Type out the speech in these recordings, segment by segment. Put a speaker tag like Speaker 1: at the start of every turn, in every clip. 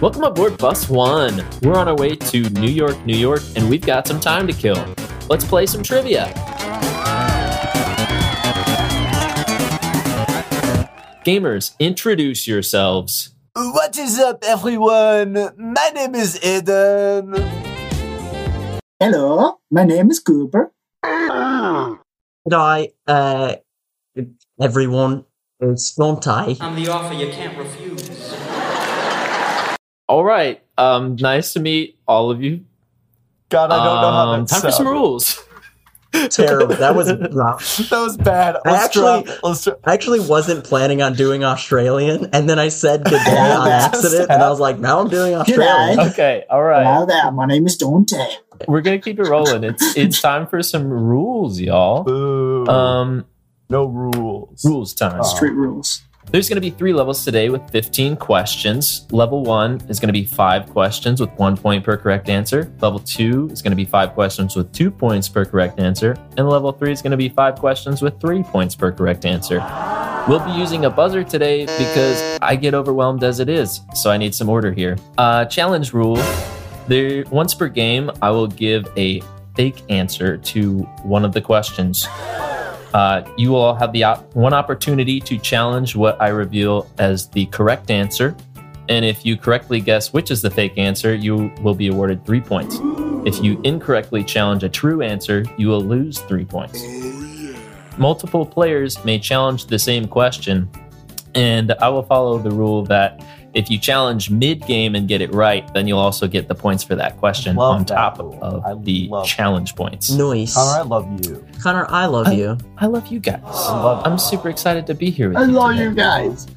Speaker 1: Welcome aboard Bus One. We're on our way to New York, New York, and we've got some time to kill. Let's play some trivia. Gamers, introduce yourselves.
Speaker 2: What is up, everyone? My name is Eden.
Speaker 3: Hello, my name is Cooper.
Speaker 4: Good eye, uh, everyone. uh, It's Monty.
Speaker 5: I'm the offer you can't refuse.
Speaker 1: All right. Um, nice to meet all of you.
Speaker 2: God, I don't know how
Speaker 1: Um,
Speaker 2: that
Speaker 1: time for some
Speaker 2: sounded.
Speaker 1: rules.
Speaker 4: Terrible. That was rough.
Speaker 2: That was bad.
Speaker 4: I
Speaker 2: Let's try-
Speaker 4: actually-
Speaker 2: let's try-
Speaker 4: I actually wasn't planning on doing Australian, and then I said good day on
Speaker 2: That just
Speaker 4: accident, and I was like, now I'm doing
Speaker 3: G'day.
Speaker 4: Australian.
Speaker 1: Okay. All right.
Speaker 3: Hello there, my name is Dante.
Speaker 1: We're gonna keep it rolling. It's it's time for some rules, y'all.
Speaker 2: Boo.
Speaker 1: Um,
Speaker 2: no rules.
Speaker 1: rules time.
Speaker 2: Oh.
Speaker 3: Street rules.
Speaker 1: There's going to be three levels today with 15 questions. Level one is going to be five questions with one point per correct answer. Level two is going to be five questions with two points per correct answer. And level three is going to be five questions with three points per correct answer. We'll be using a buzzer today because I get overwhelmed as it is, so I need some order here. Uh, challenge rule there, once per game, I will give a fake answer to one of the questions. Uh, you will all have the op- one opportunity to challenge what I reveal as the correct answer. And if you correctly guess which is the fake answer, you will be awarded three points. If you incorrectly challenge a true answer, you will lose three points. Multiple players may challenge the same question, and I will follow the rule that if you challenge mid game and get it right, then you'll also get the points for that question
Speaker 2: Love
Speaker 1: on
Speaker 2: that
Speaker 1: top
Speaker 2: rule.
Speaker 1: of
Speaker 2: I
Speaker 1: the
Speaker 2: love that.
Speaker 1: challenge points.
Speaker 4: Nice.
Speaker 2: Connor, I love you.
Speaker 4: Connor, I love you.
Speaker 1: I love you guys. I'm super excited to be here with
Speaker 3: I
Speaker 1: you.
Speaker 3: love
Speaker 1: today.
Speaker 3: you guys.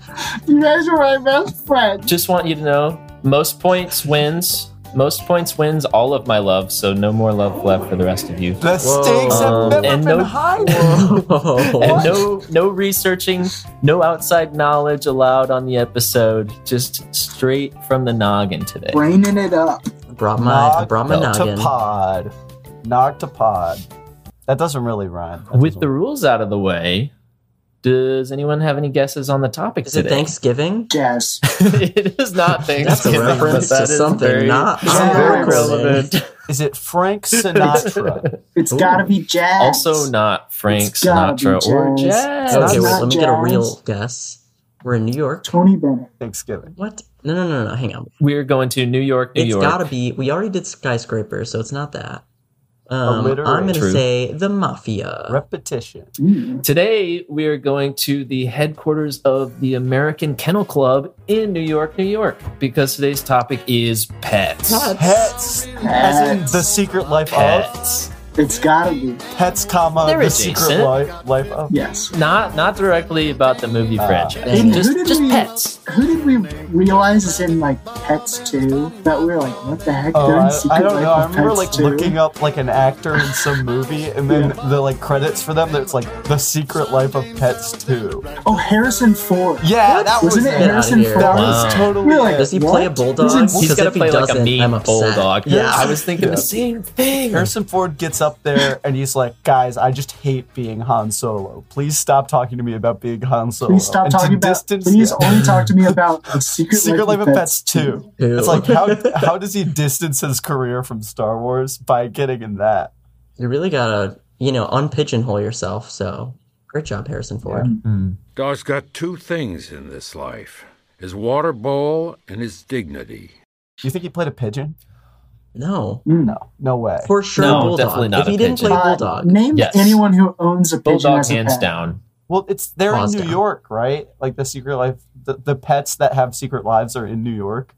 Speaker 3: You guys are my best friends.
Speaker 1: Just want you to know most points wins. Most points wins all of my love, so no more love left for the rest of you.
Speaker 2: The
Speaker 4: Whoa.
Speaker 2: stakes have
Speaker 1: Um,
Speaker 2: never
Speaker 1: and
Speaker 2: been
Speaker 1: no-
Speaker 2: higher.
Speaker 1: And
Speaker 4: Whoa.
Speaker 1: no no researching, no outside knowledge allowed on the episode. Just straight from the noggin today.
Speaker 3: Braining it up.
Speaker 4: brought my, I brought my
Speaker 2: Nog to
Speaker 4: noggin.
Speaker 2: pod. Nog to pod. That doesn't really rhyme. That
Speaker 1: With
Speaker 2: doesn't-
Speaker 1: the rules out of the way, does anyone have any guesses on the topic
Speaker 4: Is it
Speaker 1: today?
Speaker 4: Thanksgiving?
Speaker 3: Yes.
Speaker 1: it is not
Speaker 4: That's
Speaker 1: Thanksgiving.
Speaker 4: a
Speaker 1: but
Speaker 4: reference
Speaker 1: that
Speaker 4: to
Speaker 1: is
Speaker 4: something
Speaker 1: very-
Speaker 4: not
Speaker 3: Yeah.
Speaker 1: very
Speaker 3: Thanksgiving.
Speaker 1: relevant.
Speaker 2: Is it Frank Sinatra?
Speaker 3: It's
Speaker 4: Ooh.
Speaker 3: gotta be jazz.
Speaker 1: Also, not Frank
Speaker 3: It's gotta
Speaker 1: Sinatra
Speaker 3: be
Speaker 1: or
Speaker 3: jazz.
Speaker 1: jazz.
Speaker 3: It's
Speaker 4: Okay, wait,
Speaker 3: not
Speaker 4: let me get a
Speaker 3: jazz.
Speaker 4: real guess. We're in New York.
Speaker 3: Tony Bennett.
Speaker 2: Thanksgiving.
Speaker 4: What? No, no, no, no. Hang on.
Speaker 1: We're going to New York, New
Speaker 4: It's
Speaker 1: York.
Speaker 4: gotta be. We already did skyscraper, so it's not that. Um,
Speaker 2: Alliterate.
Speaker 4: I'm gonna
Speaker 1: True.
Speaker 4: say the mafia.
Speaker 2: Repetition.
Speaker 3: Mm.
Speaker 1: Today, we are going to the headquarters of the American Kennel Club in New York, New York, because today's topic is pets.
Speaker 4: God.
Speaker 2: Pets. As in the secret life of
Speaker 1: Pets.
Speaker 3: It's gotta be.
Speaker 2: pets, comma
Speaker 1: They're
Speaker 2: the
Speaker 1: adjacent.
Speaker 2: secret life life of.
Speaker 3: Yes.
Speaker 1: Not not directly about the movie
Speaker 2: Ah.
Speaker 1: franchise.
Speaker 4: Dang it.
Speaker 1: Just
Speaker 3: Who did
Speaker 1: just
Speaker 3: we-
Speaker 1: pets.
Speaker 3: Who did we realize is in like Pets 2? That we were like, what the heck?
Speaker 2: Oh,
Speaker 3: They're in
Speaker 2: I, I
Speaker 3: Secret
Speaker 2: don't
Speaker 3: Life
Speaker 2: know. I
Speaker 3: of
Speaker 2: remember
Speaker 3: Pets
Speaker 2: like
Speaker 3: 2?
Speaker 2: looking up like an actor in some movie, and then the like credits for them. It's like the Secret Life of Pets Two.
Speaker 3: Oh, Harrison Ford.
Speaker 2: Yeah, that was
Speaker 3: Wasn't it
Speaker 2: it.
Speaker 3: Harrison
Speaker 4: Get
Speaker 3: Ford?
Speaker 2: That
Speaker 1: Wow.
Speaker 2: was totally
Speaker 3: Really?
Speaker 2: it.
Speaker 4: Does he
Speaker 3: What?
Speaker 4: play a bulldog?
Speaker 3: He's in-
Speaker 1: He's
Speaker 4: Because
Speaker 1: gonna
Speaker 4: if he
Speaker 1: play like a
Speaker 4: doesn't,
Speaker 1: mean
Speaker 4: I'm upset.
Speaker 1: bulldog.
Speaker 2: Yeah.
Speaker 1: I was thinking
Speaker 2: Yeah.
Speaker 1: the same thing.
Speaker 2: Harrison Ford gets up there and he's like, "Guys, I just hate being Han Solo. Please stop talking to me about being Han Solo.
Speaker 3: Please stop
Speaker 2: And to
Speaker 3: talking about.
Speaker 2: distance-
Speaker 3: please
Speaker 2: Yeah.
Speaker 3: only talk to me about the secret,
Speaker 2: Secret Life of Pets Two.
Speaker 4: Two.
Speaker 2: It's like how how does he distance his career from Star Wars by getting in that?
Speaker 4: You really gotta, you know, unpigeonhole yourself. So great job, Harrison Ford.
Speaker 6: Dog's got two things in this life his water bowl and his dignity.
Speaker 2: You think he played a pigeon?
Speaker 4: No,
Speaker 2: No, no way.
Speaker 4: for sure,
Speaker 1: No,
Speaker 4: bulldog.
Speaker 1: definitely not
Speaker 4: if he
Speaker 1: a
Speaker 4: didn't play
Speaker 1: pigeon.
Speaker 3: Uh,
Speaker 4: bulldog,
Speaker 3: Name
Speaker 1: Yes.
Speaker 3: anyone who owns a pigeon
Speaker 1: Bulldog
Speaker 3: as a
Speaker 1: hands
Speaker 3: pet.
Speaker 1: down.
Speaker 2: Well, it's they're in
Speaker 4: Paws
Speaker 2: New
Speaker 4: down.
Speaker 2: York, right? Like the Secret Life, the, the pets that have secret lives are in New York.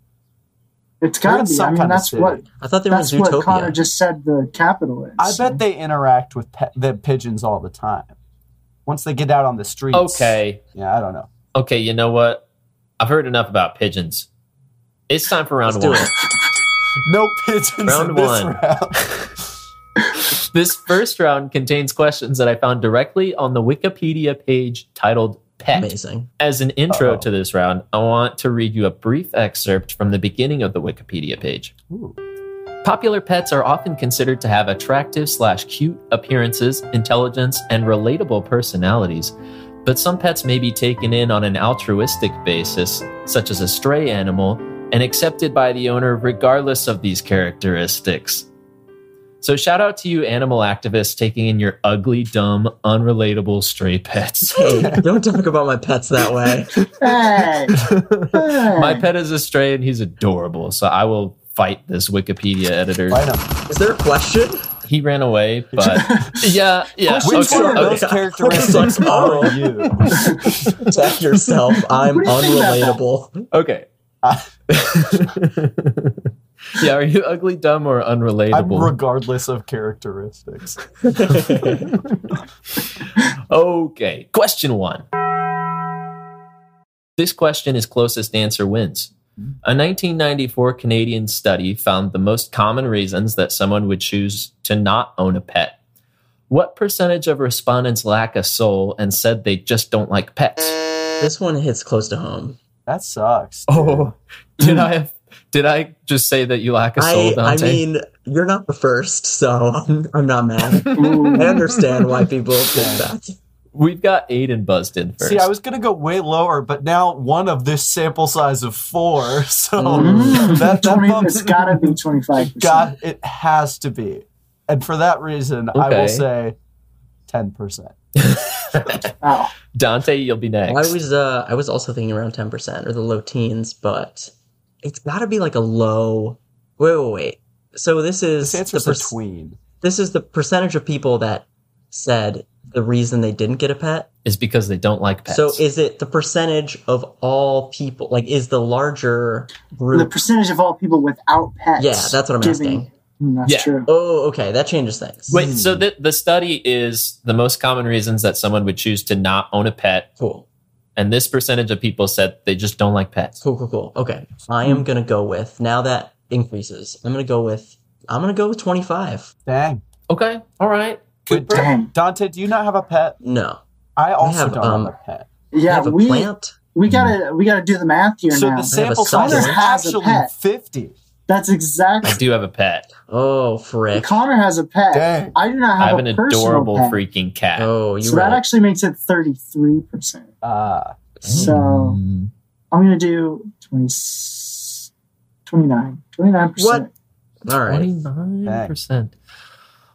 Speaker 3: It's
Speaker 2: They're
Speaker 3: gotta
Speaker 2: in
Speaker 3: be.
Speaker 2: some
Speaker 3: I mean,
Speaker 2: kind of
Speaker 3: that's
Speaker 2: city.
Speaker 3: what
Speaker 4: I thought they were in
Speaker 3: that's what Connor
Speaker 4: Zootopia.
Speaker 3: just said. The capital is.
Speaker 2: I bet they interact with pe- the pigeons all the time. Once they get out on the streets.
Speaker 1: Okay.
Speaker 2: Yeah, I don't know.
Speaker 1: Okay, you know what? I've heard enough about pigeons. It's time for round
Speaker 4: Let's do
Speaker 1: one.
Speaker 4: it.
Speaker 2: No pigeons
Speaker 1: Round
Speaker 2: in this
Speaker 1: one.
Speaker 2: round.
Speaker 1: This first round contains questions that I found directly on the Wikipedia page titled Pet.
Speaker 4: Amazing.
Speaker 1: As an intro
Speaker 2: Uh-oh.
Speaker 1: to this round, I want to read you a brief excerpt from the beginning of the Wikipedia page.
Speaker 2: Ooh.
Speaker 1: Popular pets are often considered to have attractive slash cute appearances, intelligence, and relatable personalities. But some pets may be taken in on an altruistic basis, such as a stray animal, and accepted by the owner regardless of these characteristics. So shout out to you animal activists taking in your ugly, dumb, unrelatable stray pets.
Speaker 4: Hey, don't talk about my pets that way.
Speaker 3: Hey, hey.
Speaker 1: My pet is a stray and he's adorable, so I will fight this Wikipedia editor.
Speaker 2: Why not?
Speaker 4: Is there a question?
Speaker 1: He ran away, but yeah, Oh, yeah.
Speaker 2: Which
Speaker 1: okay,
Speaker 2: one of
Speaker 1: okay.
Speaker 2: those characteristics are you?
Speaker 4: Check yourself. I'm
Speaker 3: What do you think about
Speaker 4: unrelatable.
Speaker 1: Okay.
Speaker 2: Ah.
Speaker 1: yeah, are you ugly, dumb, or
Speaker 2: I'm
Speaker 1: unrelatable?
Speaker 2: regardless of characteristics.
Speaker 1: okay. Question one. This question is closest answer wins. A 1994 Canadian study found the most common reasons that someone would choose to not own a pet. What percentage of respondents lack a soul and said they just don't like pets?
Speaker 4: This one hits close to home.
Speaker 2: That sucks. dude.
Speaker 1: Oh, did I did I just say that you lack a soul,
Speaker 4: I, I
Speaker 1: Dante?
Speaker 4: mean, you're not the first, so I'm, I'm not mad. I
Speaker 3: Ooh.
Speaker 4: understand why people think that.
Speaker 1: We've got Aiden buzzed in first.
Speaker 2: See, I was gonna go way lower, but now one of this sample size of four, so
Speaker 4: Mm.
Speaker 2: that that
Speaker 3: 20,
Speaker 2: bumps
Speaker 3: it's gotta be 25%.
Speaker 2: God, it has to be, and for that reason, I
Speaker 1: Okay.
Speaker 2: will say ten percent.
Speaker 3: Wow.
Speaker 1: Dante, you'll be next.
Speaker 4: Well, I was uh, I was also thinking around ten percent or the low teens, but it's got to be like a low. Wait, wait, wait. So this is
Speaker 2: This answer's
Speaker 4: the
Speaker 2: a
Speaker 4: perc-
Speaker 2: tween.
Speaker 4: this is the percentage of people that said the reason they didn't get a pet.
Speaker 1: It's because they don't like pets.
Speaker 4: So is it the percentage of all people? Like, is the larger
Speaker 3: The
Speaker 4: group?
Speaker 3: percentage of all people without pets.
Speaker 4: Yeah, that's what I'm
Speaker 3: giving.
Speaker 4: asking.
Speaker 3: Mm, that's
Speaker 1: Yeah.
Speaker 3: true.
Speaker 4: Oh, okay, that changes things.
Speaker 1: wait. So the the study is the most common reasons that someone would choose to not own a pet,
Speaker 4: cool,
Speaker 1: and this percentage of people said they just don't like pets.
Speaker 4: cool, cool, cool. Okay, I am gonna go with now that increases. I'm gonna go with I'm gonna go with twenty five.
Speaker 2: Dang.
Speaker 1: Okay, all right.
Speaker 2: Good
Speaker 1: Cooper?
Speaker 2: time.
Speaker 3: Dang.
Speaker 2: Dante, do you not have a pet?
Speaker 4: No,
Speaker 2: I also
Speaker 4: have,
Speaker 2: don't
Speaker 4: um,
Speaker 2: have a pet.
Speaker 4: I
Speaker 3: Yeah,
Speaker 4: have a
Speaker 3: we
Speaker 4: plant.
Speaker 3: we gotta we gotta do the math here
Speaker 2: So
Speaker 3: now.
Speaker 2: the sample size
Speaker 4: succulent.
Speaker 2: is
Speaker 3: Connor has a
Speaker 2: actually
Speaker 3: pet.
Speaker 2: fifty.
Speaker 3: that's
Speaker 1: I
Speaker 3: exactly.
Speaker 1: do have a pet.
Speaker 4: Oh, frick.
Speaker 3: Connor has a pet.
Speaker 2: Dang.
Speaker 3: I do not
Speaker 1: I
Speaker 3: have,
Speaker 1: have
Speaker 3: a
Speaker 1: an
Speaker 3: personal
Speaker 1: adorable
Speaker 3: pet.
Speaker 1: freaking cat.
Speaker 4: Oh, you
Speaker 3: So
Speaker 4: right.
Speaker 3: that actually makes it thirty three percent.
Speaker 2: Uh,
Speaker 3: So
Speaker 1: Mm.
Speaker 3: I'm gonna do 20, 29 29 percent.
Speaker 4: All right.
Speaker 1: 29%.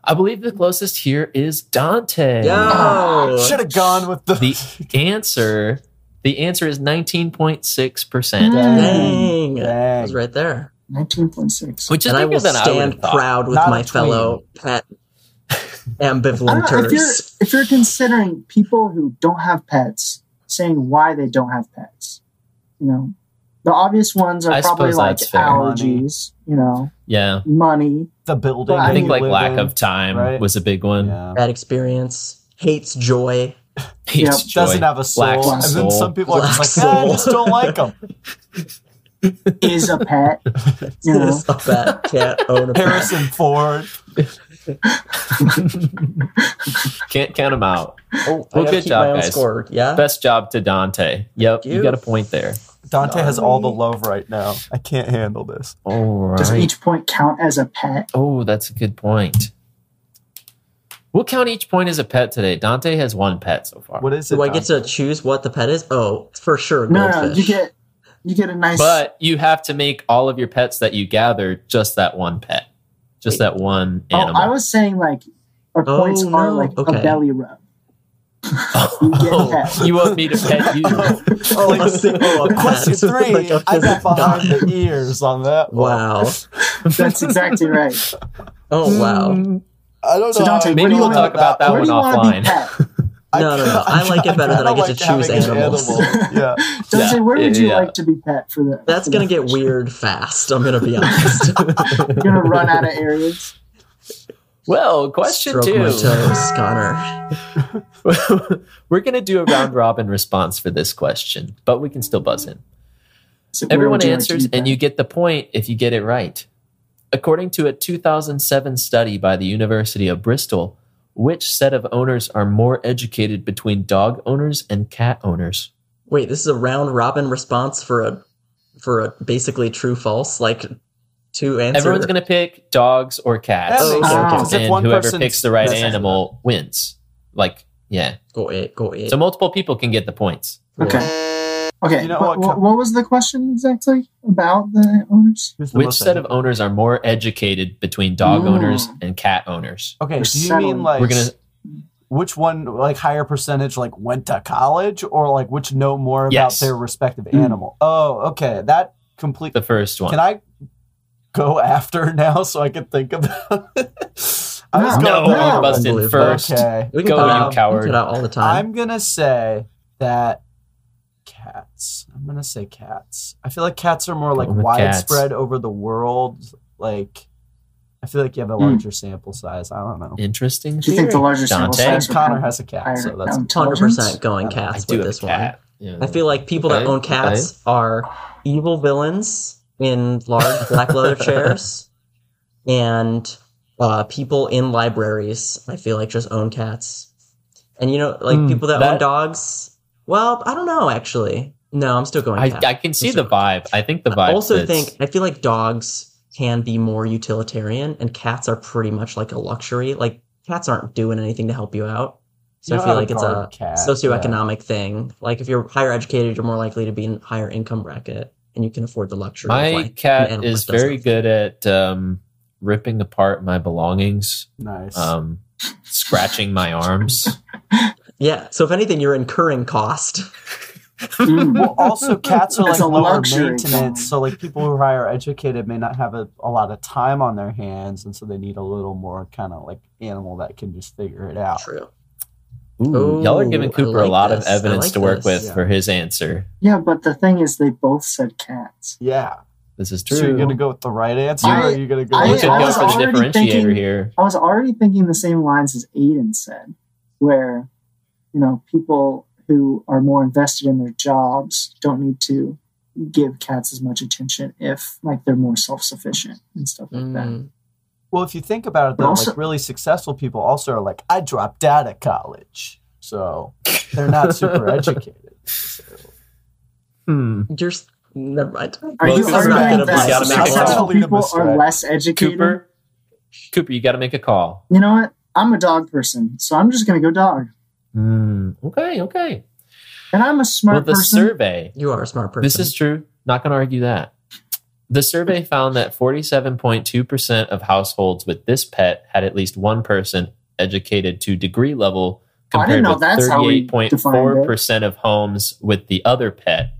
Speaker 1: I believe the closest here is Dante.
Speaker 4: Yo.
Speaker 3: Ah,
Speaker 2: should have gone with the.
Speaker 1: The answer the answer is
Speaker 4: Mm.
Speaker 1: 19.6%,
Speaker 3: Dang.
Speaker 4: Dang. I was right there.
Speaker 3: Nineteen point six.
Speaker 1: which is
Speaker 4: and I
Speaker 1: bigger
Speaker 4: will
Speaker 1: than I would
Speaker 4: stand
Speaker 1: have thought.
Speaker 4: proud with
Speaker 2: Not a
Speaker 4: my fellow pet
Speaker 3: I don't know, if you're
Speaker 4: ambivalenters.
Speaker 3: if you're considering people who don't have pets saying why they don't have pets, you know, the obvious ones are
Speaker 1: I
Speaker 3: probably
Speaker 1: suppose
Speaker 3: like
Speaker 1: that's fair.
Speaker 3: allergies, you know,
Speaker 1: Yeah.
Speaker 3: money.
Speaker 2: the building.
Speaker 3: Well, I
Speaker 1: I
Speaker 2: that
Speaker 1: think
Speaker 2: you
Speaker 1: like
Speaker 2: live
Speaker 1: lack
Speaker 2: in.
Speaker 1: of time
Speaker 2: right?
Speaker 1: was a big one.
Speaker 2: Yeah.
Speaker 4: Bad experience. Hates joy.
Speaker 1: Hates
Speaker 3: Yep.
Speaker 1: joy.
Speaker 2: Doesn't have a soul.
Speaker 1: Lacks
Speaker 2: and
Speaker 1: soul.
Speaker 2: then some people are just
Speaker 4: Lacks
Speaker 2: like, "Ah, I
Speaker 4: soul."
Speaker 2: just don't like them.
Speaker 3: Is a pet, you know.
Speaker 4: Is a pet can't own a pet.
Speaker 2: Harrison Ford.
Speaker 1: Can't count him out.
Speaker 4: Oh, I
Speaker 1: Well,
Speaker 4: gotta
Speaker 1: good
Speaker 4: keep
Speaker 1: job,
Speaker 4: my own
Speaker 1: guys.
Speaker 4: score. Yeah.
Speaker 1: Best job to Dante. Yep, you
Speaker 4: you.
Speaker 1: got a point there.
Speaker 2: Dante has all the love right now. I can't handle this.
Speaker 1: All
Speaker 3: Does
Speaker 1: right.
Speaker 3: each point count as a pet?
Speaker 1: Oh, that's a good point. We'll count each point as a pet today. Dante has one pet so far.
Speaker 2: What is it?
Speaker 4: Do I get to choose what the pet is? Oh, for sure,
Speaker 3: No, no,
Speaker 4: goldfish.
Speaker 3: you get you get a nice.
Speaker 1: But you have to make all of your pets that you gather just that one pet, just that one
Speaker 3: oh,
Speaker 1: animal.
Speaker 3: I was saying like our
Speaker 4: Oh,
Speaker 3: points are
Speaker 4: no,
Speaker 3: like
Speaker 4: okay.
Speaker 3: a belly rub. you get a pet.
Speaker 1: Oh, you want me to pet you?
Speaker 4: oh, a single pet.
Speaker 2: Question three.
Speaker 4: Like a
Speaker 2: I got
Speaker 4: physical-
Speaker 2: behind the ears on that. one.
Speaker 4: Wow.
Speaker 3: That's exactly right.
Speaker 4: Oh, wow.
Speaker 2: I don't
Speaker 3: So
Speaker 2: know.
Speaker 3: Dante,
Speaker 2: how I feel
Speaker 3: where do you
Speaker 1: we'll
Speaker 2: about
Speaker 3: wanna-
Speaker 1: talk about that one
Speaker 2: one.
Speaker 3: one. do you wanna be
Speaker 1: offline.
Speaker 3: pet?
Speaker 4: No, no, no. I like it better that I
Speaker 2: kinda
Speaker 4: get to
Speaker 2: like
Speaker 4: choose
Speaker 2: having an
Speaker 4: animals.
Speaker 2: animal. yeah.
Speaker 3: Dante,
Speaker 1: Yeah,
Speaker 3: where would
Speaker 1: yeah,
Speaker 3: you
Speaker 1: yeah.
Speaker 3: like to be pet for the?
Speaker 4: That's
Speaker 3: for the
Speaker 4: gonna get
Speaker 3: question?
Speaker 4: weird fast. I'm gonna be honest.
Speaker 3: You're gonna run out of areas.
Speaker 1: Well, question
Speaker 4: Stroke my
Speaker 1: two.
Speaker 4: toes, Connor.
Speaker 1: We're going to do a round robin response for this question, but we can still buzz in.
Speaker 3: So where
Speaker 1: Everyone
Speaker 3: would you like to
Speaker 1: answers,
Speaker 3: be
Speaker 1: and
Speaker 3: pet?
Speaker 1: you get the point if you get it right. According to a 2007 study by the University of Bristol, which set of owners are more educated between dog owners and cat owners?
Speaker 4: Wait, this is a round robin response for a for a basically true false, like two answers.
Speaker 1: Everyone's going to pick dogs or cats.
Speaker 2: That
Speaker 4: makes
Speaker 3: sense.
Speaker 2: Because if
Speaker 1: And
Speaker 2: one
Speaker 1: whoever
Speaker 2: person's
Speaker 1: picks the right
Speaker 2: messing
Speaker 1: animal wins. Like, yeah.
Speaker 4: go eight, go eight.
Speaker 1: So multiple people can get the points.
Speaker 4: Cool.
Speaker 3: Okay. Okay.
Speaker 2: You know what,
Speaker 3: what, what,
Speaker 2: co-
Speaker 3: what was the question exactly about the owners?
Speaker 2: Who's the
Speaker 1: Which
Speaker 2: most
Speaker 1: set of
Speaker 2: educated?
Speaker 1: owners are more educated between dog
Speaker 3: Mm.
Speaker 1: owners and cat owners?
Speaker 2: Okay,
Speaker 3: We're
Speaker 2: do you
Speaker 3: settling.
Speaker 2: mean like
Speaker 1: We're gonna
Speaker 2: which one like higher percentage like went to college or like which know more about
Speaker 1: Yes.
Speaker 2: their respective
Speaker 3: Mm.
Speaker 2: animal? Oh, okay. That complete
Speaker 1: the first one.
Speaker 2: Can I go after now so I can think about it? I was
Speaker 3: No.
Speaker 1: no,
Speaker 2: going with that
Speaker 1: you
Speaker 2: one.
Speaker 1: buzzed in
Speaker 4: Unbelievable.
Speaker 1: first.
Speaker 2: Okay.
Speaker 4: We
Speaker 1: Go,
Speaker 4: cut
Speaker 1: you
Speaker 4: out- we cut
Speaker 1: coward.
Speaker 4: out all the time.
Speaker 2: I'm gonna say that cats. I'm gonna say cats. I feel like cats are more like
Speaker 1: Going with
Speaker 2: widespread over the world. Like, I feel like you have
Speaker 3: Hmm.
Speaker 2: a larger sample size. I don't know.
Speaker 1: Interesting.
Speaker 3: Do you think the
Speaker 1: theory,
Speaker 3: larger sample
Speaker 1: Dante?
Speaker 2: And
Speaker 3: size-
Speaker 2: Connor has a cat,
Speaker 3: Higher
Speaker 2: so that's
Speaker 4: hundred
Speaker 3: intelligence?
Speaker 4: percent going
Speaker 1: I
Speaker 4: cats
Speaker 1: do
Speaker 4: with
Speaker 1: have
Speaker 4: this
Speaker 1: a
Speaker 4: one.
Speaker 1: cat. Yeah.
Speaker 4: I feel like people that
Speaker 1: Okay,
Speaker 4: own cats are evil villains in large black leather chairs, and uh, people in libraries. I feel like just own cats, and you know, like
Speaker 2: Hmm,
Speaker 4: people that,
Speaker 1: that-
Speaker 4: own dogs. Well, I don't know actually. No, I'm still going.
Speaker 1: I,
Speaker 4: cat.
Speaker 1: I can see the vibe. I think the vibe.
Speaker 4: I also
Speaker 1: fits.
Speaker 4: think I feel like dogs can be more utilitarian, and cats are pretty much like a luxury. Like cats aren't doing anything to help you out, so
Speaker 2: You
Speaker 4: I
Speaker 2: don't
Speaker 4: feel
Speaker 2: have
Speaker 4: like it's a
Speaker 2: guard cat,
Speaker 4: socioeconomic Um, thing. Like if you're higher educated, you're more likely to be in higher income bracket, and you can afford the luxury.
Speaker 1: my
Speaker 4: of like, an
Speaker 1: cat
Speaker 4: animal
Speaker 1: is
Speaker 4: that does
Speaker 1: very
Speaker 4: nothing.
Speaker 1: good at um, ripping apart my belongings,
Speaker 2: yeah. Nice.
Speaker 1: um, scratching my arms.
Speaker 4: Yeah. So if anything, you're incurring cost.
Speaker 3: Mm.
Speaker 2: well, also cats are
Speaker 3: It's
Speaker 2: like
Speaker 3: a
Speaker 2: lower
Speaker 3: luxury kind.
Speaker 2: maintenance, so like people who are higher educated may not have a, a lot of time on their hands, and so they need a little more kind of like animal that can just figure it out.
Speaker 4: True.
Speaker 1: Ooh,
Speaker 4: Ooh,
Speaker 1: y'all are giving
Speaker 4: I
Speaker 1: Cooper a
Speaker 4: like
Speaker 1: lot
Speaker 4: this.
Speaker 1: of
Speaker 4: I
Speaker 1: evidence
Speaker 4: like
Speaker 1: to work
Speaker 4: this.
Speaker 1: with
Speaker 2: Yeah.
Speaker 1: for his answer.
Speaker 3: Yeah, but the thing is, they both said cats.
Speaker 2: Yeah.
Speaker 1: This is true.
Speaker 2: So you're gonna go with the right answer, or
Speaker 3: I-
Speaker 2: are you gonna go?
Speaker 3: I-
Speaker 1: you
Speaker 2: with
Speaker 1: could
Speaker 3: I
Speaker 1: go
Speaker 3: was
Speaker 1: for the
Speaker 3: already
Speaker 1: differentiator
Speaker 3: thinking-
Speaker 1: here.
Speaker 3: I was already thinking the same lines as Aiden said, where, you know, people who are more invested in their jobs don't need to give cats as much attention if, like, they're more self sufficient and stuff like that.
Speaker 4: Mm.
Speaker 2: Well, if you think about it,
Speaker 3: But
Speaker 2: though,
Speaker 3: also-
Speaker 2: like really successful people also are like, I dropped out of college, so they're not super educated. So-
Speaker 1: Hmm.
Speaker 4: You're. s- Never mind.
Speaker 3: Are
Speaker 1: Well,
Speaker 3: you
Speaker 1: this is not
Speaker 3: arguing
Speaker 1: gonna be-
Speaker 3: that
Speaker 1: you gotta make a
Speaker 3: successful
Speaker 2: call.
Speaker 3: people are
Speaker 2: Right.
Speaker 3: less educated?
Speaker 1: Cooper, Cooper, you got to make a call.
Speaker 3: You know what? I'm a dog person, so I'm just going to go dog.
Speaker 1: Hmm. okay, okay.
Speaker 3: And I'm a smart
Speaker 1: well, the
Speaker 3: person.
Speaker 1: survey.
Speaker 4: You are a smart person.
Speaker 1: This is true. Not going to argue that. The survey found that 47.2% of households with this pet had at least one person educated to degree level,
Speaker 3: Oh, I
Speaker 1: compared
Speaker 3: didn't know
Speaker 1: with
Speaker 3: that's how we
Speaker 1: 38.4% of homes with the other pet.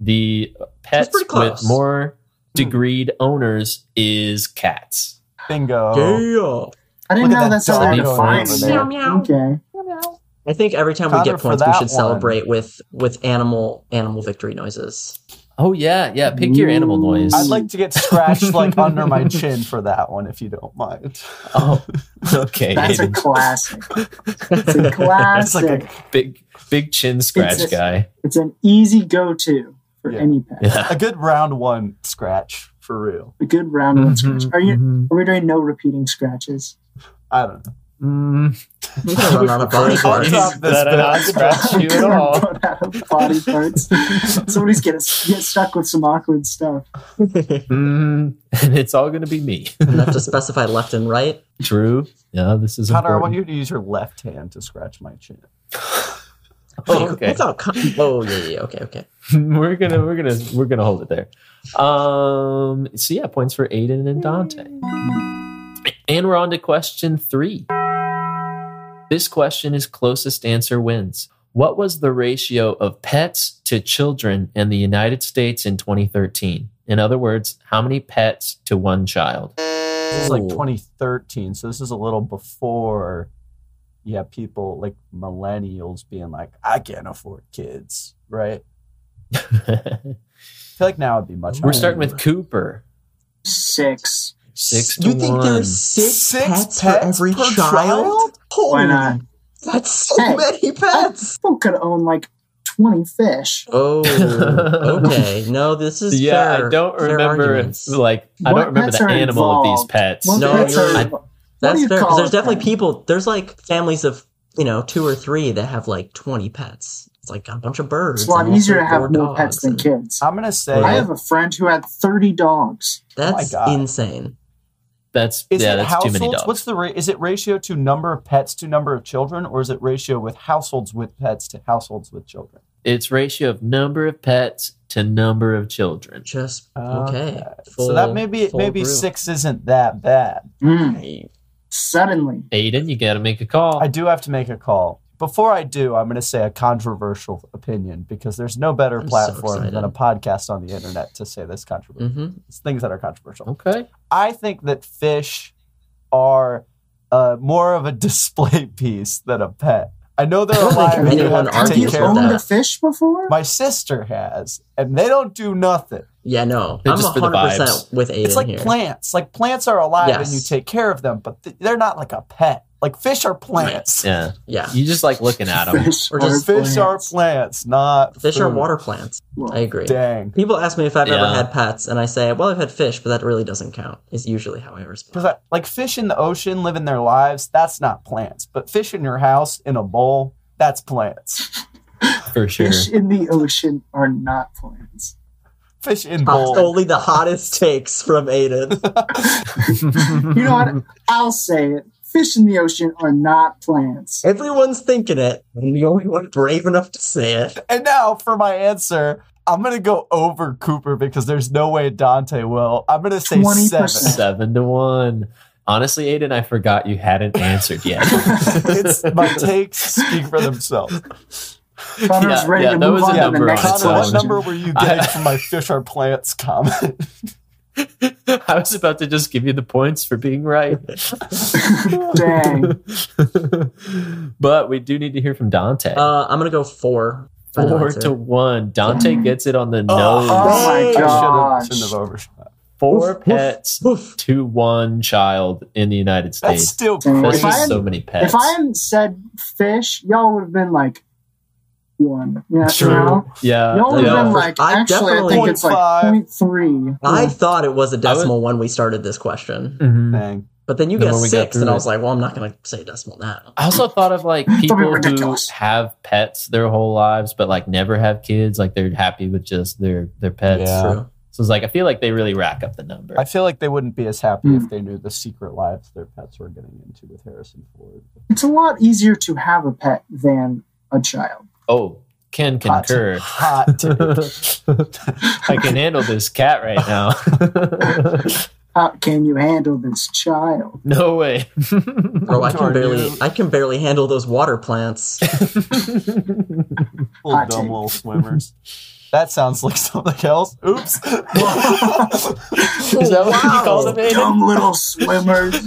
Speaker 1: The pets
Speaker 4: pretty
Speaker 1: with
Speaker 4: close.
Speaker 1: more
Speaker 3: Hmm.
Speaker 1: degreed owners is cats.
Speaker 2: Bingo. Oh.
Speaker 4: Yeah.
Speaker 3: I didn't
Speaker 2: Look at
Speaker 3: know
Speaker 2: that
Speaker 3: that's how
Speaker 2: dog
Speaker 3: they
Speaker 1: going
Speaker 3: defined
Speaker 1: over
Speaker 2: there.
Speaker 3: it. Okay.
Speaker 4: I think every time
Speaker 2: Connor,
Speaker 4: we get
Speaker 2: for
Speaker 4: points, we
Speaker 2: that
Speaker 4: should celebrate
Speaker 2: one-
Speaker 4: with with animal animal victory noises.
Speaker 1: Oh, yeah. Yeah. Pick your animal
Speaker 3: Ooh.
Speaker 1: noise.
Speaker 2: I'd like to get scratched like under my chin for that one, if you don't mind.
Speaker 1: oh, okay.
Speaker 3: That's a
Speaker 1: Aiden.
Speaker 3: classic. It's a classic.
Speaker 2: It's like a,
Speaker 1: big, big chin scratch
Speaker 3: It's a-
Speaker 1: guy.
Speaker 3: It's an easy go to for
Speaker 2: Yeah.
Speaker 3: any pet.
Speaker 1: Yeah.
Speaker 2: a good round one scratch for real.
Speaker 3: A good round one scratch. Are you?
Speaker 1: Mhm.
Speaker 3: Are we doing no repeating scratches?
Speaker 2: I don't know.
Speaker 1: Mm.
Speaker 4: I'm gonna run out of body
Speaker 2: I'll
Speaker 4: parts.
Speaker 2: drop this
Speaker 1: That I not
Speaker 2: bit.
Speaker 1: scratch you at
Speaker 3: Gonna
Speaker 1: all.
Speaker 3: run out of body parts. Somebody's gonna s- get stuck with some awkward stuff.
Speaker 1: Mm. And it's all going to be me.
Speaker 4: And have to specify left and right.
Speaker 1: True. Yeah, this is
Speaker 2: Connor, I want
Speaker 1: important.
Speaker 2: you to use your left hand to scratch my chin.
Speaker 1: Oh,
Speaker 4: Wait,
Speaker 1: okay.
Speaker 4: I thought Con- oh yeah, yeah, yeah, okay, okay.
Speaker 1: we're gonna we're gonna we're gonna hold it there. Um. So yeah, points for Aiden and Dante. And we're on to question three. This question is closest answer wins. What was the ratio of pets to children in the United States in 2013? In other words, how many pets to one child?
Speaker 2: This is like
Speaker 4: Ooh.
Speaker 2: 2013, so this is a little before. Yeah, people like millennials being like, I can't afford kids, right? I feel like now it'd be much.
Speaker 1: we're
Speaker 2: higher.
Speaker 1: starting with Cooper.
Speaker 3: Six.
Speaker 1: Six to
Speaker 4: You think
Speaker 1: one.
Speaker 4: there's six,
Speaker 2: Six
Speaker 4: pets,
Speaker 2: pets
Speaker 4: for every
Speaker 2: per
Speaker 4: child?
Speaker 2: child?
Speaker 4: Holy,
Speaker 3: Why not?
Speaker 4: That's so
Speaker 3: Hey.
Speaker 4: many pets.
Speaker 3: People could own like twenty fish.
Speaker 4: Oh, okay. No, this is
Speaker 1: yeah,
Speaker 4: fair-
Speaker 1: I don't
Speaker 4: fair
Speaker 1: remember if,
Speaker 4: arguments.
Speaker 1: like I
Speaker 3: What
Speaker 1: don't remember
Speaker 3: pets
Speaker 1: the
Speaker 3: are
Speaker 1: animal of these
Speaker 3: involved?
Speaker 1: pets.
Speaker 3: What
Speaker 4: No,
Speaker 3: pets
Speaker 4: you're-
Speaker 3: are-
Speaker 4: I-
Speaker 3: what do
Speaker 4: That's
Speaker 3: you
Speaker 4: fair
Speaker 3: call
Speaker 4: because there's
Speaker 3: them?
Speaker 4: definitely people. There's like families of you know two or three that have like 20 pets. It's like a bunch of birds.
Speaker 3: It's a lot
Speaker 4: and
Speaker 3: easier to
Speaker 4: also
Speaker 3: have
Speaker 4: four
Speaker 3: more pets
Speaker 4: dogs
Speaker 3: than
Speaker 4: and-
Speaker 3: kids.
Speaker 2: I'm gonna say
Speaker 3: I have a friend who had thirty dogs.
Speaker 1: Oh
Speaker 4: That's
Speaker 2: God.
Speaker 4: insane.
Speaker 1: That's
Speaker 2: Is
Speaker 1: yeah,
Speaker 2: it
Speaker 1: that's too
Speaker 2: households?
Speaker 1: many dogs.
Speaker 2: What's the ra- is it ratio to number of pets to number of children, or is it ratio with households with pets to households with children?
Speaker 1: It's ratio of number of pets to number of children.
Speaker 4: Just okay.
Speaker 2: Okay. so that
Speaker 4: full-
Speaker 2: maybe
Speaker 4: full Mm-hmm.
Speaker 2: maybe
Speaker 4: brew.
Speaker 2: six isn't that bad.
Speaker 3: Mm,
Speaker 4: I-
Speaker 3: suddenly,
Speaker 1: Aiden, you got to make a call.
Speaker 2: I do have to make a call. Before I do, I'm going to say a controversial opinion because there's no better
Speaker 4: I'm so
Speaker 2: platform
Speaker 4: excited.
Speaker 2: than a podcast on the internet to say this controversial.
Speaker 4: mhm.
Speaker 2: It's things that are controversial.
Speaker 4: Oh.
Speaker 1: okay.
Speaker 2: I think that fish are uh, more of a display piece than a pet. I know
Speaker 4: I
Speaker 2: they're
Speaker 4: don't
Speaker 2: alive.
Speaker 4: think
Speaker 2: and you
Speaker 4: anyone
Speaker 2: have to
Speaker 3: have
Speaker 2: take
Speaker 3: you
Speaker 4: argues
Speaker 2: care of
Speaker 4: with
Speaker 3: owned
Speaker 2: them.
Speaker 4: that.
Speaker 3: a fish before?
Speaker 2: My sister has, and they don't do nothing.
Speaker 4: Yeah, no.
Speaker 1: They're
Speaker 4: I'm
Speaker 1: just for the
Speaker 4: 100% with Aiden
Speaker 2: It's like
Speaker 4: here.
Speaker 2: plants. Like plants are alive
Speaker 4: Yes.
Speaker 2: and you take care of them, but th- they're not like a pet. Like fish are plants.
Speaker 1: Yeah.
Speaker 4: yeah.
Speaker 1: You just like looking at them.
Speaker 3: Fish
Speaker 4: Or
Speaker 3: are
Speaker 4: just-
Speaker 2: Fish are
Speaker 3: plants.
Speaker 2: plants, not
Speaker 4: Fish are
Speaker 2: food.
Speaker 4: water plants.
Speaker 3: Well,
Speaker 4: I agree.
Speaker 2: Dang.
Speaker 4: People ask me if I've ever
Speaker 1: Yeah.
Speaker 4: had pets, and I say, well, I've had fish, but that really doesn't count, is usually how I respond.
Speaker 2: Because uh, like fish in the ocean living their lives, that's not plants. But fish in your house in a bowl, that's plants.
Speaker 1: For sure.
Speaker 3: Fish in the ocean are not plants.
Speaker 2: Fish in
Speaker 4: Hot-
Speaker 2: bowl.
Speaker 4: only the hottest takes from Aiden.
Speaker 3: You know what? I'll say it. Fish in the ocean are not plants.
Speaker 4: Everyone's thinking it. I'm the only one brave enough to say it.
Speaker 2: And now for my answer, I'm gonna go over Cooper because there's no way Dante will. I'm gonna say
Speaker 3: 20%.
Speaker 2: seven.
Speaker 1: Seven to one. Honestly, Aiden, I forgot you hadn't answered yet.
Speaker 2: It's my takes speak for themselves.
Speaker 3: Connor's
Speaker 1: Yeah,
Speaker 3: ready
Speaker 1: yeah,
Speaker 3: to
Speaker 1: that
Speaker 3: move
Speaker 1: was a
Speaker 3: on to the
Speaker 1: number
Speaker 3: next
Speaker 1: on its
Speaker 2: Connor, what
Speaker 1: own.
Speaker 3: question.
Speaker 2: number were you getting from my fish are plants comment?
Speaker 1: I was about to just give you the points for being right.
Speaker 3: Dang.
Speaker 1: but we do need to hear from Dante.
Speaker 4: Uh, I'm going to go four. for the
Speaker 1: Four
Speaker 4: answer.
Speaker 1: to one. Dante gets it on the
Speaker 2: Oh,
Speaker 1: nose.
Speaker 3: Oh my
Speaker 2: I
Speaker 3: gosh.
Speaker 2: Shouldn't have, shouldn't have overshot.
Speaker 1: Four
Speaker 4: Woof, woof,
Speaker 1: pets
Speaker 4: Oof.
Speaker 1: to one child in the United
Speaker 2: That's
Speaker 1: States.
Speaker 2: still
Speaker 3: Dang.
Speaker 1: That's
Speaker 3: If I
Speaker 1: just
Speaker 3: had-
Speaker 2: crazy.
Speaker 1: so many pets.
Speaker 3: if I hadn't said fish, y'all would have been like one. Yeah,
Speaker 1: True.
Speaker 3: You know?
Speaker 1: Yeah.
Speaker 3: Y'all would
Speaker 1: yeah.
Speaker 3: have been like,
Speaker 4: I
Speaker 3: actually, I think
Speaker 4: definitely-
Speaker 3: it's like
Speaker 2: 0.5.
Speaker 3: point three.
Speaker 4: I
Speaker 3: Yeah.
Speaker 4: thought it was a decimal when we started this question,
Speaker 1: Mhm.
Speaker 2: Dang.
Speaker 4: but then you
Speaker 1: The
Speaker 4: guessed
Speaker 1: more we got
Speaker 4: six,
Speaker 1: through
Speaker 4: and I
Speaker 1: it.
Speaker 4: was like, well, I'm not going to say decimal now.
Speaker 1: I also thought of like
Speaker 3: That'd be
Speaker 1: people who
Speaker 3: ridiculous.
Speaker 1: have pets their whole lives, but like never have kids. Like they're happy with just their their pets.
Speaker 2: Yeah.
Speaker 4: True.
Speaker 1: So it's like I feel like they really rack up the number.
Speaker 2: I feel like they wouldn't be as happy
Speaker 3: Hmm.
Speaker 2: if they knew the secret lives their pets were getting into with Harrison Ford.
Speaker 3: It's a lot easier to have a pet than a child.
Speaker 1: oh, can
Speaker 2: Hot t-
Speaker 1: concur.
Speaker 2: Hot. take.
Speaker 1: I can handle this cat right now.
Speaker 3: How can you handle this child?
Speaker 1: no way.
Speaker 4: Bro, I can
Speaker 2: Jordan,
Speaker 4: barely,
Speaker 2: you-
Speaker 4: I can barely handle those water plants.
Speaker 2: little
Speaker 3: Hot
Speaker 2: dumb
Speaker 3: take.
Speaker 2: little swimmers. That sounds like something else. Oops.
Speaker 1: Is that what you
Speaker 4: Wow.
Speaker 1: call them, Aiden?
Speaker 3: Dumb little swimmers.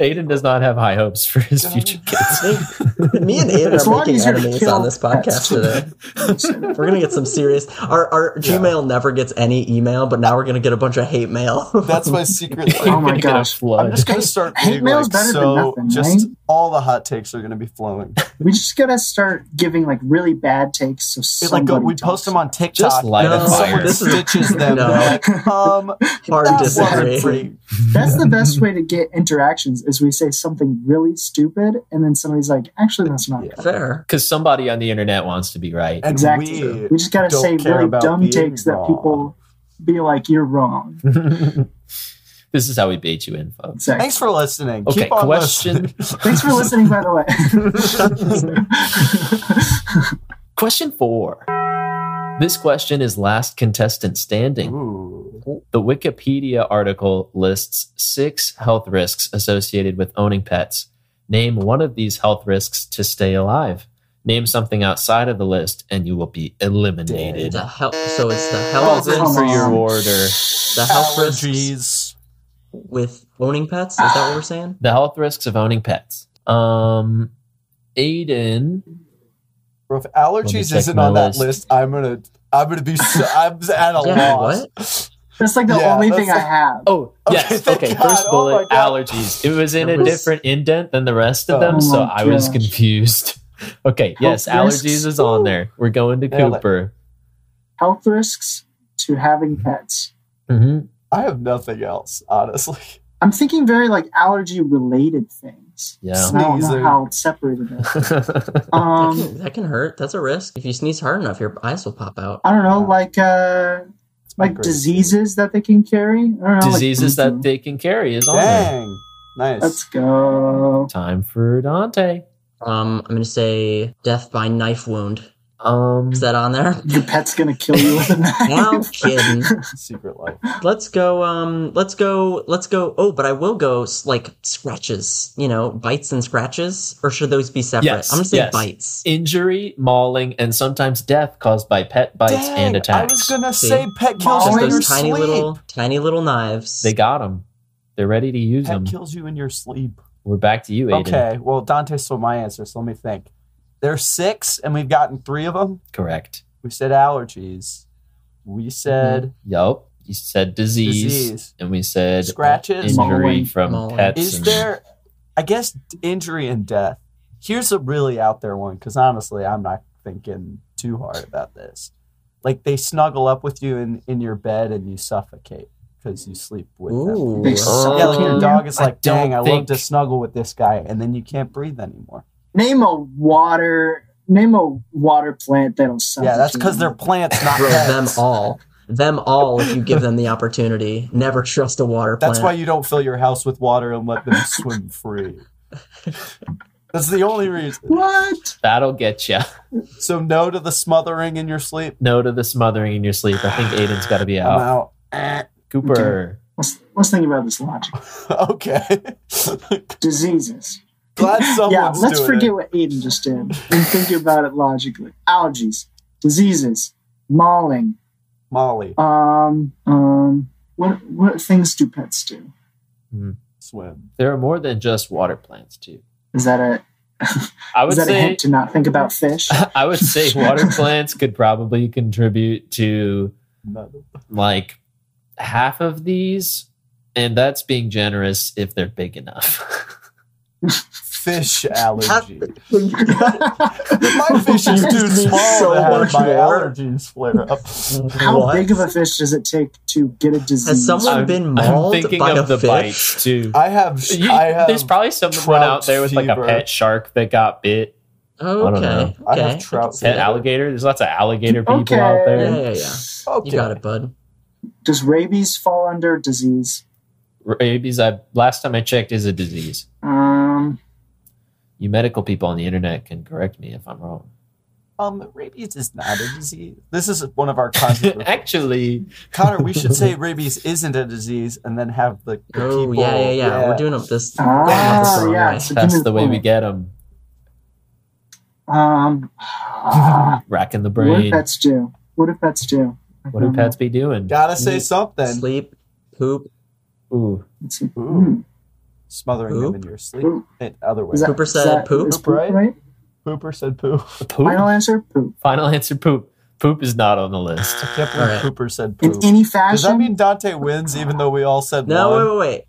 Speaker 1: Aiden does not have high hopes for his future kids.
Speaker 4: Me and Aiden
Speaker 3: It's a
Speaker 4: are
Speaker 3: lot
Speaker 4: making
Speaker 3: easier to
Speaker 4: enemies
Speaker 3: kill
Speaker 4: on this podcast
Speaker 3: pets.
Speaker 4: today. We're gonna get some serious. Our our Gmail never gets any email, but now we're gonna get a bunch of hate mail.
Speaker 2: That's my secret.
Speaker 3: Oh
Speaker 1: You're
Speaker 3: my
Speaker 1: gonna get a
Speaker 3: gosh.
Speaker 1: flood.
Speaker 2: I'm just gonna start
Speaker 3: Hate
Speaker 2: being
Speaker 3: mail's
Speaker 2: like
Speaker 3: better than
Speaker 2: so.
Speaker 3: nothing,
Speaker 2: just
Speaker 3: right?
Speaker 2: all the hot takes are gonna be flowing.
Speaker 3: We just gotta start giving like really bad takes. So
Speaker 2: It's like
Speaker 3: somebody
Speaker 2: uh, we
Speaker 3: talks
Speaker 2: post them on TikTok.
Speaker 1: Just light
Speaker 2: and
Speaker 4: a
Speaker 2: then
Speaker 4: fire.
Speaker 2: someone
Speaker 4: This is-
Speaker 2: stitches them.
Speaker 4: No.
Speaker 2: They're like, um,
Speaker 4: hard
Speaker 2: that wasn't
Speaker 4: disagree.
Speaker 2: pretty.
Speaker 3: That's the best way to get interactions is we say something really stupid and then somebody's like, actually that's not
Speaker 2: Yeah.
Speaker 3: good.
Speaker 4: Fair.
Speaker 1: Because somebody on the internet wants to be right.
Speaker 2: And
Speaker 3: Exactly.
Speaker 2: we,
Speaker 3: We just gotta
Speaker 2: don't
Speaker 3: say
Speaker 2: care
Speaker 3: really
Speaker 2: about
Speaker 3: dumb
Speaker 2: being
Speaker 3: takes that
Speaker 2: wrong.
Speaker 3: people be like, You're wrong.
Speaker 1: this is how we bait you in, folks.
Speaker 3: Exactly.
Speaker 2: Thanks for listening.
Speaker 1: Okay,
Speaker 2: Keep on
Speaker 1: question
Speaker 3: Thanks for listening, by the way.
Speaker 1: question four. This question is last contestant standing.
Speaker 2: listening. Ooh.
Speaker 1: The Wikipedia article lists six health risks associated with owning pets. Name one of these health risks to stay alive. Name something outside of the list, and you will be eliminated.
Speaker 4: The hel- so it's the
Speaker 2: Oh,
Speaker 4: health
Speaker 2: good
Speaker 4: risks,
Speaker 3: for
Speaker 1: Your
Speaker 3: you.
Speaker 1: order.
Speaker 4: the health risks
Speaker 2: allergies.
Speaker 4: with owning pets. Is that what we're saying?
Speaker 1: The health risks of owning pets. Um, Aiden.
Speaker 2: Bro, if
Speaker 1: Let me
Speaker 2: allergies
Speaker 1: check
Speaker 2: isn't
Speaker 1: my
Speaker 2: on that
Speaker 1: list.
Speaker 2: list, I'm gonna I'm gonna be so, I'm at a
Speaker 4: Yeah,
Speaker 2: loss.
Speaker 4: what?
Speaker 3: That's like the
Speaker 2: Yeah,
Speaker 3: only
Speaker 2: that's
Speaker 3: thing I
Speaker 2: like-
Speaker 3: have.
Speaker 1: Oh,
Speaker 2: Okay,
Speaker 1: yes.
Speaker 2: thank
Speaker 1: Okay,
Speaker 2: God.
Speaker 1: first
Speaker 2: Oh
Speaker 1: bullet
Speaker 2: my God.
Speaker 1: allergies. It was in
Speaker 4: It
Speaker 1: a
Speaker 4: was-
Speaker 1: different indent than the rest of
Speaker 2: Oh
Speaker 1: them, so
Speaker 3: my
Speaker 1: I was
Speaker 3: gosh.
Speaker 1: confused. Okay, yes,
Speaker 3: Health
Speaker 1: allergies
Speaker 3: risks.
Speaker 1: is on there. We're going to
Speaker 2: Nailed it.
Speaker 1: Cooper.
Speaker 3: Health risks to having pets.
Speaker 1: hmm
Speaker 2: I have nothing else, honestly.
Speaker 3: I'm thinking very like allergy related things.
Speaker 1: Yeah.
Speaker 3: And I don't know
Speaker 2: Sneezing.
Speaker 3: how it's separated. it.
Speaker 4: That
Speaker 3: Um,
Speaker 4: can, that can hurt. That's a risk. If you sneeze hard enough, your eyes will pop out.
Speaker 3: I don't know, like uh,
Speaker 2: It's my
Speaker 3: like
Speaker 2: greatest
Speaker 3: diseases that they can carry. I don't know, like
Speaker 1: diseases that
Speaker 3: anything.
Speaker 1: they can carry is
Speaker 2: fear.
Speaker 1: on there.
Speaker 2: Dang. Nice.
Speaker 3: Let's go.
Speaker 1: Time for Dante.
Speaker 4: Um, I'm gonna say death by knife wound.
Speaker 1: Um,
Speaker 4: Is that on there?
Speaker 3: Your pet's gonna kill you with a knife.
Speaker 4: No kidding.
Speaker 2: Secret life.
Speaker 4: Let's go. Um. Let's go. Let's go. Oh, but I will go s- like scratches. You know, bites and scratches, or should those be separate?
Speaker 1: Yes,
Speaker 4: I'm gonna say
Speaker 1: yes.
Speaker 4: bites.
Speaker 1: injury, mauling, and sometimes death caused by pet bites
Speaker 2: Dang,
Speaker 1: and attacks.
Speaker 2: I was gonna
Speaker 4: See?
Speaker 2: say pet kills you
Speaker 3: Just
Speaker 4: Just
Speaker 2: in your
Speaker 4: those tiny
Speaker 2: sleep.
Speaker 4: little, tiny little knives.
Speaker 1: They got them. They're ready to use
Speaker 2: pet
Speaker 1: them.
Speaker 2: kills you in your sleep.
Speaker 1: We're back to you, Aiden.
Speaker 2: Okay, well Dante stole my answer, so let me think. There's six, and we've gotten three of them.
Speaker 1: Correct.
Speaker 2: We said allergies. We said
Speaker 1: Yup. You said disease,
Speaker 2: Disease.
Speaker 1: and we said
Speaker 2: Scratches.
Speaker 1: injury
Speaker 3: Mauling.
Speaker 1: from
Speaker 4: Mauling.
Speaker 1: pets.
Speaker 2: Is
Speaker 1: and-
Speaker 2: there, I guess, d- injury and death? Here's a really out there one because honestly, I'm not thinking too hard about this. Like they snuggle up with you in, in your bed and you suffocate because you sleep with
Speaker 4: Ooh.
Speaker 3: They
Speaker 2: them.
Speaker 3: suck.
Speaker 2: Yeah, like your
Speaker 3: Um,
Speaker 2: dog is
Speaker 1: I
Speaker 2: like, dang,
Speaker 1: don't
Speaker 2: I love
Speaker 1: think-
Speaker 2: to snuggle with this guy, and then you can't breathe anymore.
Speaker 3: Name a water. Name a water plant that'll suffocate.
Speaker 2: Yeah, that's because they're plants, not
Speaker 4: Bro, them
Speaker 2: pets.
Speaker 4: all. Them all. If you give them the opportunity, never trust a water plant.
Speaker 2: That's why you don't fill your house with water and let them swim free. That's the only reason.
Speaker 3: What?
Speaker 1: That'll get you.
Speaker 2: So no to the smothering in your sleep.
Speaker 1: No to the smothering in your sleep. I think Aiden's got to be
Speaker 2: I'm
Speaker 1: out.
Speaker 2: out. Eh.
Speaker 1: Cooper.
Speaker 3: Let's let's think about this logic.
Speaker 2: okay.
Speaker 3: Diseases.
Speaker 2: Glad someone's
Speaker 3: yeah, let's
Speaker 2: doing
Speaker 3: forget
Speaker 2: it.
Speaker 3: what Aiden just did and think about it logically. Allergies, diseases, mauling.
Speaker 2: Molly
Speaker 3: Um, um, what what things do pets do?
Speaker 2: swim.
Speaker 1: There are more than just water plants too.
Speaker 3: Is that a
Speaker 1: I would
Speaker 3: is that a
Speaker 1: say
Speaker 3: hint to not think about fish?
Speaker 1: I would say water plants could probably contribute to
Speaker 2: No.
Speaker 1: like half of these, and that's being generous if they're big enough.
Speaker 2: Fish allergy. my
Speaker 3: my
Speaker 2: fish is too small
Speaker 4: so
Speaker 2: to have
Speaker 4: much
Speaker 2: my
Speaker 4: water.
Speaker 2: allergies flare up.
Speaker 3: How
Speaker 4: What?
Speaker 3: big of a fish does it take to get a disease?
Speaker 4: Has someone
Speaker 1: I'm-
Speaker 4: been
Speaker 1: I'm
Speaker 4: mauled
Speaker 1: thinking
Speaker 4: by
Speaker 1: of
Speaker 4: a
Speaker 1: the
Speaker 4: fish? Oh,
Speaker 1: bites too.
Speaker 2: I have. sh-
Speaker 1: You-
Speaker 2: I have.
Speaker 1: there's probably someone
Speaker 2: trout
Speaker 1: out there with like a
Speaker 2: fever.
Speaker 1: pet shark that got bit,
Speaker 4: Okay.
Speaker 1: don't know.
Speaker 4: Okay.
Speaker 2: I have trout.
Speaker 1: pet
Speaker 2: fever.
Speaker 1: alligator. There's lots of alligator people
Speaker 3: Okay.
Speaker 1: out
Speaker 4: Yeah,
Speaker 1: there.
Speaker 4: yeah, yeah.
Speaker 2: Okay.
Speaker 4: You got it, bud.
Speaker 3: Does rabies fall under disease?
Speaker 1: Rabies, eh, I last time I checked, is a disease.
Speaker 3: Um,
Speaker 1: You medical people on the internet can correct me if I'm wrong.
Speaker 2: Um, rabies is not a disease. This is one of our controversial.
Speaker 1: Actually,
Speaker 2: Connor, we should say rabies isn't a disease, and then have the, the
Speaker 4: Oh
Speaker 2: people.
Speaker 4: yeah, yeah, yeah, We're doing up this.
Speaker 3: Ah,
Speaker 4: this the wrong
Speaker 3: yeah.
Speaker 4: way.
Speaker 3: So give me
Speaker 1: that's
Speaker 3: the
Speaker 1: the way we
Speaker 3: point.
Speaker 1: get them.
Speaker 3: um, ah,
Speaker 1: Racking the
Speaker 3: what do
Speaker 1: brain.
Speaker 3: pets do? What do pets do? Um, I
Speaker 1: What do
Speaker 3: don't know.
Speaker 1: pets be doing?
Speaker 2: Gotta say something.
Speaker 4: Sleep, poop.
Speaker 1: Ooh,
Speaker 3: Let's see.
Speaker 2: Ooh, smothering
Speaker 4: Poop.
Speaker 2: them in your sleep.
Speaker 3: Poop.
Speaker 2: In other ways,
Speaker 3: Is that-
Speaker 4: Cooper
Speaker 3: is
Speaker 4: said
Speaker 3: that-
Speaker 4: poop.
Speaker 3: is
Speaker 2: Poop, right? Pooper said poop.
Speaker 1: poop.
Speaker 3: Final answer: poop.
Speaker 1: Final answer: poop. Poop is not on the list.
Speaker 2: Can't believe
Speaker 4: All right.
Speaker 2: Pooper said
Speaker 3: In
Speaker 2: poop.
Speaker 3: any
Speaker 2: Does that
Speaker 3: fashion,
Speaker 2: mean Dante wins, even though we all said
Speaker 4: No,
Speaker 2: one?
Speaker 4: wait, wait, wait.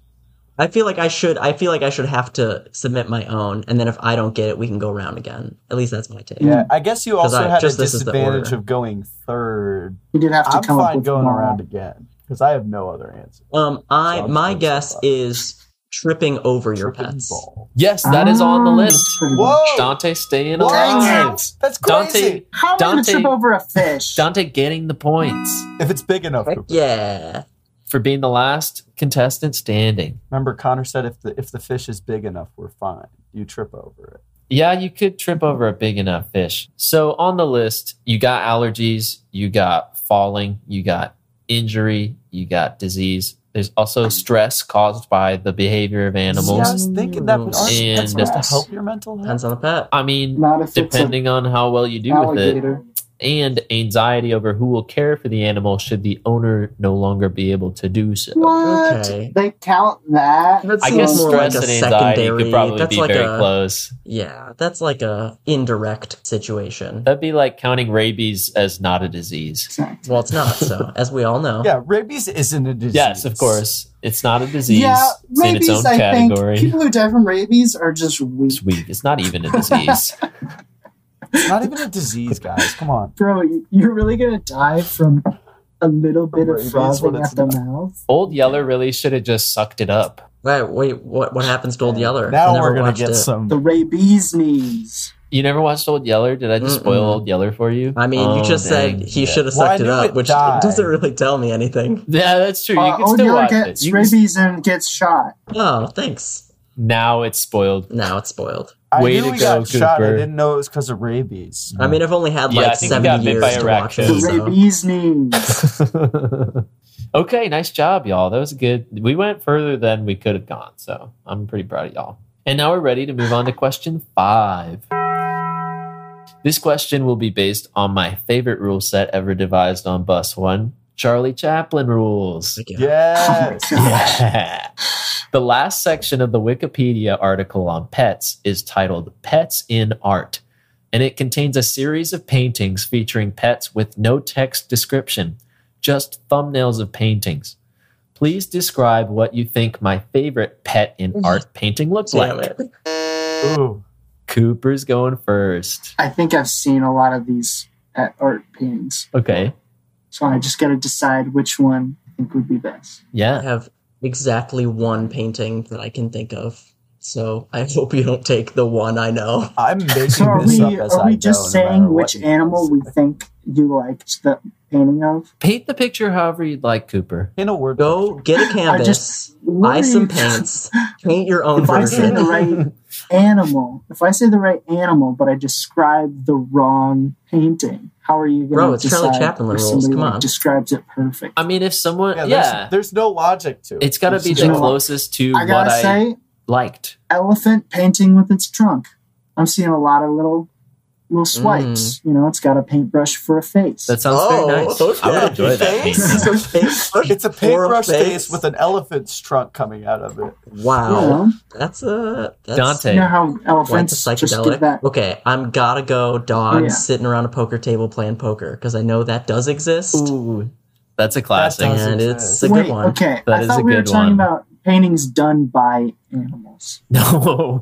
Speaker 4: I feel like I should. I feel like I should have to submit my own, and then if I don't get it, we can go round again. At least that's my take.
Speaker 3: Mm,
Speaker 2: Yeah, I guess you
Speaker 4: 'Cause
Speaker 2: also
Speaker 4: I-
Speaker 2: had a
Speaker 4: just this is the
Speaker 2: disadvantage
Speaker 4: order.
Speaker 2: of going third.
Speaker 3: he did have to
Speaker 2: I'm
Speaker 3: come up
Speaker 2: fine
Speaker 3: with
Speaker 2: going
Speaker 3: one.
Speaker 2: around again because I have no other answer.
Speaker 4: Um, I
Speaker 2: So I'm
Speaker 4: my
Speaker 2: just gonna
Speaker 4: guess
Speaker 2: stop.
Speaker 4: is tripping over your
Speaker 2: Tripping
Speaker 4: pets.
Speaker 2: ball.
Speaker 1: Yes, that is on the
Speaker 3: Ah,
Speaker 1: list.
Speaker 3: that's pretty good.
Speaker 2: Whoa!
Speaker 1: Dante staying
Speaker 2: What?
Speaker 1: alive.
Speaker 2: That's crazy.
Speaker 1: Dante,
Speaker 3: How am I gonna
Speaker 1: Dante-
Speaker 3: trip over a fish?
Speaker 1: Dante getting the points
Speaker 2: If it's big enough.
Speaker 4: Heck
Speaker 2: Cooper.
Speaker 4: yeah.
Speaker 1: for being the last contestant standing.
Speaker 2: Remember, Connor said if the if the fish is big enough, we're fine. You trip over it.
Speaker 1: Yeah, you could trip over a big enough fish. So on the list, you got allergies, you got falling, you got injury, you got disease. There's also stress caused by the behavior of
Speaker 2: See, I
Speaker 1: animals.
Speaker 2: was thinking that, but aren't
Speaker 1: And-
Speaker 2: that's supposed to help your mental health?
Speaker 4: Depends on the pet.
Speaker 1: I mean,
Speaker 3: Not if
Speaker 1: depending on how well you
Speaker 3: it's
Speaker 1: do
Speaker 3: an
Speaker 1: with it,
Speaker 3: alligator.
Speaker 1: and anxiety over who will care for the animal should the owner no longer be able to do so.
Speaker 3: What?
Speaker 4: Okay.
Speaker 3: They count that.
Speaker 4: That
Speaker 1: I
Speaker 4: seems
Speaker 1: guess
Speaker 4: more
Speaker 1: stress
Speaker 4: like a
Speaker 1: and anxiety
Speaker 4: secondary-
Speaker 1: could probably
Speaker 4: that's
Speaker 1: be
Speaker 4: like
Speaker 1: very
Speaker 4: a-
Speaker 1: close.
Speaker 4: Yeah, that's like a indirect situation.
Speaker 1: That'd be like counting rabies as not a disease.
Speaker 3: Exactly.
Speaker 4: well, it's not. So, as we all know.
Speaker 2: Yeah, rabies isn't a disease.
Speaker 1: Yes, of course. It's not a disease.
Speaker 3: Yeah,
Speaker 1: it's in its
Speaker 3: rabies.
Speaker 1: own
Speaker 3: I
Speaker 1: category.
Speaker 3: think people who die from rabies are just
Speaker 1: It's
Speaker 3: weak.
Speaker 1: weak. It's not even a disease.
Speaker 2: It's not even a disease, guys. Come on.
Speaker 3: Bro, you're really gonna die from a little bit
Speaker 2: Rabies
Speaker 3: of frothing
Speaker 2: when it's
Speaker 3: at the
Speaker 2: not-
Speaker 3: mouth.
Speaker 1: Old Yeller really should have just sucked it up.
Speaker 4: Wait, wait, what what happens to Old Yeller? I
Speaker 2: Now
Speaker 4: never
Speaker 2: we're gonna
Speaker 4: watched
Speaker 2: get
Speaker 4: it.
Speaker 2: some.
Speaker 3: The rabies knees.
Speaker 1: You never watched Old Yeller? Did I just spoil
Speaker 4: Mm-mm.
Speaker 1: Old Yeller for you?
Speaker 4: I mean, you
Speaker 1: Oh,
Speaker 4: just
Speaker 1: dang.
Speaker 4: said he
Speaker 1: Yeah.
Speaker 4: should have
Speaker 2: Well, I
Speaker 4: sucked it
Speaker 2: knew
Speaker 4: up,
Speaker 2: it
Speaker 4: which
Speaker 2: died.
Speaker 4: doesn't really tell me anything.
Speaker 1: Yeah, that's true. You
Speaker 3: Uh,
Speaker 1: can still
Speaker 3: O'Neill
Speaker 1: watch
Speaker 3: gets
Speaker 1: it. You can-
Speaker 3: rabies and gets shot.
Speaker 4: Oh, thanks.
Speaker 1: Now it's spoiled.
Speaker 4: Now it's spoiled.
Speaker 2: I
Speaker 1: Way
Speaker 2: knew
Speaker 1: to
Speaker 2: he
Speaker 1: go,
Speaker 2: got shot. I
Speaker 1: Cooper.
Speaker 2: didn't know it was because of rabies.
Speaker 4: I mean, I've only had
Speaker 1: Yeah,
Speaker 4: like
Speaker 1: I think we got
Speaker 4: seven
Speaker 1: bit
Speaker 4: years
Speaker 1: by a
Speaker 4: to watch
Speaker 1: raccoon.
Speaker 4: it. So.
Speaker 3: Rabies knees.
Speaker 1: Okay, nice job, y'all. That was good. We went further than we could have gone, so I'm pretty proud of y'all. And now we're ready to move on to question five. This question will be based on my favorite rule set ever devised on Bus One Charlie Chaplin rules.
Speaker 4: Like, yeah.
Speaker 2: yes.
Speaker 3: Oh my God.
Speaker 1: Yeah. The last section of the Wikipedia article on pets is titled Pets in Art, and it contains a series of paintings featuring pets with no text description, just thumbnails of paintings. Please describe what you think my favorite pet in art painting looks
Speaker 4: Damn
Speaker 1: like.
Speaker 4: it.
Speaker 2: Ooh.
Speaker 1: Cooper's going first.
Speaker 3: I think I've seen a lot of these at art paintings,
Speaker 1: Okay.
Speaker 3: so I just got to decide which one I think would be best.
Speaker 4: I
Speaker 1: Yeah.
Speaker 4: have exactly one painting that I can think of. So I hope you don't take the one I know.
Speaker 2: I'm making
Speaker 3: So are
Speaker 2: this
Speaker 3: we
Speaker 2: up as I
Speaker 3: are we
Speaker 2: go,
Speaker 3: just
Speaker 2: no matter
Speaker 3: saying
Speaker 2: what
Speaker 3: which
Speaker 2: it
Speaker 3: animal
Speaker 2: is.
Speaker 3: we think you liked the painting of?
Speaker 1: Paint the picture however you'd like, Cooper.
Speaker 2: in a word?
Speaker 4: Go get a canvas,
Speaker 3: just-
Speaker 4: buy some
Speaker 3: What?
Speaker 4: paints, paint your own
Speaker 3: If I say the
Speaker 4: version.
Speaker 3: right animal, if I say the right animal, but I describe the wrong painting, how are you going
Speaker 4: Bro,
Speaker 3: to
Speaker 4: it's Charlie
Speaker 3: decide
Speaker 4: Chaplin
Speaker 3: if
Speaker 4: rules,
Speaker 3: somebody
Speaker 4: come
Speaker 3: like,
Speaker 4: on.
Speaker 3: describes it perfect?
Speaker 1: I mean, if someone, yeah,
Speaker 2: Yeah, There's, there's no logic to it.
Speaker 1: it's got to be
Speaker 2: There's
Speaker 1: the
Speaker 3: no-
Speaker 1: closest to
Speaker 3: I
Speaker 1: what
Speaker 3: gotta
Speaker 1: I
Speaker 3: say,
Speaker 1: liked.
Speaker 3: elephant painting with its trunk. I'm seeing a lot of little little
Speaker 4: Mm.
Speaker 3: swipes. You know, it's got a paintbrush for a face.
Speaker 1: That sounds
Speaker 4: Oh,
Speaker 1: very nice.
Speaker 4: okay.
Speaker 1: I would enjoy that
Speaker 2: Thanks.
Speaker 1: painting.
Speaker 2: It's a paintbrush face with an elephant's trunk coming out of it.
Speaker 3: you
Speaker 4: Wow,
Speaker 3: know,
Speaker 4: that's a that's
Speaker 1: Dante.
Speaker 3: you know how
Speaker 4: Quite the
Speaker 3: elephants just get
Speaker 4: psychedelic.
Speaker 3: that.
Speaker 4: Okay, I'm gotta go. Dog
Speaker 3: Oh, yeah.
Speaker 4: sitting around a poker table playing poker because I know that does exist,
Speaker 1: Ooh, that's a classic.
Speaker 2: does
Speaker 4: and
Speaker 2: exist.
Speaker 4: it's a
Speaker 3: Wait,
Speaker 4: good one.
Speaker 3: okay.
Speaker 1: That
Speaker 3: I
Speaker 1: is
Speaker 3: thought
Speaker 1: a
Speaker 3: we were
Speaker 1: good
Speaker 3: talking
Speaker 1: one.
Speaker 3: about paintings done by animals.
Speaker 1: no.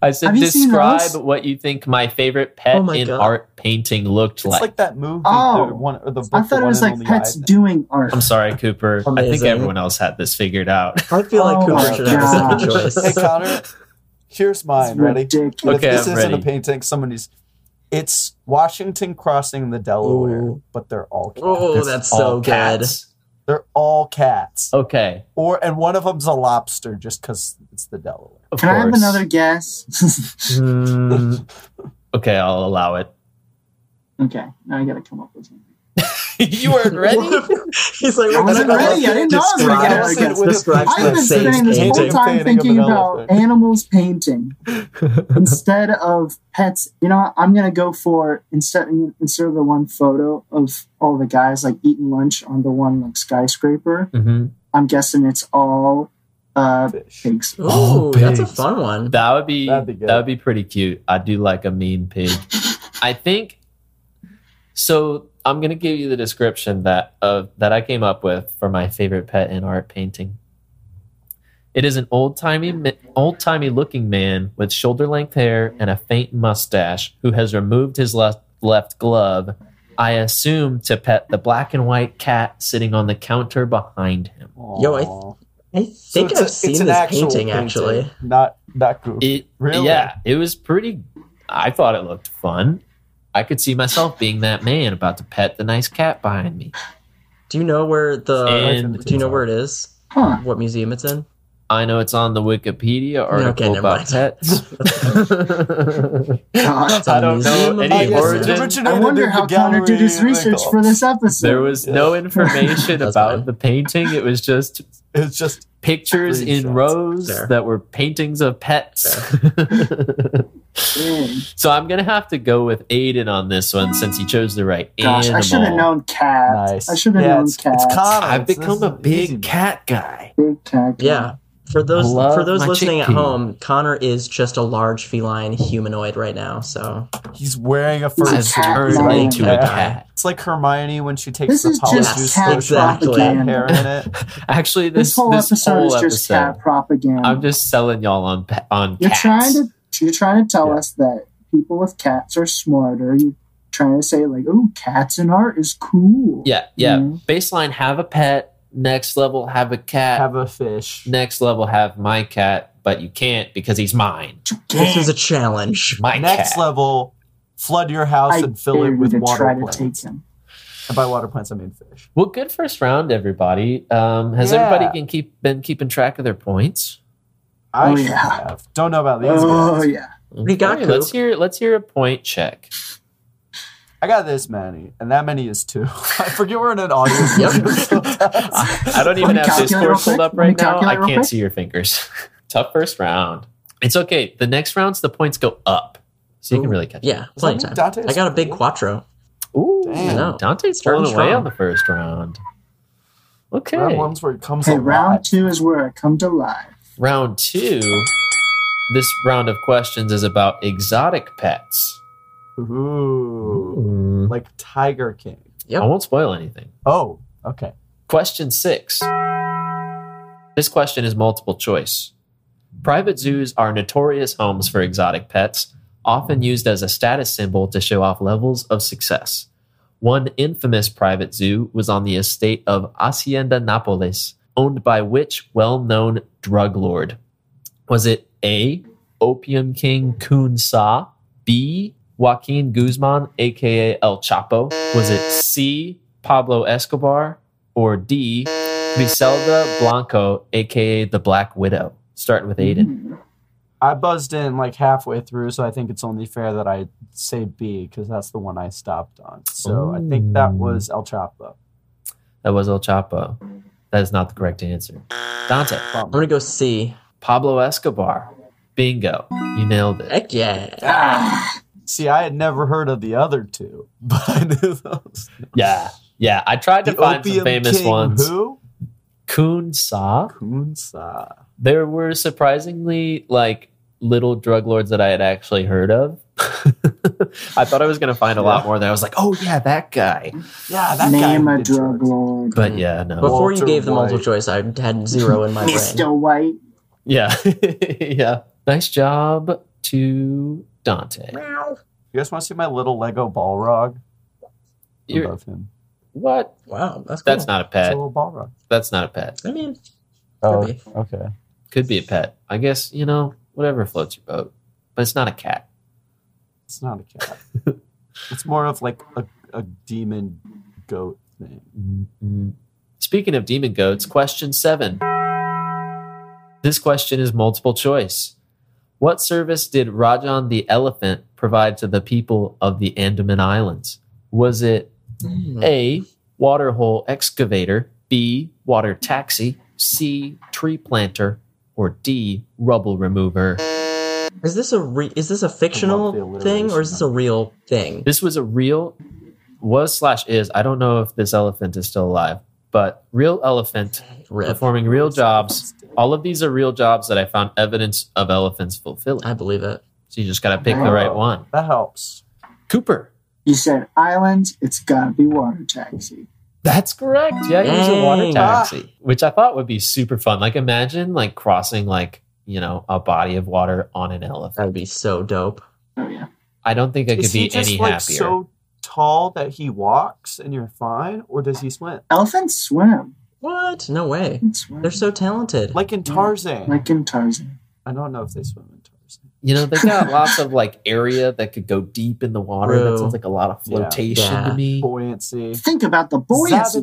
Speaker 1: I said
Speaker 3: Have you seen
Speaker 1: describe
Speaker 3: those?
Speaker 1: what you think my favorite pet
Speaker 4: Oh my
Speaker 1: in
Speaker 4: God.
Speaker 1: art painting looked
Speaker 2: It's like,
Speaker 1: like.
Speaker 2: that movie.
Speaker 3: Oh.
Speaker 2: the one, or the book,
Speaker 3: I
Speaker 2: the
Speaker 3: thought it
Speaker 2: one
Speaker 3: was
Speaker 2: and
Speaker 3: like
Speaker 2: only
Speaker 3: pets
Speaker 2: eye.
Speaker 3: doing art.
Speaker 1: I'm sorry, Cooper. I think
Speaker 4: Amazing.
Speaker 1: everyone else had this figured out.
Speaker 4: I feel like
Speaker 3: Oh
Speaker 4: Cooper
Speaker 3: my
Speaker 4: should have a second
Speaker 3: gosh.
Speaker 2: Hey
Speaker 4: choice.
Speaker 2: Connor, here's
Speaker 3: It's
Speaker 2: mine. Ready?
Speaker 3: ridiculous.
Speaker 2: But
Speaker 1: Okay,
Speaker 2: if this
Speaker 1: I'm
Speaker 2: isn't
Speaker 1: ready.
Speaker 2: a painting. Somebody's. It's Washington crossing the Delaware,
Speaker 4: Ooh.
Speaker 2: but they're all cats.
Speaker 4: Oh, that's so
Speaker 1: All
Speaker 4: good.
Speaker 1: cats.
Speaker 2: They're all cats.
Speaker 1: Okay,
Speaker 2: Or and one of them's a lobster, just because it's the Delaware.
Speaker 1: of
Speaker 3: Can I have
Speaker 1: course.
Speaker 3: another guess?
Speaker 1: Mm, okay, I'll allow it.
Speaker 3: okay, now I gotta come up with something.
Speaker 1: you weren't ready.
Speaker 4: He's like,
Speaker 3: I wasn't
Speaker 4: what about-
Speaker 3: ready. I didn't know I was gonna
Speaker 4: Describe-
Speaker 3: get another guess.
Speaker 4: describe
Speaker 2: Actually,
Speaker 3: I've been
Speaker 4: the same
Speaker 3: sitting this whole
Speaker 4: painting.
Speaker 3: time
Speaker 2: Painting of
Speaker 3: thinking
Speaker 2: an
Speaker 3: about
Speaker 2: elephant.
Speaker 3: animals painting instead of pets. You know, what? I'm gonna go for instead instead of the one photo of all the guys like eating lunch on the one like skyscraper.
Speaker 1: hmm
Speaker 3: I'm guessing it's all uh,
Speaker 2: Fish.
Speaker 3: pigs.
Speaker 4: Ooh,
Speaker 1: Oh,
Speaker 4: that's a
Speaker 1: pigs.
Speaker 4: fun one.
Speaker 1: That would be,
Speaker 2: That'd be good.
Speaker 1: that would be pretty cute. I do like a mean pig. I think so. I'm gonna give you the description that uh, that I came up with for my favorite pet in art painting. It is an old timey old timey looking man with shoulder length hair and a faint mustache who has removed his left left glove. I assume to pet the black and white cat sitting on the counter behind him.
Speaker 4: Yo, I-
Speaker 2: Aw.
Speaker 4: I
Speaker 2: So
Speaker 4: think
Speaker 2: it's a-
Speaker 4: I've
Speaker 2: it's
Speaker 4: seen
Speaker 2: an
Speaker 4: this
Speaker 2: actual
Speaker 4: painting, actually.
Speaker 2: Not not goofy.
Speaker 1: It
Speaker 2: Really?
Speaker 1: yeah, it was pretty. I thought it looked fun. I could see myself being that man about to pet the nice cat behind me.
Speaker 4: Do you know where the?
Speaker 1: And-
Speaker 4: do you know where it is?
Speaker 3: Huh?
Speaker 4: What museum it's in?
Speaker 1: I know it's on the Wikipedia article
Speaker 4: never
Speaker 1: about
Speaker 4: mind.
Speaker 1: pets.
Speaker 3: God.
Speaker 4: It's a
Speaker 1: I don't know
Speaker 4: museum of
Speaker 1: any
Speaker 4: art.
Speaker 1: origin.
Speaker 2: It
Speaker 3: I
Speaker 2: originated
Speaker 3: wonder
Speaker 2: at
Speaker 3: how
Speaker 2: the
Speaker 3: Connor did
Speaker 2: gallery
Speaker 3: his
Speaker 2: in
Speaker 3: research
Speaker 2: Lincoln.
Speaker 3: for this episode.
Speaker 1: there was no information
Speaker 4: That's
Speaker 1: about
Speaker 4: fine.
Speaker 1: the painting. It was just
Speaker 2: It's just
Speaker 1: pictures in
Speaker 2: Screenshots.
Speaker 1: rows
Speaker 4: Fair.
Speaker 1: that were paintings of pets.
Speaker 3: Dang.
Speaker 1: so I'm gonna have to go with Aiden on this one since he chose the right
Speaker 3: Gosh,
Speaker 1: animal.
Speaker 3: I should have known cat.
Speaker 2: nice.
Speaker 3: I should have
Speaker 2: Yeah,
Speaker 3: known
Speaker 2: it's,
Speaker 3: cat.
Speaker 2: It's Connor.
Speaker 1: I've
Speaker 2: It's-
Speaker 1: become
Speaker 2: this
Speaker 1: a
Speaker 2: is
Speaker 1: big
Speaker 2: easy.
Speaker 1: cat guy.
Speaker 3: Big cat.
Speaker 4: Yeah. For those
Speaker 1: Love
Speaker 4: for those
Speaker 1: my
Speaker 4: listening
Speaker 1: chickpea.
Speaker 4: at home, Connor is just a large feline humanoid right now. So
Speaker 2: He's wearing a
Speaker 3: It's a
Speaker 1: I've
Speaker 2: fursuit.
Speaker 3: cat
Speaker 1: turned
Speaker 3: man.
Speaker 1: into a
Speaker 2: Yeah.
Speaker 1: cat.
Speaker 2: It's like Hermione when she takes
Speaker 3: This
Speaker 2: the
Speaker 3: is
Speaker 2: pollen
Speaker 4: just
Speaker 2: juice
Speaker 4: cat
Speaker 2: lotion with cat
Speaker 4: propaganda.
Speaker 2: hair in it.
Speaker 1: Actually,
Speaker 3: This,
Speaker 1: this,
Speaker 3: whole episode
Speaker 1: whole
Speaker 3: is just cat
Speaker 1: episode,
Speaker 3: propaganda.
Speaker 1: I'm just selling y'all on pe- on
Speaker 3: You're
Speaker 1: cats.
Speaker 3: trying to you're trying to tell
Speaker 2: Yeah.
Speaker 3: us that people with cats are smarter. You're trying to say like, oh, cats in art is cool.
Speaker 1: yeah, yeah.
Speaker 3: Mhm.
Speaker 1: Baseline, have a pet. Next level, have a cat.
Speaker 2: Have a fish.
Speaker 1: Next level, have my cat, but you can't because he's mine.
Speaker 4: this is a challenge.
Speaker 1: My
Speaker 2: Next
Speaker 1: cat.
Speaker 2: level, flood your house
Speaker 3: I
Speaker 2: and fill
Speaker 3: dare
Speaker 2: it
Speaker 3: you
Speaker 2: with
Speaker 3: to
Speaker 2: water
Speaker 3: try
Speaker 2: plants.
Speaker 3: to take him.
Speaker 2: And by water plants, I mean fish.
Speaker 1: Well, good first round, everybody. Um, has
Speaker 2: Yeah.
Speaker 1: everybody can keep been keeping track of their points?
Speaker 2: I
Speaker 3: Oh,
Speaker 2: should
Speaker 3: yeah.
Speaker 2: have. Don't know about these
Speaker 3: Oh
Speaker 2: guys.
Speaker 3: yeah,
Speaker 4: Rigaku.
Speaker 1: let's hear let's hear a point check.
Speaker 2: I got this many, and that many is two. I forget we're in an audio.
Speaker 4: Yep.
Speaker 1: I, I don't
Speaker 3: Let
Speaker 1: even
Speaker 3: me
Speaker 1: have
Speaker 3: calculate real
Speaker 1: Discord
Speaker 3: quick.
Speaker 1: pulled up
Speaker 3: Let me
Speaker 1: right now. I
Speaker 3: calculate real
Speaker 1: can't
Speaker 3: quick.
Speaker 1: see your fingers. Tough first round. It's okay. The next rounds, the points go up, so you can
Speaker 4: Ooh,
Speaker 1: really catch.
Speaker 4: Yeah,
Speaker 2: Does that
Speaker 4: plenty
Speaker 2: mean
Speaker 4: of time.
Speaker 2: Dante's
Speaker 4: I got a big
Speaker 2: cool?
Speaker 4: quattro.
Speaker 1: Ooh,
Speaker 2: Damn.
Speaker 4: No.
Speaker 1: Dante's
Speaker 4: Starting
Speaker 1: pulling away
Speaker 4: strong.
Speaker 1: on the first round. Okay,
Speaker 2: Round ones where it comes
Speaker 3: Okay,
Speaker 2: alive.
Speaker 3: round two is where I come to life.
Speaker 1: round two. This round of questions is about exotic pets.
Speaker 2: Ooh. Like Tiger King.
Speaker 1: I won't spoil anything.
Speaker 2: Oh, okay.
Speaker 1: Question six. This question is multiple choice. Private zoos are notorious homes for exotic pets, often used as a status symbol to show off levels of success. One infamous private zoo was on the estate of Hacienda Napoles, owned by which well known drug lord? Was it A, Opium King Kun Sa, B, Joaquin Guzman, aka El Chapo? Was it C, Pablo Escobar, or D, Griselda Blanco, aka the Black Widow? Starting with Aiden.
Speaker 3: Hmm.
Speaker 2: I buzzed in like halfway through, so I think it's only fair that I say B because that's the one I stopped on. So I think that
Speaker 1: Ooh.
Speaker 2: was El Chapo.
Speaker 1: That was El Chapo. That is not the correct answer. Dante,
Speaker 4: I'm gonna go C.
Speaker 1: Pablo Escobar. Bingo. You nailed it.
Speaker 4: Heck yeah.
Speaker 3: Ah,
Speaker 2: See, I had never heard of the other two, but I knew those.
Speaker 1: Yeah. Yeah. I tried to
Speaker 2: The
Speaker 1: find some
Speaker 2: Opium
Speaker 1: famous
Speaker 2: King
Speaker 1: ones.
Speaker 2: Who?
Speaker 1: Kun Sa.
Speaker 2: Kunsa.
Speaker 1: There were surprisingly like little drug lords that I had actually heard of. I thought I was going to find a lot
Speaker 2: Yeah.
Speaker 1: more there. I was like, oh, yeah, that guy.
Speaker 2: Yeah, that
Speaker 3: name
Speaker 2: guy
Speaker 3: a
Speaker 2: did
Speaker 3: drug
Speaker 2: drugs.
Speaker 3: lord.
Speaker 2: Mm-hmm.
Speaker 1: But yeah, no.
Speaker 4: Before you
Speaker 2: Walter
Speaker 4: gave the multiple
Speaker 2: White.
Speaker 4: choice, I had zero in my brain.
Speaker 3: Mr. White.
Speaker 1: Yeah. yeah. Nice job to Dante.
Speaker 2: You guys want to see my little Lego Balrog? I
Speaker 1: You're,
Speaker 2: love him.
Speaker 1: what?
Speaker 4: Wow, that's cool.
Speaker 1: That's not a
Speaker 2: It's a
Speaker 1: pet.
Speaker 2: little Balrog.
Speaker 1: That's not a pet.
Speaker 4: I mean,
Speaker 2: Oh,
Speaker 4: be.
Speaker 2: okay.
Speaker 1: Could be a pet. I guess, you know, whatever floats your boat. But it's not a cat.
Speaker 2: It's not a cat. it's more of like a, a demon goat thing.
Speaker 4: Mm-hmm.
Speaker 1: Speaking of demon goats, question seven. This question is multiple choice. What service did Rajan the elephant provide to the people of the Andaman Islands? Was it
Speaker 4: Hmm.
Speaker 1: A, water hole excavator, B, water taxi, C, tree planter, or D, rubble remover?
Speaker 4: is this a re- is this a fictional thing or is this a real thing?
Speaker 1: This was a real, was slash is, I don't know if this elephant is still alive, but real elephant
Speaker 4: Rip.
Speaker 1: performing real jobs. All of these are real jobs that I found evidence of elephants fulfilling.
Speaker 4: I believe it.
Speaker 1: So you just got to pick the right one.
Speaker 2: That helps.
Speaker 1: Cooper.
Speaker 3: You said islands. It's gotta be water taxi.
Speaker 1: That's correct. Yeah, he was a water
Speaker 4: Dang.
Speaker 1: taxi, which I thought would be super fun. Like imagine like crossing like, you know, a body of water on an elephant.
Speaker 4: That would be so dope.
Speaker 3: Oh yeah.
Speaker 1: I don't think I could
Speaker 2: Is he
Speaker 1: be
Speaker 2: just
Speaker 1: any
Speaker 2: like
Speaker 1: happier.
Speaker 2: so tall that he walks and you're fine, or does he swim?
Speaker 3: Elephants swim.
Speaker 4: What? No way.
Speaker 3: They swim.
Speaker 4: They're so talented.
Speaker 2: Like in Tarzan.
Speaker 3: like in Tarzan.
Speaker 2: I don't know if they swim in Tarzan.
Speaker 1: You know, they got lots of like area that could go deep in the water. That
Speaker 4: True.
Speaker 1: sounds like a lot of
Speaker 2: Yeah.
Speaker 1: flotation to
Speaker 4: Yeah.
Speaker 1: me.
Speaker 2: Buoyancy.
Speaker 3: Think about the buoyancy.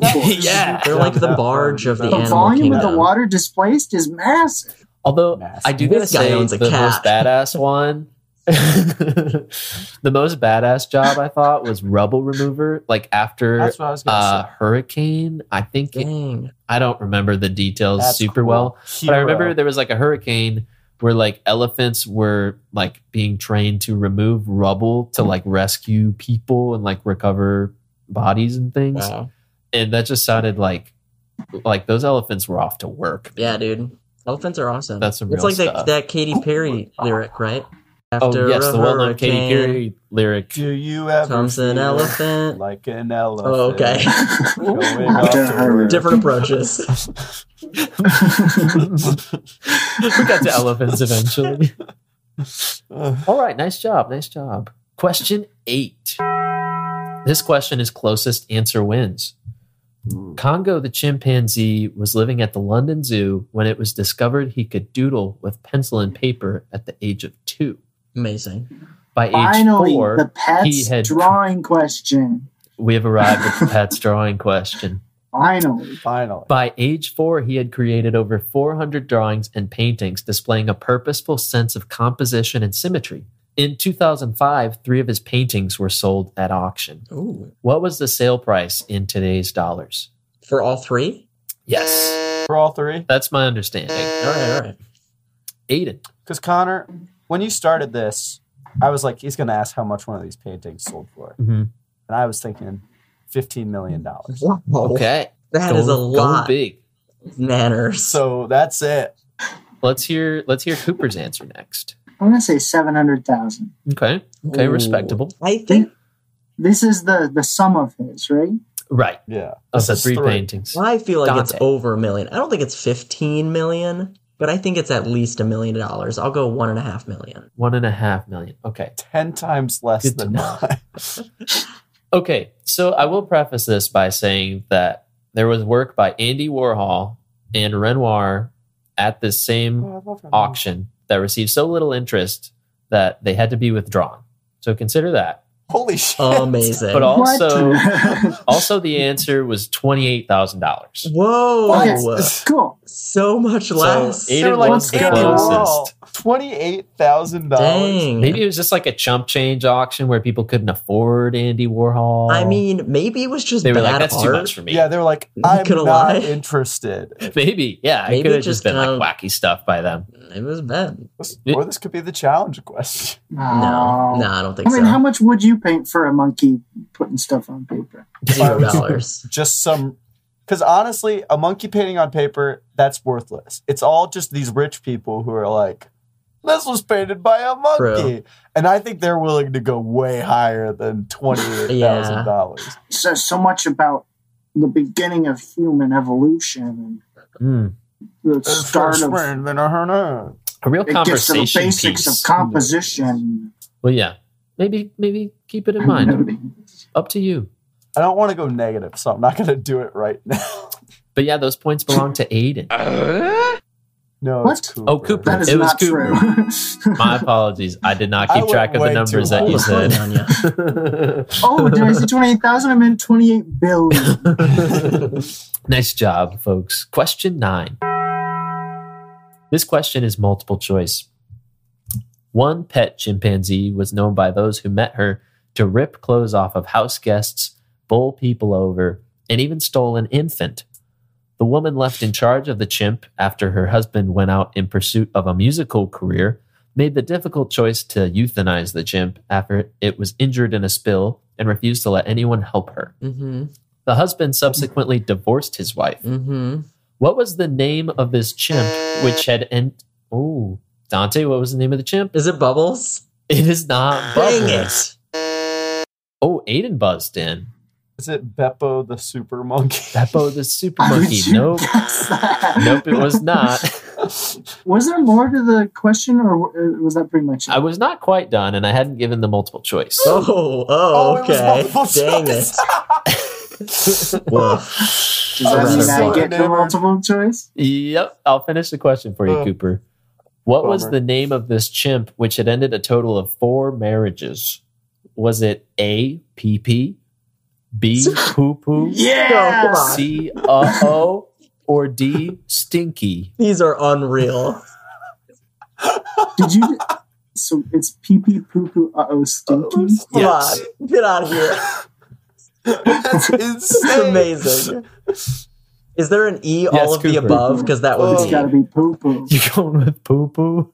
Speaker 2: Zap it up.
Speaker 3: force.
Speaker 1: Yeah.
Speaker 4: They're like the barge of
Speaker 3: The
Speaker 4: The animal
Speaker 3: volume of
Speaker 4: kingdom.
Speaker 3: the water displaced is massive.
Speaker 1: Although
Speaker 2: Massive.
Speaker 1: I do gotta
Speaker 4: This guy
Speaker 1: say,
Speaker 4: owns a
Speaker 1: the
Speaker 4: cat.
Speaker 1: most badass one, the most badass job I thought was rubble remover. Like after
Speaker 2: That's what I was gonna
Speaker 1: uh, hurricane, I think it-
Speaker 4: Dang.
Speaker 1: I don't remember the details
Speaker 2: say. That's
Speaker 1: super
Speaker 2: cool.
Speaker 1: well, but
Speaker 4: Oh,
Speaker 1: I
Speaker 2: Hero.
Speaker 1: remember there was like a hurricane where like elephants were like being trained to remove rubble to like rescue people and like recover bodies and things,
Speaker 4: Wow.
Speaker 1: and that just sounded like like those elephants were off to work.
Speaker 4: Yeah, dude. Elephants are awesome.
Speaker 1: That's some
Speaker 4: It's
Speaker 1: real
Speaker 4: like
Speaker 1: stuff.
Speaker 4: that that Katy Perry lyric, right?
Speaker 1: Oh
Speaker 4: After
Speaker 1: yes,
Speaker 4: a
Speaker 1: the well-known Katy
Speaker 4: hurricane
Speaker 1: Perry lyric.
Speaker 2: Do you ever
Speaker 4: comes an
Speaker 2: feel
Speaker 4: elephant.
Speaker 2: like an elephant?
Speaker 4: Oh, okay.
Speaker 2: Going
Speaker 3: After
Speaker 2: off to
Speaker 3: her-
Speaker 2: work.
Speaker 4: Different approaches.
Speaker 1: we got to elephants eventually.
Speaker 2: Ugh.
Speaker 1: All right, nice job, nice job. Question eight. This question is closest answer wins. Congo the chimpanzee was living at the London Zoo when it was discovered he could doodle with pencil and paper at the age of two.
Speaker 4: Amazing.
Speaker 1: By age
Speaker 3: Finally,
Speaker 1: four,
Speaker 3: the
Speaker 1: he
Speaker 3: pets
Speaker 1: had-
Speaker 3: drawing question.
Speaker 1: we have arrived at the pet's drawing question.
Speaker 3: Finally.
Speaker 2: Finally.
Speaker 1: By age four, he had created over 400 drawings and paintings displaying a purposeful sense of composition and symmetry. In 2005, three of his paintings were sold at auction.
Speaker 4: Ooh.
Speaker 1: What was the sale price in today's dollars?
Speaker 4: For all three?
Speaker 1: Yes,
Speaker 2: For all three?
Speaker 1: that's my understanding.
Speaker 4: All right, all right.
Speaker 1: Aiden,
Speaker 2: Because Connor, when you started this, I was like, he's going to ask how much one of these paintings sold for.
Speaker 1: Mhm.
Speaker 2: And I was thinking $15 million.
Speaker 4: Wow.
Speaker 1: okay,
Speaker 4: Oh, That is a
Speaker 1: Going- going
Speaker 4: lot of
Speaker 1: big.
Speaker 4: manners.
Speaker 2: So that's it.
Speaker 1: Let's hear. Let's hear Cooper's answer next.
Speaker 3: I'm gonna say seven hundred thousand.
Speaker 1: Okay, okay,
Speaker 4: Ooh.
Speaker 1: respectable.
Speaker 4: I think
Speaker 3: This is the the sum of his, right?
Speaker 1: Right,
Speaker 2: Yeah.
Speaker 1: of
Speaker 2: This
Speaker 1: the
Speaker 2: is
Speaker 1: three paintings.
Speaker 4: I feel like it's
Speaker 1: Dante.
Speaker 4: over a million. I don't think it's fifteen million, but I think it's at least a million dollars. I'll go one and a half million.
Speaker 1: One and a half million. Okay.
Speaker 2: 10 times less
Speaker 1: Good to
Speaker 2: than
Speaker 1: know.
Speaker 2: mine.
Speaker 1: Okay, so I will preface this by saying that there was work by Andy Warhol and Renoir at this same
Speaker 4: Oh.
Speaker 1: auction Oh, that received so little interest that they had to be withdrawn. So consider that.
Speaker 2: Holy shit.
Speaker 4: Amazing.
Speaker 1: But also,
Speaker 3: What?
Speaker 1: also the answer was twenty eight thousand dollars.
Speaker 4: Mm-hmm. Whoa.
Speaker 2: Yes.
Speaker 3: cool.
Speaker 4: So much less.
Speaker 1: Aiden
Speaker 2: They're like,
Speaker 1: was the
Speaker 2: Andy Warhol,
Speaker 1: closest.
Speaker 2: $28,000.
Speaker 4: Dang.
Speaker 1: Maybe it was just like a chump change auction where people couldn't afford Andy Warhol.
Speaker 4: I mean, maybe it was just
Speaker 1: they were
Speaker 4: bad
Speaker 1: like, "That's
Speaker 4: art.
Speaker 1: too much for me."
Speaker 2: Yeah, they were like,
Speaker 4: Not
Speaker 2: I'm
Speaker 4: gonna
Speaker 2: not
Speaker 4: lie.
Speaker 2: interested.
Speaker 1: maybe. Yeah,
Speaker 4: Maybe
Speaker 1: it could
Speaker 4: it
Speaker 1: have just
Speaker 4: just
Speaker 1: been
Speaker 4: kinda-
Speaker 1: like wacky stuff by them.
Speaker 4: It was bad.
Speaker 2: This- Or this could be the challenge question.
Speaker 4: No, no, I don't think
Speaker 3: I mean,
Speaker 4: so.
Speaker 3: how much would you paint for a monkey putting stuff on paper?
Speaker 4: Zero dollars.
Speaker 2: Just some. Because honestly, a monkey painting on paper, that's worthless. It's all just these rich people who are like, this was painted by a monkey. And I think they're willing to go way higher than $28,000.
Speaker 3: It says so much about the beginning of human evolution
Speaker 1: Mm.
Speaker 3: and the
Speaker 2: It's
Speaker 3: start of
Speaker 2: first than a hernah.
Speaker 1: A real
Speaker 3: it gets to the
Speaker 1: conversation
Speaker 3: basics
Speaker 1: piece.
Speaker 3: of composition.
Speaker 1: well, yeah, maybe maybe keep it in mind. Up to you.
Speaker 2: I don't want to go negative, so I'm not going to do it right now.
Speaker 1: But yeah, those points belong to Aiden.
Speaker 2: No, it's Cooper.
Speaker 1: Oh, Cooper.
Speaker 3: That is
Speaker 1: It was
Speaker 3: not
Speaker 1: Cooper.
Speaker 3: true.
Speaker 1: My apologies. I did not
Speaker 2: I
Speaker 1: keep
Speaker 2: went
Speaker 1: track of
Speaker 2: way
Speaker 1: the
Speaker 2: too
Speaker 1: numbers that
Speaker 2: hard.
Speaker 1: you
Speaker 4: Hold
Speaker 1: said.
Speaker 4: on on ya.
Speaker 3: oh, did I say twenty-eight thousand? I meant twenty-eight billion.
Speaker 1: nice job, folks. Question nine. This question is multiple choice. One pet chimpanzee was known by those who met her to rip clothes off of house guests, bowl people over, and even stole an infant. The woman left in charge of the chimp after her husband went out in pursuit of a musical career made the difficult choice to euthanize the chimp after it was injured in a spill and refused to let anyone help her.
Speaker 4: Mm-hmm.
Speaker 1: The husband subsequently divorced his wife.
Speaker 4: Mm-hmm.
Speaker 1: What was the name of this chimp which had end? Oh, Dante, what was the name of the chimp?
Speaker 4: Is it Bubbles?
Speaker 1: It is not Bubbles.
Speaker 4: Dang it.
Speaker 1: Oh, Aiden buzzed in.
Speaker 2: Is it Beppo the super monkey?
Speaker 1: Beppo the super
Speaker 3: How
Speaker 1: monkey.
Speaker 3: did you
Speaker 1: Nope,
Speaker 3: guess that?
Speaker 1: nope, it was not.
Speaker 3: Was there more to the question, or uh, was that pretty much it?
Speaker 1: I was not quite done, and I hadn't given the multiple choice.
Speaker 4: Oh,
Speaker 2: Oh,
Speaker 4: oh,
Speaker 2: it was
Speaker 4: okay.
Speaker 2: multiple
Speaker 4: Dang
Speaker 2: choice.
Speaker 4: it. Woof.
Speaker 3: Does that mean
Speaker 4: Sorry.
Speaker 3: I get no
Speaker 2: Neighbor.
Speaker 3: multiple choice?
Speaker 1: Yep, I'll finish the question for you,
Speaker 2: Oh.
Speaker 1: Cooper. What was
Speaker 2: Bummer.
Speaker 1: the name of this chimp which had ended a total of four marriages? Was it A, P P, B, Poo Poo,
Speaker 3: Yeah.
Speaker 4: come on.
Speaker 1: C, Uh Oh, or D, Stinky?
Speaker 4: These are unreal.
Speaker 3: Did you? So it's pee pee poo poo uh oh stinky.
Speaker 4: Come
Speaker 1: Yes.
Speaker 4: on. Get out of here.
Speaker 2: That's
Speaker 4: This is
Speaker 2: insane.
Speaker 4: amazing. Is there an E all of the
Speaker 1: Cooper.
Speaker 4: above? Because that would
Speaker 2: Oh.
Speaker 3: It's
Speaker 4: be.
Speaker 3: got to be poo poo.
Speaker 1: You're going with Poo Poo?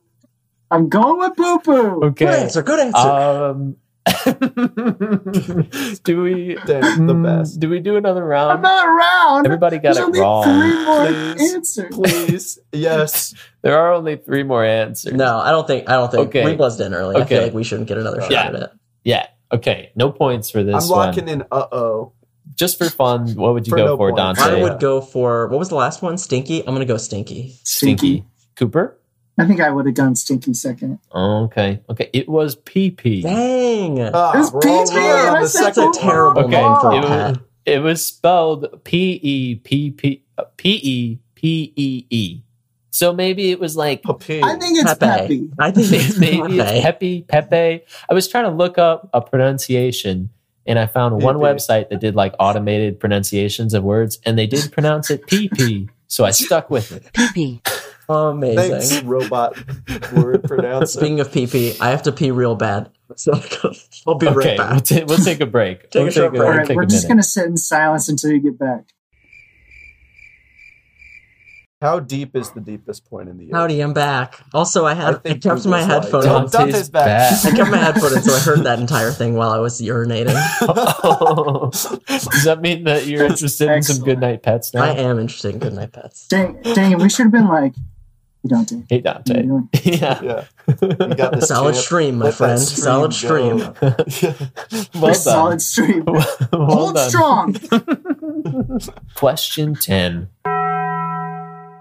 Speaker 3: I'm going with poo poo.
Speaker 4: Good
Speaker 1: Okay.
Speaker 4: answer. Good answer.
Speaker 1: Um, do we
Speaker 2: Damn, the
Speaker 1: mm,
Speaker 2: best.
Speaker 1: Do we do another
Speaker 3: I'm
Speaker 1: round?
Speaker 3: not around.
Speaker 1: Everybody got
Speaker 3: There's
Speaker 1: it
Speaker 3: only
Speaker 1: wrong.
Speaker 3: three more
Speaker 2: Please.
Speaker 3: answers.
Speaker 2: Please. Yes.
Speaker 1: There are only three more answers.
Speaker 4: no, I don't think. I don't think.
Speaker 1: Okay.
Speaker 4: We buzzed in early. I feel
Speaker 1: Okay.
Speaker 4: like we shouldn't get another shot
Speaker 1: Yeah.
Speaker 4: at it.
Speaker 1: Yeah. Okay. No points for this
Speaker 2: I'm locking
Speaker 1: one.
Speaker 2: in uh oh.
Speaker 1: Just for fun, what would you
Speaker 2: For
Speaker 1: go
Speaker 2: no
Speaker 1: for,
Speaker 2: points.
Speaker 1: Dante?
Speaker 4: I
Speaker 2: Yeah.
Speaker 4: would go for what was the last one? Stinky. I'm gonna go stinky.
Speaker 1: Stinky. Cooper?
Speaker 3: I think I would have gone stinky second.
Speaker 1: Okay. Okay. It was PP.
Speaker 4: Dang.
Speaker 2: Ah,
Speaker 3: It's
Speaker 2: we're all
Speaker 3: PG,
Speaker 2: rolling on
Speaker 3: I
Speaker 2: the
Speaker 3: said
Speaker 4: That's
Speaker 2: second
Speaker 4: a
Speaker 3: Poo-poo.
Speaker 4: terrible
Speaker 1: Okay,
Speaker 4: name for a
Speaker 1: it
Speaker 4: pet.
Speaker 1: was- It was spelled P E P P P E P E E. So maybe it was like
Speaker 2: Papi.
Speaker 3: I think it's
Speaker 4: Pepe.
Speaker 3: Peppy.
Speaker 4: I think it's
Speaker 1: maybe
Speaker 4: Pepe.
Speaker 1: it's Pepe Pepe. I was trying to look up a pronunciation and I found one
Speaker 2: Pepe.
Speaker 1: website that did like automated pronunciations of words and they did pronounce it PP. So I stuck with it.
Speaker 7: Pee pee.
Speaker 4: Amazing.
Speaker 2: Thanks, robot word pronouncer.
Speaker 4: Speaking of pee pee, I have to pee real bad. So I'll be
Speaker 1: Okay,
Speaker 4: right
Speaker 1: we'll,
Speaker 4: back.
Speaker 1: ta- we'll take a break.
Speaker 4: Take a
Speaker 1: we'll
Speaker 4: short break.
Speaker 1: we'll
Speaker 3: All
Speaker 4: Alright,
Speaker 1: take
Speaker 3: right,
Speaker 1: a
Speaker 3: we're just
Speaker 1: minute.
Speaker 3: going to sit in silence until you get back.
Speaker 2: How deep is the deepest point in the earth?
Speaker 4: Howdy, I'm back. Also, I had
Speaker 2: I
Speaker 4: I,
Speaker 2: think
Speaker 4: kept my
Speaker 2: Google's
Speaker 4: headphone
Speaker 2: like, Don't
Speaker 4: on.
Speaker 2: dump
Speaker 1: Dante's
Speaker 2: his back.
Speaker 4: I kept my headphone in, so I heard that entire thing while I was urinating.
Speaker 1: Oh. Does that mean that you're interested in some
Speaker 3: excellent.
Speaker 1: good night pets now?
Speaker 4: I am interested in goodnight pets.
Speaker 3: Dang, dang, we should have been like, you don't do.
Speaker 1: Hey
Speaker 3: You
Speaker 1: Dante.
Speaker 3: don't.
Speaker 1: yeah.
Speaker 2: Yeah, you got this.
Speaker 4: Solid
Speaker 2: champ.
Speaker 4: stream, my
Speaker 2: Let that
Speaker 4: friend.
Speaker 2: stream
Speaker 4: Solid
Speaker 2: go.
Speaker 4: stream.
Speaker 1: Well
Speaker 3: We're
Speaker 1: done.
Speaker 3: solid stream.
Speaker 1: well
Speaker 3: Hold
Speaker 1: done.
Speaker 3: strong.
Speaker 1: Question 10.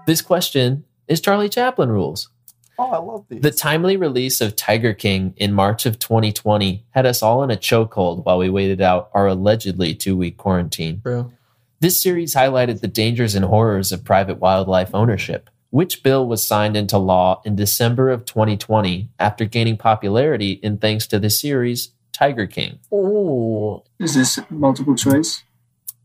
Speaker 1: This question is Charlie Chaplin rules.
Speaker 2: Oh, I love these.
Speaker 1: The timely release of Tiger King in March of 2020 had us all in a chokehold while we waited out our allegedly two week quarantine.
Speaker 4: True.
Speaker 1: This series highlighted the dangers and horrors of private wildlife ownership, which bill was signed into law in December of 2020 after gaining popularity in thanks to the series Tiger King.
Speaker 4: Ooh,
Speaker 3: Is this multiple choice?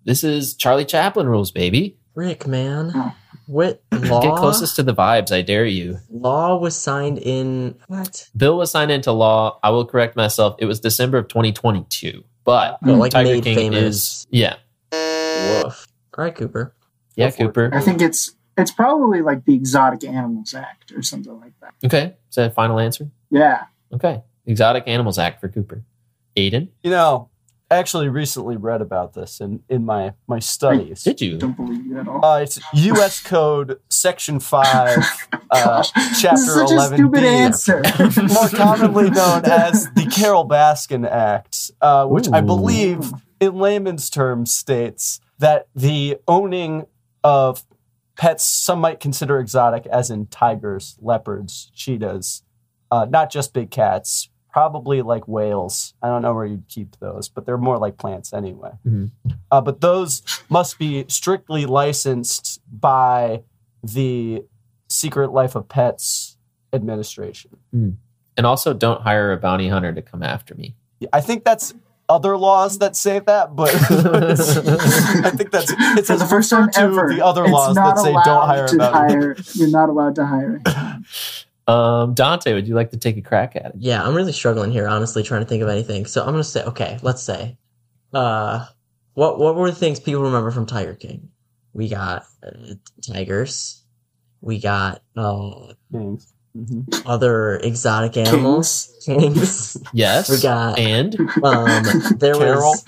Speaker 1: This is Charlie Chaplin rules, baby.
Speaker 4: Rick, man. What law?
Speaker 1: Get closest to the vibes, I dare you.
Speaker 4: Law was signed in what?
Speaker 1: Bill was signed into law. I will correct myself. It was December of 2022, but
Speaker 4: But, like
Speaker 1: Hmm. Tiger
Speaker 4: made
Speaker 1: King
Speaker 4: famous.
Speaker 1: is yeah,
Speaker 4: Woof. All right, Cooper.
Speaker 1: yeah,
Speaker 2: Go for it.
Speaker 1: Cooper.
Speaker 3: I think it's it's probably like the Exotic Animals Act or something like that.
Speaker 1: Okay, is that a final answer?
Speaker 3: Yeah.
Speaker 1: Okay, Exotic Animals Act for Cooper. Aiden,
Speaker 2: you know, I actually recently read about this in in my my studies.
Speaker 1: did you?
Speaker 3: Don't believe you at all.
Speaker 2: Uh, it's U.S. Code Section Five, uh,
Speaker 3: Gosh, this is
Speaker 2: Chapter
Speaker 3: such a
Speaker 2: Eleven
Speaker 3: stupid
Speaker 2: B,
Speaker 3: answer.
Speaker 2: more commonly known as the Carol Baskin Act, uh, which I
Speaker 1: Ooh.
Speaker 2: believe, in layman's terms, states that the owning of pets some might consider exotic, as in tigers, leopards, cheetahs, uh, not just big cats, probably like whales. I don't know where you'd keep those, but they're more like plants anyway.
Speaker 1: Mhm.
Speaker 2: Uh, but those must be strictly licensed by the Secret Life of Pets Administration.
Speaker 1: And also, don't hire a bounty hunter to come after me.
Speaker 2: Yeah, I think that's other laws that say that, but I think that's it's
Speaker 3: For the first time
Speaker 2: to
Speaker 3: ever,
Speaker 2: the other
Speaker 3: it's
Speaker 2: laws
Speaker 3: not
Speaker 2: that say
Speaker 3: allowed
Speaker 2: don't hire
Speaker 3: to
Speaker 2: about
Speaker 3: hire. You're not allowed to hire.
Speaker 1: Um, Dante, would you like to take a crack at it?
Speaker 4: Yeah, I'm really struggling here, honestly, trying to think of anything. So I'm gonna say, okay, let's say, uh, what what were the things people remember from Tiger King? We got uh, tigers, we got uh,
Speaker 2: things. hmm
Speaker 4: Mm-hmm. other exotic animals, kings.
Speaker 1: Yes.
Speaker 4: We got-
Speaker 1: and
Speaker 4: Um, there
Speaker 2: Carol.
Speaker 4: was.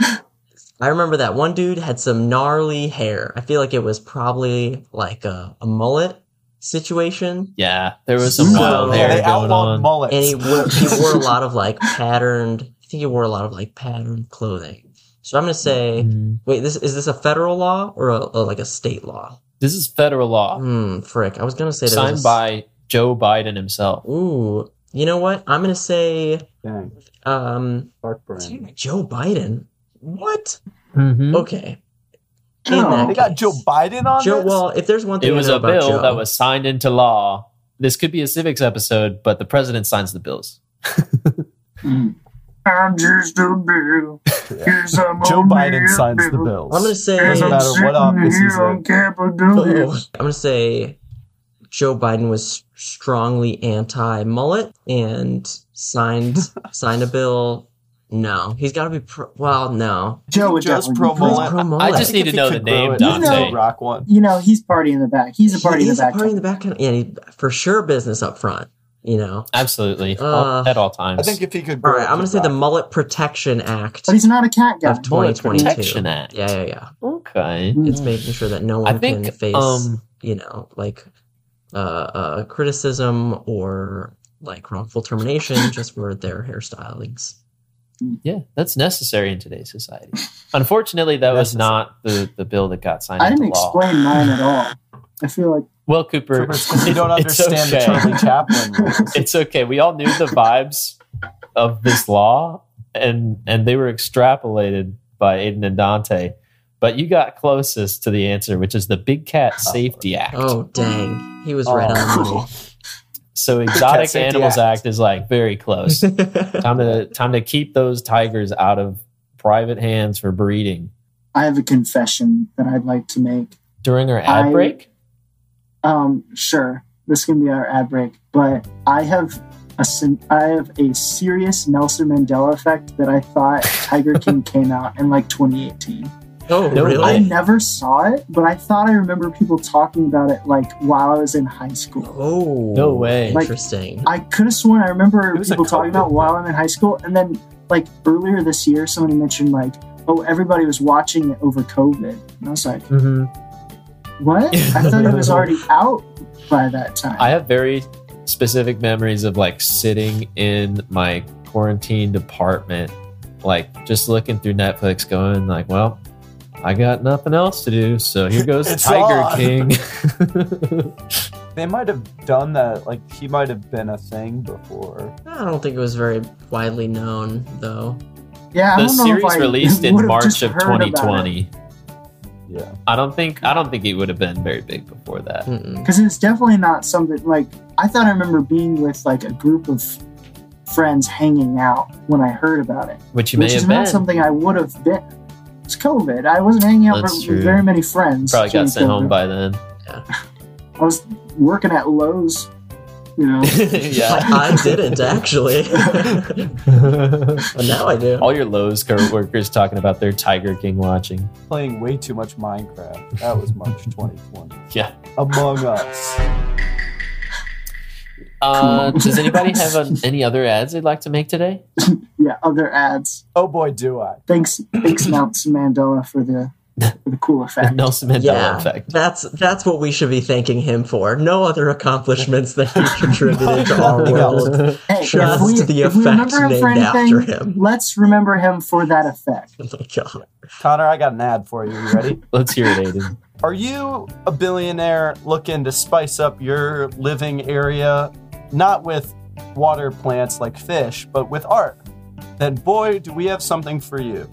Speaker 4: I remember that one dude had some gnarly hair. I feel like it was probably like a, a mullet situation,
Speaker 1: yeah, there was some
Speaker 3: So,
Speaker 1: wild
Speaker 4: Oh,
Speaker 2: yeah,
Speaker 1: hair
Speaker 2: they
Speaker 1: going
Speaker 2: outlawed
Speaker 1: on.
Speaker 2: mullets.
Speaker 4: and he wore, he wore a lot of like patterned. I think he wore a lot of like patterned clothing. So I'm gonna say,
Speaker 1: Mhm.
Speaker 4: wait, this is this a federal law or a, a- like a state law?
Speaker 1: This is federal law
Speaker 4: Hmm, frick. I was gonna say there
Speaker 1: Oh. signed
Speaker 4: was a s-
Speaker 1: by Joe Biden himself.
Speaker 4: Ooh, you know what? I'm gonna say,
Speaker 2: Dang,
Speaker 4: um,
Speaker 2: heartburn.
Speaker 4: Joe Biden. What?
Speaker 1: Mm-hmm.
Speaker 4: Okay,
Speaker 3: No.
Speaker 2: They got Joe Biden on
Speaker 4: Joe.
Speaker 2: this?
Speaker 4: Well, if there's one
Speaker 1: It
Speaker 4: thing I
Speaker 1: was
Speaker 4: know
Speaker 1: a
Speaker 4: about
Speaker 1: bill
Speaker 4: Joe,
Speaker 1: that was signed into law. This could be a civics episode, but the president signs the bills.
Speaker 3: Mm. I'm just a bill. Yes, I'm
Speaker 2: Joe
Speaker 3: only
Speaker 2: Biden
Speaker 3: a
Speaker 2: signs the
Speaker 3: bill.
Speaker 2: bills.
Speaker 4: I'm gonna say.
Speaker 3: Yes,
Speaker 2: Doesn't
Speaker 3: I'm
Speaker 2: matter what
Speaker 3: sitting
Speaker 2: office he's
Speaker 3: here on
Speaker 2: in.
Speaker 3: Capitol Hill.
Speaker 4: I'm gonna say Joe Biden was strongly anti mullet and signed signed a bill. No, he's got to be pro. Well, no,
Speaker 3: Joe would
Speaker 2: Joe's
Speaker 3: definitely
Speaker 2: pro
Speaker 3: be
Speaker 4: he's
Speaker 2: mullet.
Speaker 4: pro mullet.
Speaker 1: I just need to know the name, Dante.
Speaker 2: Rock one.
Speaker 3: You know, he's party in the back. He's a party in the back.
Speaker 4: Party in the back, and he, for sure business up front. You know.
Speaker 1: Absolutely,
Speaker 4: Uh,
Speaker 1: at all
Speaker 2: I
Speaker 1: times.
Speaker 2: think if he could
Speaker 4: All
Speaker 2: grow
Speaker 4: right, I'm gonna say the Mullet Protection Act
Speaker 3: But he's not a cat guy.
Speaker 4: of
Speaker 1: Bullet
Speaker 4: 2022.
Speaker 1: Protection Act.
Speaker 4: Yeah, yeah, yeah.
Speaker 1: Okay,
Speaker 3: Mm.
Speaker 4: It's making sure that no
Speaker 1: I
Speaker 4: one
Speaker 1: think
Speaker 4: can face
Speaker 1: um,
Speaker 4: you know, like uh, uh, criticism or like wrongful termination just for their hairstylings.
Speaker 1: yeah, that's necessary in today's society. Unfortunately, that was
Speaker 2: Necessary.
Speaker 1: not the, the bill that got signed
Speaker 3: I
Speaker 1: into
Speaker 3: didn't
Speaker 1: law.
Speaker 3: explain mine at all. I feel like
Speaker 1: well, Cooper,
Speaker 2: You don't
Speaker 1: it's
Speaker 2: understand the
Speaker 1: okay.
Speaker 2: Charlie Chaplin rules.
Speaker 1: it's okay. We all knew the vibes of this law, and and they were extrapolated by Aiden and Dante. But you got closest to the answer, which is the Big Cat Safety Act.
Speaker 4: Oh, dang. He was right
Speaker 2: Oh.
Speaker 4: on the money.
Speaker 1: So Exotic
Speaker 2: Safety
Speaker 1: Animals
Speaker 2: Act.
Speaker 1: Act. is like very close. time to time to keep those tigers out of private hands for breeding
Speaker 3: I have a confession that I'd like to make.
Speaker 1: during our
Speaker 3: I-
Speaker 1: outbreak.
Speaker 3: Um, sure. this can be our ad break, but I have a sen- I have a serious Nelson Mandela effect that I thought Tiger King came out in like 2018.
Speaker 4: Oh,
Speaker 1: No,
Speaker 4: really?
Speaker 3: I never saw it, but I thought I remember people talking about it like while I was in high school.
Speaker 4: oh,
Speaker 1: No way.
Speaker 3: Like-
Speaker 4: Interesting.
Speaker 3: I could have sworn I remember
Speaker 2: It was a
Speaker 3: people talking
Speaker 2: COVID
Speaker 3: about while I'm in high school, and then like earlier this year, somebody mentioned like, "Oh, everybody was watching it over COVID," and I was like,
Speaker 1: Mm-hmm.
Speaker 3: "What?" I thought it was already out by that time.
Speaker 1: I have very specific memories of like sitting in my quarantine apartment, like just looking through Netflix, going like, "Well, I got nothing else to do, so here goes
Speaker 2: It's
Speaker 1: Tiger
Speaker 2: on."
Speaker 1: King."
Speaker 2: They might have done that. Like he might have been a thing before.
Speaker 4: I don't think it was very widely known, though.
Speaker 3: yeah, I
Speaker 1: the
Speaker 3: don't know if
Speaker 1: series
Speaker 3: I
Speaker 1: released in
Speaker 3: would've
Speaker 1: March
Speaker 3: just
Speaker 1: of
Speaker 3: heard about it.
Speaker 1: 2020.
Speaker 2: Yeah.
Speaker 1: I don't think I don't think it would have been very big before that.
Speaker 4: Mm-mm.
Speaker 3: because it's definitely not something like I thought I remember being with like a group of friends hanging out when I heard about it,
Speaker 1: Which you
Speaker 3: which
Speaker 1: may
Speaker 3: is
Speaker 1: have
Speaker 3: not
Speaker 1: been.
Speaker 3: something I would have been. It's COVID. I wasn't hanging out
Speaker 1: That's
Speaker 3: with
Speaker 1: true.
Speaker 3: very many friends.
Speaker 1: Probably
Speaker 3: during
Speaker 1: got sent home
Speaker 3: COVID.
Speaker 1: by then.
Speaker 3: I was working at Lowe's, you know.
Speaker 1: yeah.
Speaker 4: I, I didn't actually. but now I do.
Speaker 1: All your Lowe's coworkers talking about their Tiger King watching.
Speaker 2: Playing way too much Minecraft. That was March 2020.
Speaker 1: Yeah.
Speaker 2: Among Us.
Speaker 1: Uh, does anybody have um any other ads they'd like to make today?
Speaker 3: yeah, other ads.
Speaker 2: Oh boy, do I.
Speaker 3: Thanks, thanks Nelson Mandela for the for the cool effect.
Speaker 1: Nelson Mandela
Speaker 4: Yeah,
Speaker 1: effect.
Speaker 4: that's that's what we should be thanking him for. No other accomplishments that he contributed to our
Speaker 2: Nothing else.
Speaker 4: world.
Speaker 3: Hey,
Speaker 4: Just the
Speaker 3: if we
Speaker 4: effect
Speaker 3: remember him for
Speaker 4: named
Speaker 3: anything,
Speaker 4: after him.
Speaker 3: let's remember him for that effect.
Speaker 4: Oh my god.
Speaker 2: Connor, I got an ad for you. You ready?
Speaker 1: Let's hear it, Aiden.
Speaker 2: Are you a billionaire looking to spice up your living area, not with water plants like fish, but with art? Then, boy, do we have something for you.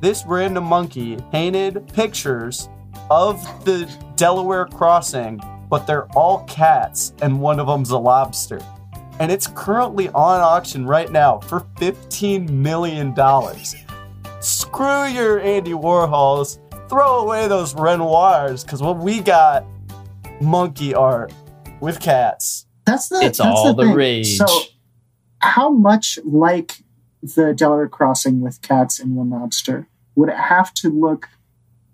Speaker 2: This random monkey painted pictures of the Delaware crossing, but they're all cats, and one of them's a lobster. And it's currently on auction right now for $15 million. Screw your Andy Warhols throw away those Renoirs because what we got monkey art with cats.
Speaker 3: That's the
Speaker 1: It's
Speaker 3: that's
Speaker 1: all the,
Speaker 3: thing.
Speaker 1: rage.
Speaker 3: So how much like the Delaware crossing with cats and one lobster would it have to look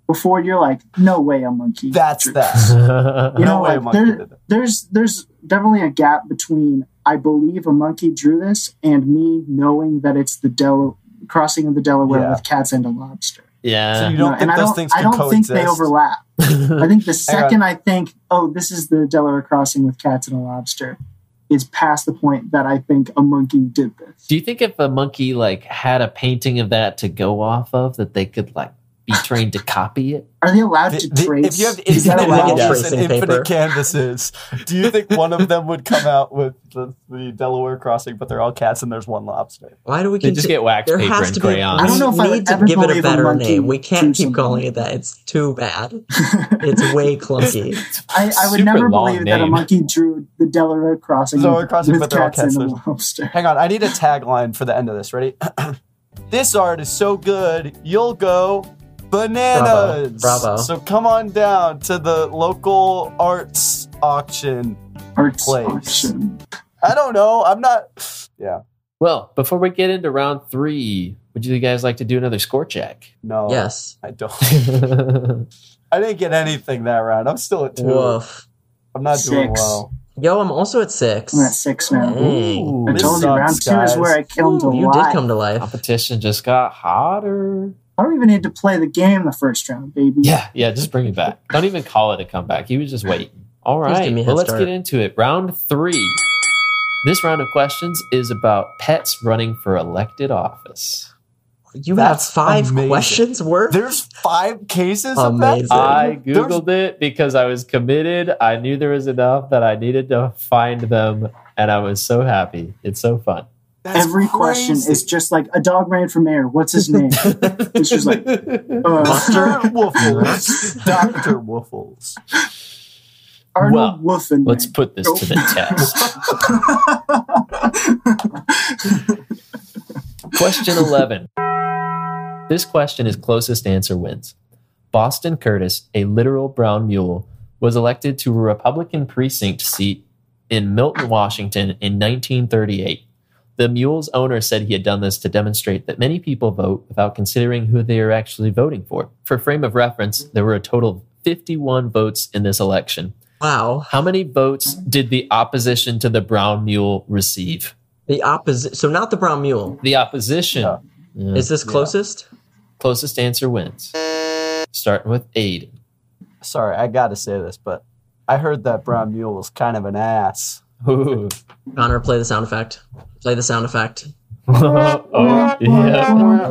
Speaker 3: before you're like, no way a monkey.
Speaker 2: That's
Speaker 3: drew
Speaker 2: that.
Speaker 3: You
Speaker 2: No
Speaker 3: know,
Speaker 2: way a
Speaker 3: like,
Speaker 2: monkey
Speaker 3: there-
Speaker 2: did that.
Speaker 3: there's there's definitely a gap between I believe a monkey drew this and me knowing that it's the Del- crossing of the Delaware
Speaker 2: Yeah.
Speaker 3: with cats and a lobster.
Speaker 2: So you
Speaker 1: yeah.
Speaker 2: don't
Speaker 3: No,
Speaker 2: think
Speaker 3: and I
Speaker 2: those
Speaker 3: don't,
Speaker 2: things
Speaker 3: I
Speaker 2: can
Speaker 3: don't think
Speaker 2: coexist?
Speaker 3: they overlap. I think the second I think, oh, this is the Delaware crossing with cats and a lobster, is past the point that I think a monkey did this.
Speaker 1: Do you think if a monkey like had a painting of that to go off of, that they could like be trained to copy it?
Speaker 3: Are they allowed
Speaker 2: Th-
Speaker 3: to
Speaker 2: th-
Speaker 3: trace?
Speaker 2: if you have
Speaker 3: is that
Speaker 2: infinite
Speaker 3: allowed?
Speaker 4: Yeah.
Speaker 2: inches and
Speaker 4: Tracing paper.
Speaker 2: infinite canvases, do you think one of them would come out with the, the Delaware crossing, but they're all cats and there's one lobster?
Speaker 4: Why do we
Speaker 1: They just
Speaker 4: conti-
Speaker 1: get wax
Speaker 4: there
Speaker 1: paper
Speaker 4: has
Speaker 1: and
Speaker 4: to be,
Speaker 1: crayons.
Speaker 3: I don't know if
Speaker 4: we
Speaker 3: I would
Speaker 4: need to
Speaker 3: ever
Speaker 4: give it
Speaker 3: believe
Speaker 4: a
Speaker 3: a
Speaker 4: better
Speaker 3: monkey
Speaker 4: name. We
Speaker 3: drew
Speaker 4: can't keep
Speaker 3: something.
Speaker 4: calling it that. It's too bad. It's way clunky.
Speaker 3: I, I would
Speaker 1: Super
Speaker 3: never
Speaker 1: long
Speaker 3: believe that a
Speaker 1: name.
Speaker 3: monkey drew the Delaware crossing,
Speaker 2: Delaware
Speaker 3: with-
Speaker 2: crossing,
Speaker 3: with
Speaker 2: but they're all
Speaker 3: cats and a
Speaker 2: cats.
Speaker 3: lobster.
Speaker 2: Hang on, I need a tagline for the end of this. Ready? this art is so good, you'll go bananas.
Speaker 4: Bravo.
Speaker 2: So come on down to the local arts auction.
Speaker 3: Arts
Speaker 2: Place.
Speaker 3: auction.
Speaker 2: I don't know. I'm not. Yeah.
Speaker 1: Well, before we get into round three, would you guys like to do another score check?
Speaker 2: No.
Speaker 4: Yes.
Speaker 2: I don't.
Speaker 1: That's
Speaker 2: I didn't get anything that round. I'm still at two.
Speaker 4: Woof.
Speaker 2: I'm not doing
Speaker 3: Six.
Speaker 2: well.
Speaker 4: Yo, I'm also at six.
Speaker 3: I'm at six now.
Speaker 4: Dang.
Speaker 1: Ooh,
Speaker 3: I
Speaker 2: this
Speaker 3: told you,
Speaker 2: sucks,
Speaker 3: round two
Speaker 2: guys.
Speaker 3: is where I killed a
Speaker 4: Ooh, you
Speaker 3: lot.
Speaker 4: did come to life.
Speaker 1: competition just got hotter.
Speaker 3: I don't even need to play the game the first round, baby.
Speaker 1: Yeah, yeah, just bring it back. Don't even call it a comeback. He was just waiting. All
Speaker 4: Just give
Speaker 1: right,
Speaker 4: me a
Speaker 1: well,
Speaker 4: head
Speaker 1: let's
Speaker 4: start.
Speaker 1: get into it. Round three. This round of questions is about pets running for elected office.
Speaker 4: You
Speaker 2: That's
Speaker 4: have five
Speaker 2: amazing.
Speaker 4: questions worth?
Speaker 2: There's five cases of
Speaker 4: Amazing.
Speaker 2: that.
Speaker 1: I
Speaker 2: There's-
Speaker 1: Googled it because I was committed. I knew there was enough that I needed to find them, and I was so happy. It's so fun.
Speaker 2: that's
Speaker 3: Every question
Speaker 2: crazy.
Speaker 3: is just like a dog ran for mayor. What's his name? it's just like
Speaker 2: Mr.
Speaker 3: uh,
Speaker 2: Wuffles. Dr. Wuffles.
Speaker 3: Arnold Wolfen.
Speaker 1: Let's put this to the test. Question 11. This question is closest answer wins. Boston Curtis, a literal brown mule, was elected to a Republican precinct seat in Milton, Washington in 1938. The mule's owner said he had done this to demonstrate that many people vote without considering who they are actually voting for. For frame of reference, there were a total of 51 votes in this election.
Speaker 4: Wow.
Speaker 1: How many votes did the opposition to the brown mule receive?
Speaker 4: The opposite. So not the brown mule.
Speaker 1: The opposition.
Speaker 2: Yeah.
Speaker 1: Yeah.
Speaker 4: Is this closest?
Speaker 1: Closest answer wins. Starting with Aiden.
Speaker 2: Sorry, I got to say this, but I heard that Brown Mule was kind of an ass.
Speaker 1: Ooh.
Speaker 4: Connor, play the sound effect. Play the sound effect.
Speaker 1: oh,
Speaker 2: um,
Speaker 1: yeah.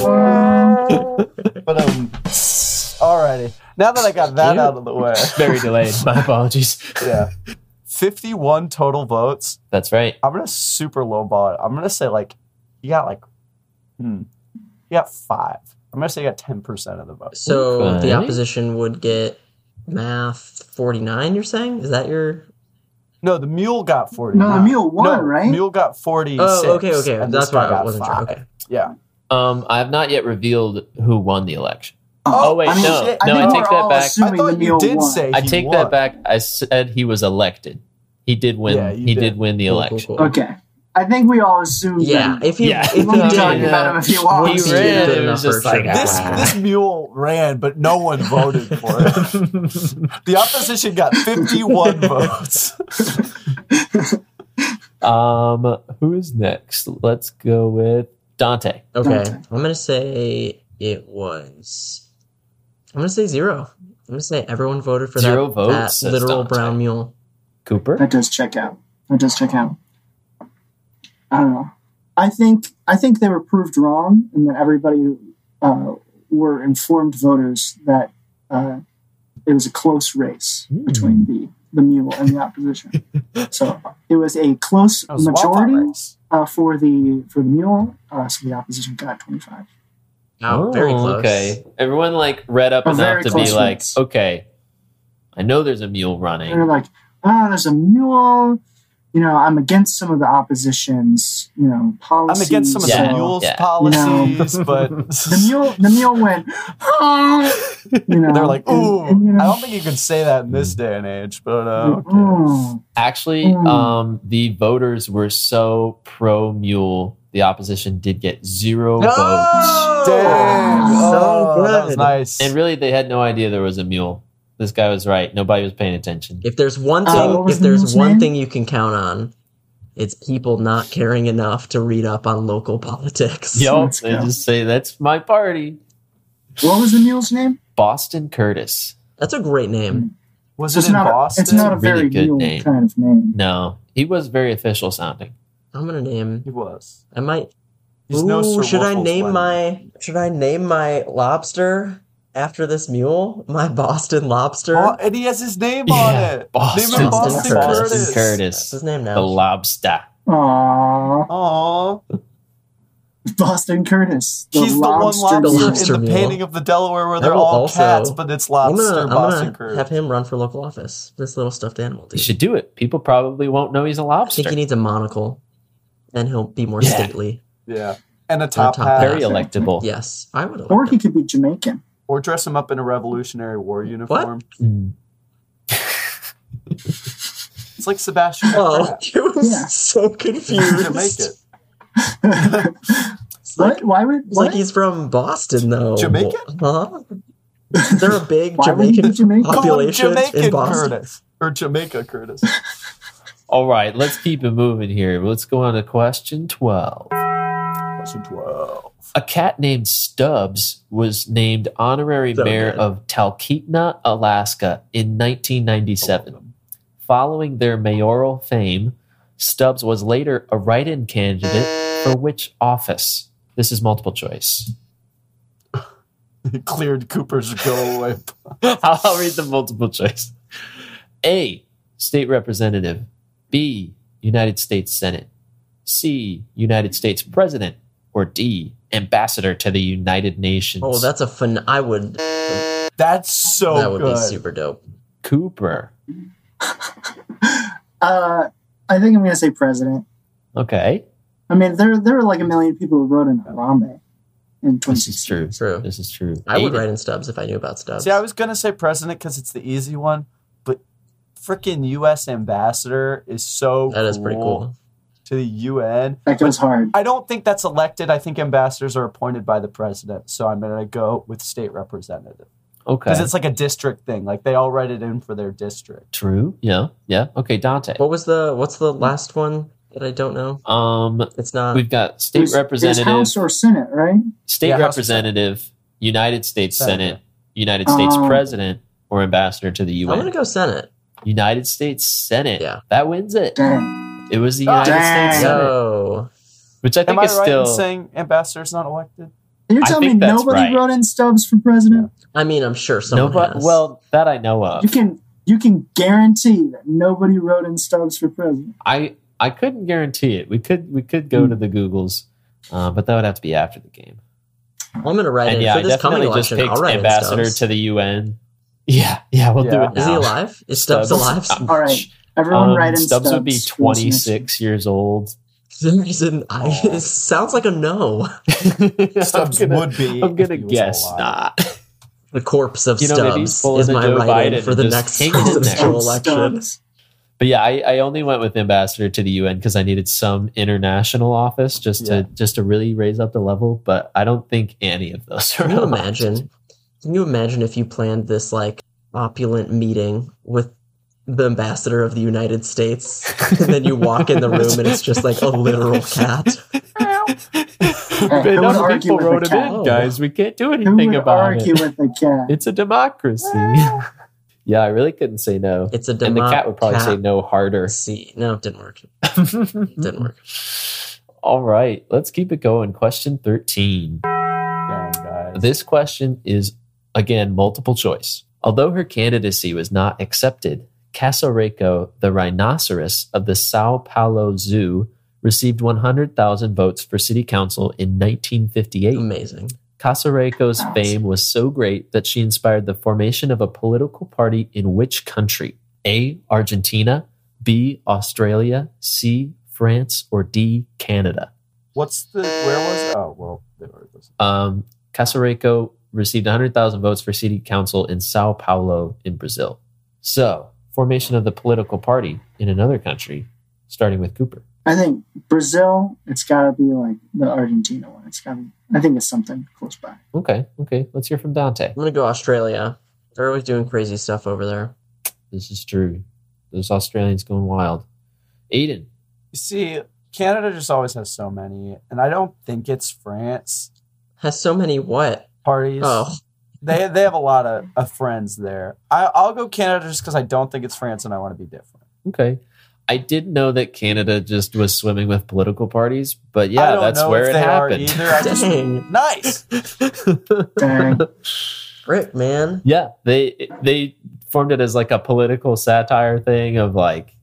Speaker 2: But um, alrighty. Now that I got that out of the way,
Speaker 1: Very delayed. My apologies.
Speaker 2: yeah, fifty-one total votes.
Speaker 1: That's right.
Speaker 2: I'm gonna super lowball it. I'm gonna say like you got like, hmm, you got five. I'm gonna say you got ten percent of the votes.
Speaker 4: So
Speaker 1: Okay.
Speaker 4: the opposition would get math 49, you're saying? Is that your.
Speaker 2: No, the mule got forty.
Speaker 3: No, the mule won, right?
Speaker 2: Mule got forty.
Speaker 4: Oh, okay, okay. That's why I wasn't sure. Okay.
Speaker 2: Yeah.
Speaker 1: Um, I have not yet revealed who won the election. Oh, wait,
Speaker 2: I mean,
Speaker 1: no,
Speaker 2: shit,
Speaker 1: no, I
Speaker 3: think
Speaker 1: take
Speaker 3: we're
Speaker 1: that
Speaker 3: all
Speaker 1: back.
Speaker 2: I
Speaker 3: assuming the
Speaker 2: thought you
Speaker 3: mule
Speaker 2: did
Speaker 3: won.
Speaker 2: say
Speaker 1: I
Speaker 2: he
Speaker 1: take
Speaker 2: won.
Speaker 1: that back. I said he was elected. He did win.
Speaker 2: Yeah, you
Speaker 1: he did.
Speaker 2: did.
Speaker 1: win the
Speaker 4: Cool, cool,
Speaker 1: election.
Speaker 4: cool.
Speaker 3: Okay. I think we all assume
Speaker 4: Yeah. If you.
Speaker 1: Yeah.
Speaker 4: If you
Speaker 3: Let me
Speaker 4: did,
Speaker 3: tell you about him if you want.
Speaker 4: once
Speaker 1: He
Speaker 4: you did
Speaker 1: ran,
Speaker 4: good
Speaker 1: it
Speaker 4: enough
Speaker 1: was just
Speaker 4: for sure.
Speaker 1: like,
Speaker 2: This this mule ran, but no one voted for it. the opposition got fifty-one votes.
Speaker 1: Um, who's next? Let's go with Dante.
Speaker 4: Okay.
Speaker 3: Dante.
Speaker 4: I'm going to say it was. I'm going to say zero. I'm going to say everyone voted for
Speaker 1: Zero
Speaker 4: that,
Speaker 1: votes,
Speaker 4: that
Speaker 1: says
Speaker 4: literal
Speaker 1: Dante.
Speaker 4: brown mule.
Speaker 1: Cooper.
Speaker 3: That does check out. That does check out. I don't know. I think I think they were proved wrong, and that everybody uh, were informed voters that uh, it was a close race
Speaker 2: Hmm.
Speaker 3: between the the mule and the opposition. so it was a close
Speaker 2: That was a wild
Speaker 3: majority
Speaker 2: race.
Speaker 3: uh, for the for the mule. Uh, so the opposition got twenty five.
Speaker 4: Oh, very close.
Speaker 1: Okay. Everyone like read up
Speaker 3: A
Speaker 1: enough
Speaker 3: very
Speaker 1: to be
Speaker 3: close
Speaker 1: like,
Speaker 3: race.
Speaker 1: okay, I know there's a mule
Speaker 3: And they're
Speaker 1: running.
Speaker 3: like, oh, there's a mule. You know, I'm against some of the opposition's you know
Speaker 2: I'm
Speaker 3: policies.
Speaker 2: against some of
Speaker 1: Yeah.
Speaker 2: the
Speaker 3: so-
Speaker 2: mule's
Speaker 1: Yeah.
Speaker 2: policies, but
Speaker 3: the mule the mule went "Ah," you know
Speaker 2: they're like,
Speaker 3: and-
Speaker 2: ooh,
Speaker 3: and, you know,
Speaker 2: I don't think you could say that in this day and age. But uh, okay.
Speaker 3: "Mm,
Speaker 1: Actually,
Speaker 3: Mm.
Speaker 1: um, the voters were so pro mule, the opposition did get zero votes,
Speaker 2: Dang.
Speaker 4: So
Speaker 2: Oh, that was
Speaker 4: good.
Speaker 2: nice.
Speaker 1: and really they had no idea there was a mule. This guy was right. Nobody was paying attention.
Speaker 4: If there's one
Speaker 3: Uh,
Speaker 4: thing,
Speaker 3: what was
Speaker 4: if
Speaker 3: the
Speaker 4: there's
Speaker 3: mule's
Speaker 4: one
Speaker 3: name?
Speaker 4: thing you can count on, it's people not caring enough to read up on local politics.
Speaker 1: Yo,
Speaker 3: Let's
Speaker 1: they
Speaker 3: go.
Speaker 1: just say that's my party.
Speaker 3: what was the mule's name
Speaker 1: Boston Curtis.
Speaker 4: That's a great name.
Speaker 2: was
Speaker 3: it's
Speaker 2: it in
Speaker 3: not
Speaker 2: Boston?
Speaker 3: A, it's not a
Speaker 1: It's a
Speaker 3: very
Speaker 1: really good
Speaker 3: mule
Speaker 1: name.
Speaker 3: kind of name
Speaker 1: No, he was very official sounding.
Speaker 4: I'm gonna
Speaker 2: he
Speaker 4: name.
Speaker 2: was.
Speaker 4: I might.
Speaker 2: He's
Speaker 4: Ooh,
Speaker 2: no Sir
Speaker 4: should I
Speaker 2: Wilfrid's
Speaker 4: name
Speaker 2: Leonard.
Speaker 4: my? Should I name my lobster after this mule? My Boston lobster.
Speaker 2: Oh, and he has his name on it.
Speaker 1: Boston,
Speaker 2: Name it
Speaker 4: Boston
Speaker 2: Boston
Speaker 4: Curtis.
Speaker 2: Curtis.
Speaker 1: Boston
Speaker 4: That's
Speaker 1: Curtis.
Speaker 4: his name
Speaker 1: The
Speaker 4: now.
Speaker 1: lobster.
Speaker 3: Aww.
Speaker 2: Aw.
Speaker 3: Boston Curtis the
Speaker 2: He's the one
Speaker 3: lobster
Speaker 2: lobster,
Speaker 4: The
Speaker 3: mule.
Speaker 4: lobster
Speaker 2: in the
Speaker 4: mule.
Speaker 2: painting of the Delaware where
Speaker 4: That
Speaker 2: they're
Speaker 4: will
Speaker 2: all
Speaker 4: also-
Speaker 2: cats, but it's
Speaker 4: I'm
Speaker 2: lobster
Speaker 4: gonna, I'm
Speaker 2: Boston
Speaker 4: gonna have
Speaker 2: Curtis.
Speaker 4: him run for local office. This little stuffed animal
Speaker 1: You
Speaker 4: dude.
Speaker 1: should do it. People probably won't know he's a
Speaker 4: I
Speaker 1: lobster.
Speaker 4: think he needs a monocle, and he'll be more
Speaker 1: Yeah.
Speaker 4: stately.
Speaker 2: Yeah. And a top,
Speaker 4: top
Speaker 2: hat.
Speaker 1: Very
Speaker 4: Yeah.
Speaker 1: electable.
Speaker 4: Yes, I would.
Speaker 3: or he could be Jamaican
Speaker 2: Or dress him up in a Revolutionary War uniform.
Speaker 1: Mm.
Speaker 2: It's like Sebastian.
Speaker 4: Oh,
Speaker 2: Crap.
Speaker 4: you was
Speaker 3: Yeah.
Speaker 4: so
Speaker 2: He's
Speaker 4: confused.
Speaker 2: to make it.
Speaker 4: It's like,
Speaker 3: what why would
Speaker 4: it's
Speaker 3: what?
Speaker 4: like he's from Boston, though.
Speaker 2: Jamaican?
Speaker 4: Huh? Is there a big
Speaker 3: why would he be
Speaker 4: Jamaican
Speaker 3: Jamaican
Speaker 4: Huh?
Speaker 2: Call him
Speaker 4: Population in
Speaker 2: Jamaican
Speaker 4: Boston.
Speaker 2: Curtis. Or Jamaica Curtis.
Speaker 1: All right, let's keep it moving here. Let's go on to question 12.
Speaker 2: Question 12.
Speaker 1: A cat named Stubbs was named honorary
Speaker 4: So
Speaker 1: mayor
Speaker 4: good.
Speaker 1: of Talkeetna, Alaska in
Speaker 4: Oh,
Speaker 1: 1997. Following their mayoral fame, Stubbs was later a write in candidate for which office? This is multiple choice.
Speaker 2: He cleared Cooper's go away.
Speaker 1: I'll I'll read the multiple choice. A. State representative. B. United States Senate. C. United States President. Or D. Ambassador to the United Nations.
Speaker 4: Oh, that's a fun. I would.
Speaker 2: That's
Speaker 1: Oh,
Speaker 2: so
Speaker 4: that would
Speaker 2: good.
Speaker 4: be super dope.
Speaker 1: Cooper.
Speaker 3: uh I think I'm gonna say president
Speaker 1: Okay,
Speaker 3: I mean there there were like a million people who voted in Harambe in
Speaker 1: this is
Speaker 3: 2016
Speaker 1: true.
Speaker 4: True.
Speaker 1: This is true.
Speaker 4: I would
Speaker 1: Aiden.
Speaker 4: write in Stubbs if I knew about Stubbs.
Speaker 2: See, I was gonna say president because it's the easy one, but freaking U.S. ambassador is so
Speaker 4: That is pretty cool.
Speaker 2: to the UN.
Speaker 3: That goes hard.
Speaker 2: I don't think that's elected. I think ambassadors are appointed by the president. So I'm gonna go with state representative
Speaker 1: Okay.
Speaker 2: because it's like a district thing. Like they all write it in for their district.
Speaker 1: true. Yeah. Yeah. Okay, Dante.
Speaker 4: What was the what's the last one that I don't know?
Speaker 1: Um,
Speaker 4: It's not
Speaker 1: we've got state
Speaker 3: There's- there's
Speaker 1: representative,
Speaker 3: House or Senate, right?
Speaker 1: state
Speaker 2: Yeah, House or
Speaker 1: representative, United States
Speaker 2: Senate.
Speaker 1: Senate, United States
Speaker 3: Um,
Speaker 1: President, or ambassador to the
Speaker 4: I'm
Speaker 1: UN.
Speaker 4: gonna go Senate.
Speaker 1: United States Senate.
Speaker 4: Yeah.
Speaker 1: That wins it.
Speaker 3: Dang.
Speaker 1: It was the
Speaker 2: Oh,
Speaker 1: United
Speaker 3: dang.
Speaker 1: States Senate,
Speaker 4: Yo.
Speaker 1: which I think
Speaker 2: Am I right
Speaker 1: is
Speaker 2: in
Speaker 1: still.
Speaker 2: saying ambassador's not elected?
Speaker 3: You're
Speaker 1: I
Speaker 3: telling me
Speaker 1: think that's
Speaker 3: nobody
Speaker 1: right.
Speaker 3: wrote in Stubbs for president?
Speaker 4: I mean I'm sure someone
Speaker 1: Nobody,
Speaker 4: has.
Speaker 1: well, that I know of.
Speaker 3: You can you can guarantee that nobody wrote in Stubbs for president.
Speaker 1: I I couldn't guarantee it. We could we could
Speaker 3: Hmm.
Speaker 1: go to the Googles, uh, but that would have to be after the game.
Speaker 4: I'm gonna write
Speaker 1: And
Speaker 4: it
Speaker 1: yeah,
Speaker 4: for
Speaker 1: I
Speaker 4: this coming
Speaker 1: definitely just
Speaker 4: election.
Speaker 1: picked
Speaker 4: I'll write
Speaker 1: ambassador
Speaker 4: in
Speaker 1: to
Speaker 4: Stubbs.
Speaker 1: the UN. Yeah, yeah, we'll do
Speaker 2: Yeah.
Speaker 1: it now.
Speaker 4: Is he alive? Is Stubbs, alive?
Speaker 1: Uh,
Speaker 3: All right, everyone,
Speaker 1: Um,
Speaker 3: write in Stubbs.
Speaker 1: Stubbs would be
Speaker 3: for his
Speaker 1: 26 years old.
Speaker 4: the reason I it sounds like a no.
Speaker 2: Stubbs
Speaker 1: I'm gonna,
Speaker 2: would be.
Speaker 1: I'm
Speaker 2: if
Speaker 1: gonna
Speaker 2: he was
Speaker 1: guess
Speaker 2: alive.
Speaker 1: not.
Speaker 4: The corpse of
Speaker 1: You know, maybe he's
Speaker 4: Stubbs
Speaker 1: pulling
Speaker 4: is
Speaker 1: a
Speaker 4: my
Speaker 1: Joe
Speaker 4: writing
Speaker 1: Biden
Speaker 4: for
Speaker 1: and
Speaker 4: the
Speaker 1: just
Speaker 4: next
Speaker 1: hanging in there.
Speaker 4: presidential
Speaker 3: next
Speaker 4: election.
Speaker 3: Stubbs.
Speaker 1: But yeah, I, I only went with ambassador to the UN because I needed some international office just
Speaker 2: Yeah.
Speaker 1: to just to really raise up the level. But I don't think any of those are.
Speaker 4: Can you
Speaker 1: alive.
Speaker 4: imagine? Can you imagine if you planned this like opulent meeting with the ambassador of the United States, and then you walk in the room and it's just like a literal cat?
Speaker 3: who would
Speaker 1: Enough
Speaker 3: argue
Speaker 1: people
Speaker 3: with
Speaker 1: wrote
Speaker 3: the
Speaker 1: it in,
Speaker 4: cow?
Speaker 1: guys. We can't do
Speaker 3: Who
Speaker 1: anything
Speaker 3: would
Speaker 1: about
Speaker 3: argue
Speaker 1: it.
Speaker 3: with Ah. the cat?
Speaker 1: It's a democracy. yeah, I really couldn't say no.
Speaker 4: It's a democ-
Speaker 1: And the cat would probably say no harder.
Speaker 4: See, no, it didn't work. It didn't work.
Speaker 1: All right, let's keep it going. Question 13.
Speaker 2: Dang, guys.
Speaker 1: This question is, again, multiple choice. Although her candidacy was not accepted, Casareco, the rhinoceros of the Sao Paulo Zoo, received 100,000 votes for city council in 1958.
Speaker 4: Amazing.
Speaker 1: Casareco's
Speaker 3: Awesome.
Speaker 1: fame was so great that she inspired the formation of a political party in which country? A. Argentina, B. Australia, C. France, or D. Canada.
Speaker 2: What's the? Where was? Oh well, they were listening.
Speaker 1: Um, Casareco received 100,000 votes for city council in Sao Paulo in Brazil. So, formation of the political party in another country, starting with Cooper.
Speaker 3: I think Brazil. It's got to be like the Argentina one. It's got. to I think it's something close by.
Speaker 1: Okay, okay. Let's hear from Dante.
Speaker 4: I'm gonna go Australia. They're always doing crazy stuff over there.
Speaker 1: This is true. Those Australians going wild. Aiden.
Speaker 2: You see, Canada just always has so many, and I don't think it's France
Speaker 4: Has so many what?
Speaker 2: parties.
Speaker 4: Oh,
Speaker 2: They they have a lot of, of friends there. I, I'll go Canada just because I don't think it's France, and I want to be different.
Speaker 1: Okay. I didn't know that Canada just was swimming with political parties, but yeah,
Speaker 2: I don't
Speaker 1: that's
Speaker 2: know
Speaker 1: where
Speaker 2: if
Speaker 1: it
Speaker 2: they
Speaker 1: happened.
Speaker 2: Are either. I just,
Speaker 4: dang,
Speaker 2: nice.
Speaker 3: Dang.
Speaker 4: Rick, man.
Speaker 1: yeah, they they formed it as like a political satire thing of like,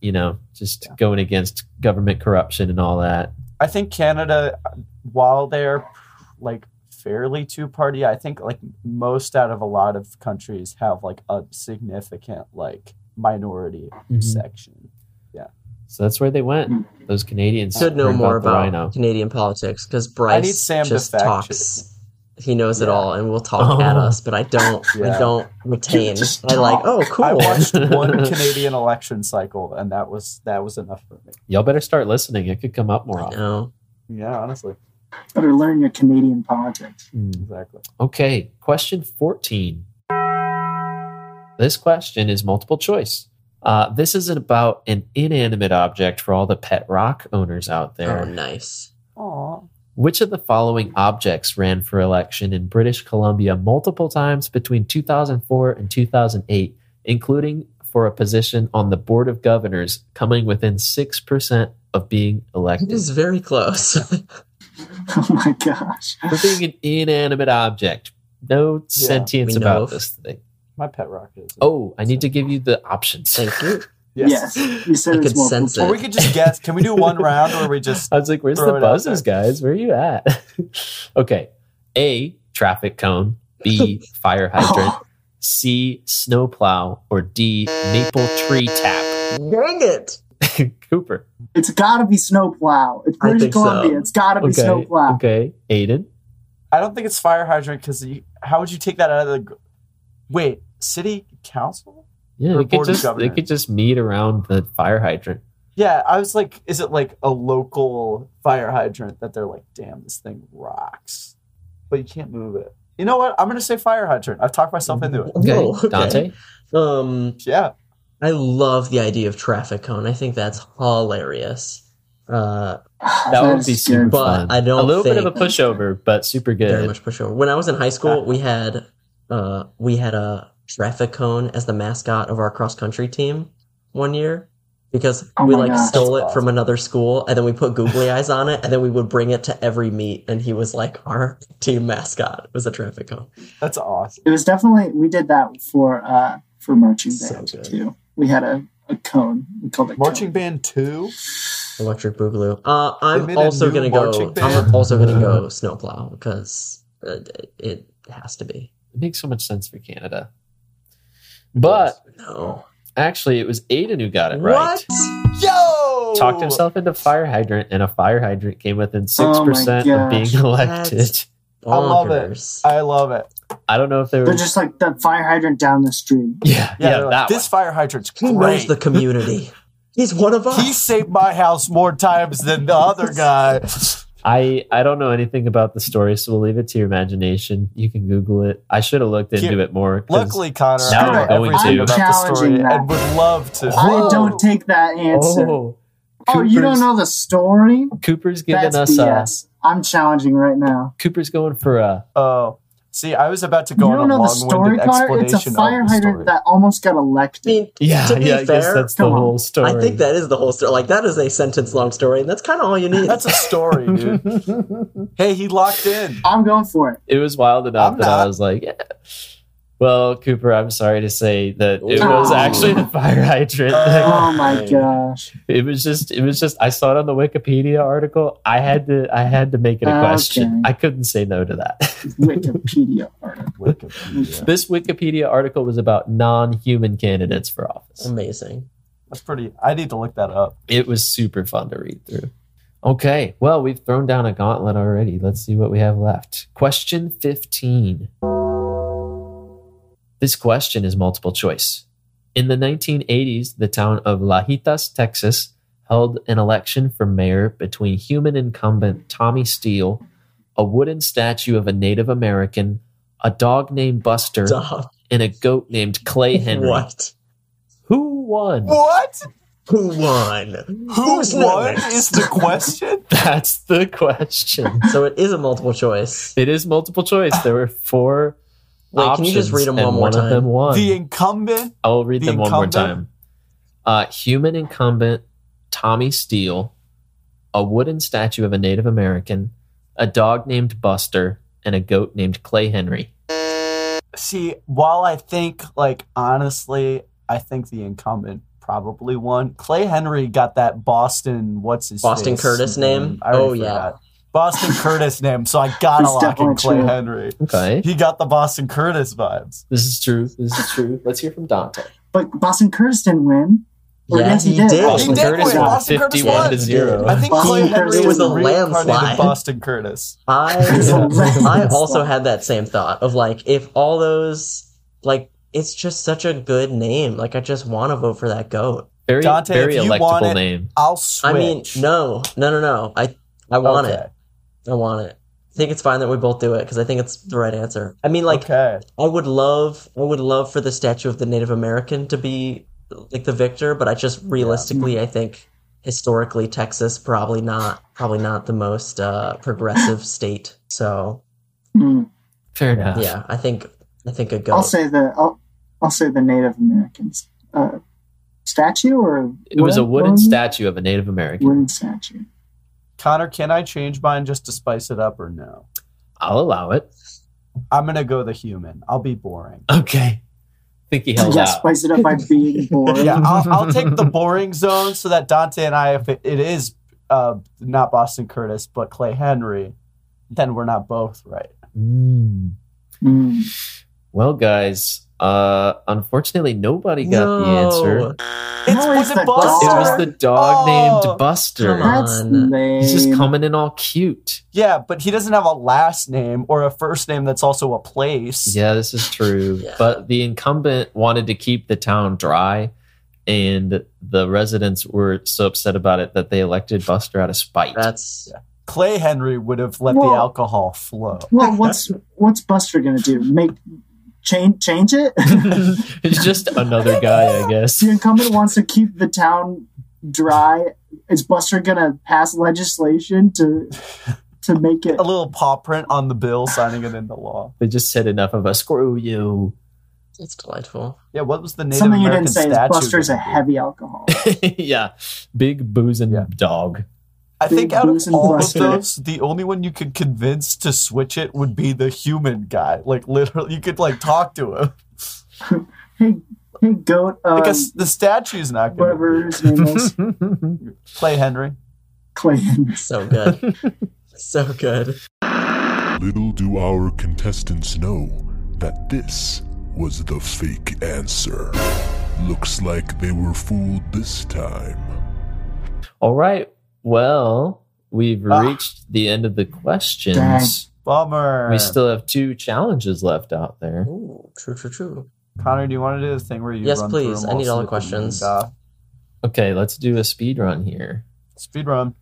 Speaker 1: you know, just
Speaker 2: Yeah.
Speaker 1: going against government corruption and all that.
Speaker 2: I think Canada, while they're like fairly two party, I think like most out of a lot of countries have like a significant like minority
Speaker 1: Mm-hmm.
Speaker 2: section.
Speaker 1: So that's where they went. Those Canadians
Speaker 4: Hmm. Should know
Speaker 1: heard
Speaker 4: more
Speaker 1: the
Speaker 4: about,
Speaker 1: rhino.
Speaker 4: Canadian politics because Bryce
Speaker 2: need Sam to
Speaker 4: just
Speaker 2: fact check.
Speaker 4: talks. He knows it
Speaker 2: Yeah.
Speaker 4: all, and will talk
Speaker 1: Oh.
Speaker 4: at us. But I don't. I
Speaker 2: Yeah.
Speaker 4: don't retain.
Speaker 3: Just
Speaker 4: I like. Oh, cool.
Speaker 2: I watched one Canadian election cycle, and that was that was enough for me.
Speaker 1: Y'all better start listening. It could come up more often.
Speaker 4: No.
Speaker 2: Yeah, honestly,
Speaker 3: Better learn your Canadian politics.
Speaker 1: Mm.
Speaker 2: exactly.
Speaker 1: Okay, question 14. This question is multiple choice. Uh, this is about an inanimate object for all the pet rock owners out
Speaker 4: Oh,
Speaker 1: there.
Speaker 4: nice.
Speaker 2: Aw.
Speaker 1: Which of the following objects ran for election in British Columbia multiple times between 2004 and 2008, including for a position on the Board of Governors, coming within 6% of being
Speaker 4: It
Speaker 1: elected?
Speaker 4: is very close.
Speaker 3: Oh my gosh.
Speaker 1: for being an inanimate object. No
Speaker 2: Yeah,
Speaker 1: sentience
Speaker 4: we know
Speaker 1: about
Speaker 4: of.
Speaker 1: this thing.
Speaker 2: My pet rock is.
Speaker 1: Oh, I need to give you the options.
Speaker 4: Thank you.
Speaker 3: Yes. You said
Speaker 4: I
Speaker 3: it's
Speaker 4: could
Speaker 3: more
Speaker 4: sense
Speaker 2: Or we
Speaker 4: it.
Speaker 2: could just guess. Can we do one round, or we just?
Speaker 1: I was like, where's
Speaker 2: Throw
Speaker 1: the
Speaker 2: it out
Speaker 1: buzzes, guys? Where are you at? okay. A, traffic cone. B, fire hydrant.
Speaker 2: Oh.
Speaker 1: C, snowplow. Or D, maple tree tap.
Speaker 4: Dang it.
Speaker 1: Cooper.
Speaker 3: It's got to be snowplow. It's
Speaker 4: I
Speaker 3: British
Speaker 4: think so.
Speaker 3: Columbia. It's got to be
Speaker 1: Okay.
Speaker 3: snowplow.
Speaker 1: Okay. Aiden.
Speaker 2: I don't think it's fire hydrant because how would you take that out of the? Wait, city council?
Speaker 1: Yeah, they could
Speaker 2: Reported
Speaker 1: just they
Speaker 2: governor.
Speaker 1: could just meet around the fire hydrant.
Speaker 2: Yeah, I was like, is it like a local fire hydrant that they're like, damn, this thing rocks, but you can't move it. You know what? I'm gonna say fire hydrant. I've talked myself into it.
Speaker 1: Okay,
Speaker 4: Whoa, okay.
Speaker 1: Dante.
Speaker 4: Um,
Speaker 2: Yeah,
Speaker 4: I love the idea of traffic cone. I think that's hilarious. Uh,
Speaker 1: That would be
Speaker 3: Ah, is
Speaker 1: super
Speaker 3: good.
Speaker 1: fun.
Speaker 4: But I don't
Speaker 1: a little bit of a
Speaker 4: think-
Speaker 1: pushover, but super
Speaker 4: very
Speaker 1: good.
Speaker 4: much pushover. When I was in high school, we had uh, we had a traffic cone as the mascot of our cross country team one year because
Speaker 3: Oh
Speaker 4: we
Speaker 3: my
Speaker 4: like
Speaker 3: gosh.
Speaker 4: stole it
Speaker 2: That's
Speaker 4: from another school and then we put googly eyes on it and then we would bring it to every meet and he was like our team mascot was a traffic cone.
Speaker 2: that's awesome.
Speaker 3: It was definitely we did that for uh for marching
Speaker 4: So
Speaker 3: band
Speaker 4: good.
Speaker 3: too. We had a, a cone. We called it
Speaker 2: Marching
Speaker 3: marching.
Speaker 2: band two.
Speaker 4: Electric Boogaloo. Uh, I'm
Speaker 2: made a
Speaker 4: also
Speaker 2: new
Speaker 4: gonna
Speaker 2: marching
Speaker 4: go.
Speaker 2: band.
Speaker 4: I'm also gonna go Snowplow because uh, it has to be.
Speaker 1: It makes so much sense for Canada. But
Speaker 4: No.
Speaker 1: actually, it was Aiden who got it right.
Speaker 2: Yo,
Speaker 1: Talked himself into fire hydrant, and a fire hydrant came within six
Speaker 3: Oh my
Speaker 1: percent of being
Speaker 3: gosh.
Speaker 1: elected.
Speaker 4: That's-
Speaker 2: I love it.
Speaker 4: Bonkers.
Speaker 2: I love it.
Speaker 1: I don't know if they were.
Speaker 3: They're just like the fire hydrant down the street.
Speaker 1: yeah,
Speaker 2: Yeah,
Speaker 1: yeah,
Speaker 2: they're like,
Speaker 1: that
Speaker 2: this fire hydrant's
Speaker 4: He
Speaker 2: great.
Speaker 4: knows the community. He's one of us.
Speaker 2: he saved my house more times than the other guy.
Speaker 1: one. I I don't know anything about the story, so we'll leave it to your imagination. You can Google it. I should have looked into
Speaker 2: Here-
Speaker 1: it more. 'cause-
Speaker 2: Luckily, Connor,
Speaker 1: Now
Speaker 2: I
Speaker 1: we're
Speaker 2: know
Speaker 1: going
Speaker 2: everything
Speaker 1: to.
Speaker 2: about the story
Speaker 3: Challenging that.
Speaker 2: and would love to.
Speaker 3: I don't take that answer. Oh,
Speaker 1: oh,
Speaker 3: you don't
Speaker 1: Cooper's-
Speaker 3: know the story?
Speaker 1: Cooper's giving
Speaker 3: That's
Speaker 1: us a.
Speaker 3: BS. I'm challenging right now.
Speaker 1: Cooper's going for a.
Speaker 2: Oh, see, I was about to
Speaker 3: You
Speaker 2: go
Speaker 3: don't
Speaker 2: on a
Speaker 3: know the
Speaker 2: long-winded
Speaker 3: story, Connor. It's
Speaker 2: explanation
Speaker 3: a fire
Speaker 2: of the story.
Speaker 3: hydrant that almost got
Speaker 4: I
Speaker 3: elected.
Speaker 4: mean,
Speaker 1: Yeah,
Speaker 4: To be
Speaker 1: yeah. I guess
Speaker 4: fair,
Speaker 1: that's the
Speaker 3: come on.
Speaker 1: whole story.
Speaker 4: I think that is the whole story. Like that is a sentence long story, and that's kind of all you need.
Speaker 2: That's a story, dude. hey, he locked in.
Speaker 3: I'm going for it.
Speaker 1: it was wild enough
Speaker 2: I'm
Speaker 1: that I
Speaker 2: not.
Speaker 1: was like, yeah. Well, Cooper, I'm sorry to say that it
Speaker 4: Ooh.
Speaker 1: was actually the fire hydrant.
Speaker 2: Oh.
Speaker 3: Oh my
Speaker 2: Hey.
Speaker 3: gosh.
Speaker 1: it was just, it was just. I saw it on the Wikipedia article. I had to, I had to make it a
Speaker 3: Okay.
Speaker 1: question. I couldn't say no to that.
Speaker 3: Wikipedia article.
Speaker 2: Wikipedia.
Speaker 1: this Wikipedia article was about non-human candidates for office.
Speaker 4: Amazing.
Speaker 2: That's pretty. I need to look that up.
Speaker 1: It was super fun to read through. Okay, well, we've thrown down a gauntlet already. Let's see what we have left. Question 15. This question is multiple choice. In the 1980s, the town of Lajitas, Texas, held an election for mayor between human incumbent Tommy Steele, a wooden statue of a Native American, a dog named Buster,
Speaker 4: Stop.
Speaker 1: and a goat named Clay Henry.
Speaker 4: What?
Speaker 1: Who won?
Speaker 2: What?
Speaker 4: Who won?
Speaker 2: Who
Speaker 4: Who's
Speaker 2: won
Speaker 4: next?
Speaker 2: is the question?
Speaker 1: That's the question.
Speaker 4: So it is a multiple choice.
Speaker 1: It is multiple choice. There were four.
Speaker 4: Wait, can you just
Speaker 1: options,
Speaker 4: read 'em
Speaker 1: and
Speaker 4: one more
Speaker 1: Of them
Speaker 4: time?
Speaker 1: won.
Speaker 2: The incumbent.
Speaker 1: I will read
Speaker 2: the
Speaker 1: them one more time.
Speaker 2: incumbent?
Speaker 1: Uh, human incumbent Tommy Steele, a wooden statue of a Native American, a dog named Buster, and a goat named Clay Henry.
Speaker 2: See, while I think, like, honestly, I think the incumbent probably won. Clay Henry got that Boston, what's his
Speaker 4: Boston
Speaker 2: face
Speaker 4: Curtis name?
Speaker 2: I already
Speaker 4: Oh, yeah.
Speaker 2: forgot. Boston Curtis name. So I gotta
Speaker 3: It's
Speaker 2: lock in
Speaker 3: definitely
Speaker 2: Clay
Speaker 3: true.
Speaker 2: Henry.
Speaker 1: Okay,
Speaker 2: He got the Boston Curtis vibes.
Speaker 1: this is true. This is true. Let's hear from Dante.
Speaker 3: But Boston Curtis didn't win. Or
Speaker 4: Yeah,
Speaker 3: yes, he,
Speaker 4: he
Speaker 3: did.
Speaker 4: did. He
Speaker 2: He
Speaker 1: Boston
Speaker 2: did
Speaker 1: Curtis
Speaker 2: win.
Speaker 1: won
Speaker 2: Boston Oh, Curtis
Speaker 1: fifty-one to
Speaker 2: won.
Speaker 1: zero.
Speaker 2: I think
Speaker 3: Boston
Speaker 2: Clay Henry
Speaker 3: Curtis
Speaker 2: was
Speaker 3: was
Speaker 2: a
Speaker 3: a
Speaker 2: reincarnated
Speaker 4: landslide.
Speaker 2: Boston Curtis.
Speaker 4: I I also had that same thought of like if all those like it's just such a good name. Like I just want to vote for that goat.
Speaker 1: Very,
Speaker 2: Dante,
Speaker 1: very
Speaker 2: if you want
Speaker 1: electable
Speaker 2: it,
Speaker 1: name.
Speaker 2: I'll switch.
Speaker 4: I mean, no, no, no, no. I I want
Speaker 2: Okay.
Speaker 4: it. I want it. I think it's fine that we both do it because I think it's the right answer. I mean, like
Speaker 2: okay.
Speaker 4: I would love, I would love for the statue of the Native American to be like the victor, but I just realistically, I think historically Texas probably not, probably not the most uh, progressive state. So
Speaker 3: Mm,
Speaker 1: Fair enough.
Speaker 4: yeah, I think, I think a
Speaker 3: I'll
Speaker 4: goat.
Speaker 3: say the I'll, I'll say the Native Americans uh, statue or
Speaker 1: It was a wooden
Speaker 3: what?
Speaker 1: statue of a Native American.
Speaker 3: Wooden statue.
Speaker 2: Connor, can I change mine just to spice it up or no?
Speaker 1: I'll allow it.
Speaker 2: I'm gonna go the human. I'll be boring.
Speaker 1: Okay. think he held
Speaker 3: yeah,
Speaker 1: out.
Speaker 3: spice it up by being boring.
Speaker 2: Yeah, I'll, I'll take the boring zone so that Dante and I, if it, it is uh, not Boston Curtis but Clay Henry, then we're not both right.
Speaker 1: Mm.
Speaker 3: Mm.
Speaker 1: Well, guys, Uh, unfortunately, nobody got the
Speaker 4: No.
Speaker 1: answer.
Speaker 2: It's,
Speaker 3: No,
Speaker 2: was
Speaker 3: it's
Speaker 2: it
Speaker 3: the
Speaker 2: Buster?
Speaker 1: It
Speaker 3: dog.
Speaker 1: was the dog
Speaker 2: Oh,
Speaker 1: named Buster.
Speaker 4: come on.
Speaker 3: That's
Speaker 4: on.
Speaker 3: lame.
Speaker 1: He's just coming in all cute.
Speaker 2: Yeah, but he doesn't have a last name or a first name that's also a place.
Speaker 1: Yeah, this is true.
Speaker 4: Yeah.
Speaker 1: But the incumbent wanted to keep the town dry, and the residents were so upset about it that they elected Buster out of spite.
Speaker 4: That's
Speaker 2: Clay Henry would have let
Speaker 3: Whoa.
Speaker 2: the alcohol flow.
Speaker 3: Well, what's what's Buster gonna do? Make change change it?
Speaker 1: it's just another guy, I guess.
Speaker 3: the incumbent wants to keep the town dry. Is Buster gonna pass legislation to to make it?
Speaker 2: A little paw print on the bill signing it into law.
Speaker 1: They just said enough of us. Screw you.
Speaker 4: it's delightful.
Speaker 2: Yeah, what was the Native
Speaker 3: Something you
Speaker 2: American
Speaker 3: didn't say is
Speaker 2: statue?
Speaker 3: Buster's a
Speaker 2: gonna be?
Speaker 3: heavy alcohol.
Speaker 1: yeah, big boozing
Speaker 2: Yeah.
Speaker 1: dog.
Speaker 2: I think
Speaker 3: Big
Speaker 2: out of
Speaker 3: Bruce and
Speaker 2: all of
Speaker 3: Buster.
Speaker 2: those, the only one you could convince to switch it would be the human guy. Like literally, you could like talk to him.
Speaker 3: hey, hey, goat. Um,
Speaker 2: Like a s the statue's not going to
Speaker 3: whatever his name is,
Speaker 2: play Henry.
Speaker 3: Clay.
Speaker 4: So good. so good.
Speaker 7: Little do our contestants know that this was the fake answer. Looks like they were fooled this time.
Speaker 1: All right. Well, we've
Speaker 2: Ah.
Speaker 1: reached the end of the questions.
Speaker 2: Bummer.
Speaker 1: We still have two challenges left out there.
Speaker 4: Ooh, true, true, true.
Speaker 2: Connor, do you want to do the thing where you?
Speaker 4: Yes,
Speaker 2: run through
Speaker 4: please.
Speaker 2: them
Speaker 4: I need all
Speaker 2: so
Speaker 4: the
Speaker 2: we can
Speaker 4: questions.
Speaker 2: read off?
Speaker 1: Okay, let's do a speed run here.
Speaker 2: Speed run.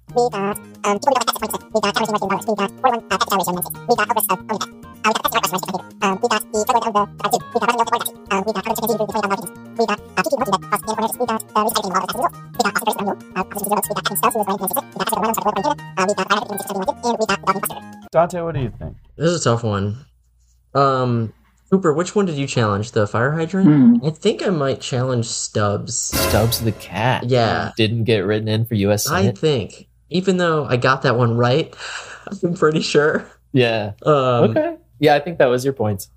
Speaker 2: Dante, what do you think?
Speaker 4: This is a tough one. Um, Cooper, which one did you challenge? The fire hydrant?
Speaker 3: Hmm.
Speaker 4: I think I might challenge Stubbs.
Speaker 1: Stubbs the cat.
Speaker 4: Yeah.
Speaker 1: Didn't get written in for U.S.
Speaker 4: I
Speaker 1: Senate.
Speaker 4: think, even though I got that one right, I'm pretty sure.
Speaker 1: yeah.
Speaker 4: Um,
Speaker 1: okay. Yeah, I think that was your points.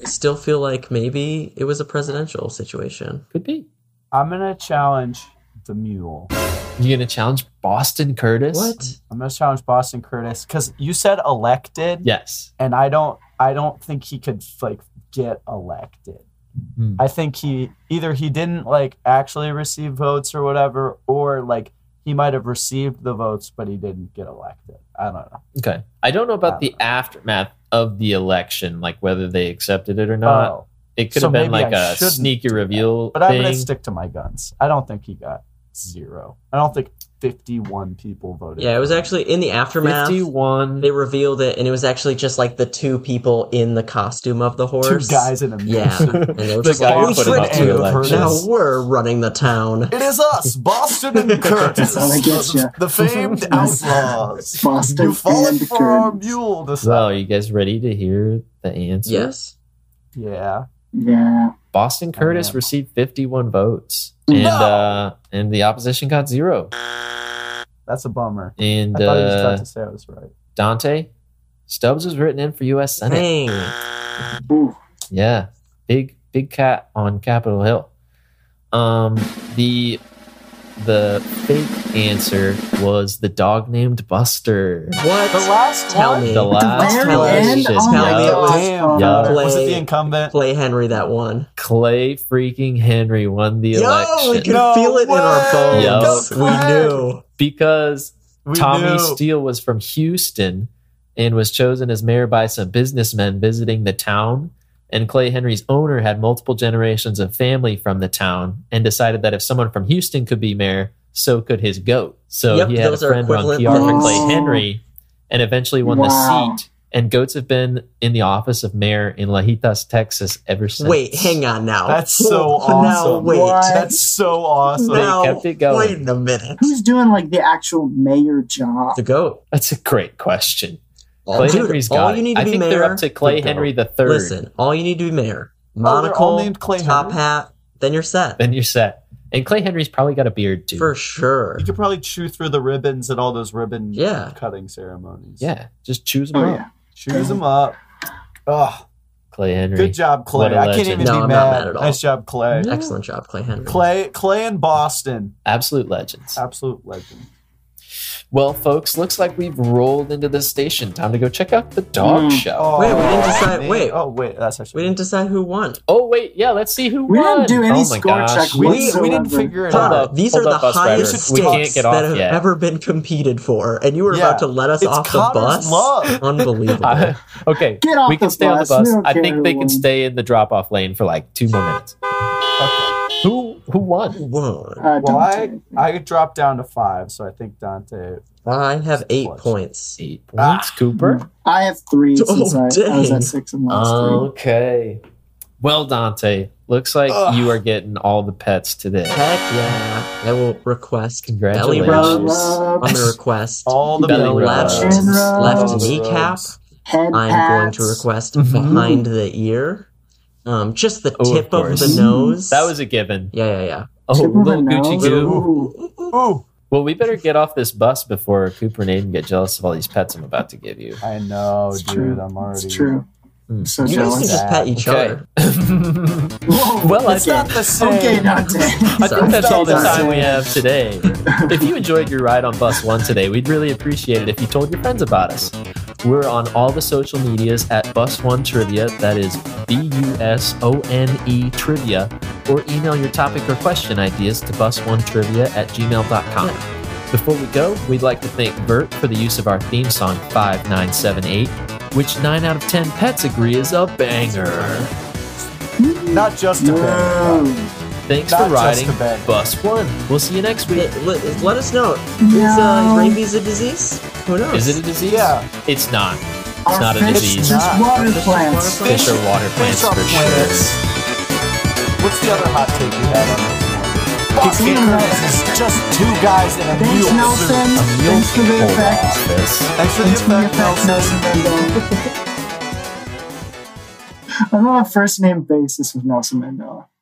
Speaker 4: I still feel like maybe it was a presidential situation.
Speaker 1: Could be.
Speaker 2: I'm gonna challenge the mule.
Speaker 1: You gonna challenge Boston Curtis?
Speaker 4: What?
Speaker 2: I'm gonna challenge Boston Curtis because you said elected.
Speaker 1: Yes.
Speaker 2: and I don't I don't think he could like get elected.
Speaker 1: Hmm.
Speaker 2: I think he either he didn't like actually receive votes or whatever, or like he might have received the votes but he didn't get elected. I don't know.
Speaker 1: Okay. I don't know
Speaker 2: Uh,
Speaker 1: about the aftermath of the election, like whether they accepted it or not.
Speaker 2: Oh,
Speaker 1: it could
Speaker 2: so
Speaker 1: have been
Speaker 2: maybe
Speaker 1: like
Speaker 2: I
Speaker 1: a
Speaker 2: shouldn't
Speaker 1: sneaky
Speaker 2: do that.
Speaker 1: reveal
Speaker 2: but I'm
Speaker 1: thing.
Speaker 2: gonna stick to my guns. I don't think he got zero. I don't think 51 people voted.
Speaker 4: Yeah, it was actually in the aftermath.
Speaker 1: 51.
Speaker 4: They revealed it, and it was actually just like the two people in the costume of the
Speaker 2: two
Speaker 4: horse.
Speaker 2: guys in a
Speaker 4: Yeah.
Speaker 2: mule.
Speaker 4: and they were
Speaker 1: The
Speaker 4: just
Speaker 1: guy
Speaker 4: like,
Speaker 1: who
Speaker 4: we
Speaker 1: put him up
Speaker 4: tricked
Speaker 1: for
Speaker 4: you.
Speaker 1: election.
Speaker 4: Now we're running the town.
Speaker 2: It is us, Boston and Curtis,
Speaker 3: That's how I get ya.
Speaker 2: the, the famed outlaws.
Speaker 3: Boston
Speaker 2: You've fallen
Speaker 3: and
Speaker 2: for our
Speaker 3: Curtis.
Speaker 2: mule this
Speaker 1: So, are you guys ready to hear the answer?
Speaker 4: Yes.
Speaker 2: Yeah.
Speaker 3: Yeah.
Speaker 1: Boston Curtis
Speaker 2: am.
Speaker 1: received 51 votes, and
Speaker 2: No!
Speaker 1: uh, and the opposition got zero.
Speaker 2: That's a bummer.
Speaker 1: And
Speaker 2: I thought he was about
Speaker 1: uh,
Speaker 2: to say I was right.
Speaker 1: Dante Stubbs was written in for U.S. Senate.
Speaker 4: Dang.
Speaker 3: Ooh.
Speaker 1: Yeah, big big cat on Capitol Hill. Um, the the fake answer was the dog named Buster.
Speaker 2: The
Speaker 4: What?
Speaker 2: last
Speaker 4: Tell
Speaker 2: one?
Speaker 4: me.
Speaker 1: The last
Speaker 3: very
Speaker 1: election.
Speaker 3: end? Oh my
Speaker 1: Now,
Speaker 4: Tell me it was-
Speaker 3: gosh.
Speaker 2: Damn,
Speaker 1: Yeah.
Speaker 2: Connor. was it
Speaker 4: Play-
Speaker 2: the incumbent?
Speaker 4: Clay Henry that one.
Speaker 1: Clay freaking Henry won the
Speaker 4: Yo, we
Speaker 1: election
Speaker 4: could
Speaker 2: No
Speaker 4: feel it in our
Speaker 2: way!
Speaker 1: Yo.
Speaker 4: bones.
Speaker 2: Go
Speaker 4: we
Speaker 2: Clay!
Speaker 4: knew.
Speaker 1: because
Speaker 2: We
Speaker 1: Tommy
Speaker 2: knew.
Speaker 1: Steele was from Houston and was chosen as mayor by some businessmen visiting the town. And Clay Henry's owner had multiple generations of family from the town and decided that if someone from Houston could be mayor, so could his goat. So
Speaker 4: Yep,
Speaker 1: he had a
Speaker 4: those are
Speaker 1: friend run
Speaker 4: equivalent
Speaker 1: PR for
Speaker 3: things.
Speaker 1: Clay Henry and eventually won
Speaker 3: Wow.
Speaker 1: the seat. And goats have been in the office of mayor in Lajitas, Texas ever since.
Speaker 4: Wait, hang on now.
Speaker 2: That's so
Speaker 4: Now
Speaker 2: awesome.
Speaker 4: wait.
Speaker 3: What?
Speaker 2: That's so awesome.
Speaker 4: Now,
Speaker 1: kept it going.
Speaker 4: Wait a minute.
Speaker 3: Who's doing like the actual mayor job?
Speaker 4: The goat.
Speaker 1: That's a great question.
Speaker 4: All-
Speaker 1: Clay
Speaker 4: Dude,
Speaker 1: Henry's got
Speaker 4: all
Speaker 1: it.
Speaker 4: you need to
Speaker 1: I
Speaker 4: be
Speaker 1: think
Speaker 4: mayor.
Speaker 1: they're up to Clay
Speaker 2: the
Speaker 1: Henry the third. Oh,
Speaker 4: Listen, all you need to be mayor.
Speaker 2: all
Speaker 4: Monocle,
Speaker 2: named Clay
Speaker 4: top
Speaker 2: Henry?
Speaker 4: hat, then you're set.
Speaker 1: Then you're set. And Clay Henry's probably got a beard too.
Speaker 4: For sure.
Speaker 2: You could probably chew through the ribbons at all those ribbon
Speaker 4: Yeah.
Speaker 2: cutting ceremonies.
Speaker 1: Yeah, just choose them
Speaker 3: Oh
Speaker 1: up.
Speaker 3: yeah.
Speaker 2: Choose them up. Oh,
Speaker 1: Clay Henry.
Speaker 2: good job, Clay.
Speaker 1: What a
Speaker 2: I can't
Speaker 1: legend.
Speaker 2: even
Speaker 4: No,
Speaker 2: be
Speaker 4: I'm
Speaker 2: mad.
Speaker 4: not mad at all.
Speaker 2: Nice job, Clay.
Speaker 4: Excellent job, Clay Henry.
Speaker 2: Clay, Clay and Boston,
Speaker 1: Absolute legends.
Speaker 2: absolute legend.
Speaker 1: Well, folks, looks like we've rolled into the station. Time to go check out the dog
Speaker 3: Mm.
Speaker 1: show.
Speaker 2: Oh,
Speaker 4: Wait, we didn't decide-
Speaker 2: man.
Speaker 4: wait.
Speaker 2: Oh, wait. That's actually.
Speaker 4: We didn't decide who won.
Speaker 1: Oh wait, yeah, let's see who
Speaker 3: We
Speaker 1: won.
Speaker 3: didn't do any
Speaker 1: oh my
Speaker 3: score
Speaker 1: gosh.
Speaker 3: check
Speaker 1: We,
Speaker 2: We, we didn't
Speaker 3: whatsoever.
Speaker 2: figure it
Speaker 1: Hold
Speaker 4: Donna,
Speaker 2: out.
Speaker 1: up,
Speaker 4: these are
Speaker 1: hold
Speaker 4: the
Speaker 1: up, bus
Speaker 4: highest
Speaker 1: drivers. We
Speaker 4: stakes
Speaker 1: can't get off
Speaker 4: that have
Speaker 1: yet.
Speaker 4: ever been competed for, and you were
Speaker 2: Yeah.
Speaker 4: about to let us
Speaker 2: It's
Speaker 4: off the
Speaker 2: Connor's
Speaker 4: bus.
Speaker 2: love.
Speaker 4: Unbelievable.
Speaker 1: Uh, okay,
Speaker 3: Get off
Speaker 1: we can
Speaker 3: the
Speaker 1: stay
Speaker 3: bus.
Speaker 1: on
Speaker 3: We
Speaker 1: the bus.
Speaker 3: don't
Speaker 1: I
Speaker 3: care who
Speaker 1: think they can
Speaker 3: won.
Speaker 1: stay in the drop-off lane for like two more minutes. Who who won?
Speaker 4: Whoa.
Speaker 3: Uh,
Speaker 2: Well, I,
Speaker 3: Dante.
Speaker 2: I dropped down to five, so I think Dante.
Speaker 4: I have eight
Speaker 2: Clutch.
Speaker 4: points.
Speaker 1: Eight points,
Speaker 3: Ah.
Speaker 1: Cooper.
Speaker 3: I have three
Speaker 4: Oh,
Speaker 3: since I, I was
Speaker 4: dang.
Speaker 3: at six and lost three.
Speaker 1: Okay. Well, Dante, looks like
Speaker 2: Ugh.
Speaker 1: you are getting all the pets today.
Speaker 4: Heck yeah. I will request belly
Speaker 1: Congratulations.
Speaker 3: Rub,
Speaker 4: rubs.
Speaker 3: rub,
Speaker 4: Oh, I'm gonna request
Speaker 2: All the
Speaker 1: Belly
Speaker 4: no
Speaker 1: rubs.
Speaker 4: left,
Speaker 3: Chin rubs.
Speaker 4: left kneecap.
Speaker 3: head
Speaker 4: I'm
Speaker 3: pats.
Speaker 4: going to request
Speaker 1: Mhm.
Speaker 4: behind the ear. Um, just the
Speaker 1: Oh, of
Speaker 4: tip of,
Speaker 1: course.
Speaker 4: the nose.
Speaker 1: That was a given.
Speaker 4: yeah, yeah, yeah.
Speaker 1: Oh,
Speaker 3: Tip of the
Speaker 1: little Gucci
Speaker 3: nose.
Speaker 1: Goo.
Speaker 3: Ooh.
Speaker 2: Ooh,
Speaker 1: Well, we better get off this bus before Cooper and Aiden get jealous of all these pets I'm about to give you.
Speaker 2: I know,
Speaker 3: It's
Speaker 2: dude.
Speaker 3: true.
Speaker 2: I'm already.
Speaker 3: It's true. I'm so
Speaker 4: You guys can
Speaker 3: jealous.
Speaker 4: just pat each
Speaker 1: Okay.
Speaker 4: other.
Speaker 3: Whoa,
Speaker 1: Well, I
Speaker 3: okay.
Speaker 1: thought
Speaker 2: The same.
Speaker 3: Okay, Dante.
Speaker 1: I think that's all the
Speaker 3: Sorry.
Speaker 1: time we have today. If you enjoyed your ride on Bus 1 today, we'd really appreciate it if you told your friends about us. We're on all the social medias at Bus 1 Trivia, that is B U S O N E Trivia, or email your topic or question ideas to bus1trivia at gmail.com. Before we go, we'd like to thank Bert for the use of our theme song 5978, which 9 out of 10 pets agree is a banger.
Speaker 2: Not just a bit.
Speaker 3: Whoa.
Speaker 1: Thanks
Speaker 2: Not
Speaker 1: for
Speaker 2: just
Speaker 1: riding
Speaker 2: a bang.
Speaker 1: Bus 1. We'll see you next week.
Speaker 4: Let, let- let us know. Is, uh,
Speaker 3: No.
Speaker 4: is rabies a disease? Who knows?
Speaker 1: Is it a disease?
Speaker 2: Yeah.
Speaker 1: It's not.
Speaker 3: Our
Speaker 1: not a
Speaker 3: fish
Speaker 1: disease.
Speaker 3: Just water
Speaker 4: It's just
Speaker 3: plants.
Speaker 4: water
Speaker 1: Fish are water plants
Speaker 2: Fish are
Speaker 1: for
Speaker 2: plants.
Speaker 1: sure.
Speaker 2: What's the other hot take you had on this?
Speaker 3: It's
Speaker 2: Fucking
Speaker 3: even-
Speaker 2: Christ, it's just two guys in a mule
Speaker 3: Thanks, Nelson.
Speaker 2: suit.
Speaker 3: Thanks for the effect.
Speaker 1: Office.
Speaker 2: Thanks for the
Speaker 3: Thanks for the
Speaker 2: effect,
Speaker 3: effect,
Speaker 2: Nelson.
Speaker 3: Nelson Mandela. I'm on a first name basis with Nelson Mandela.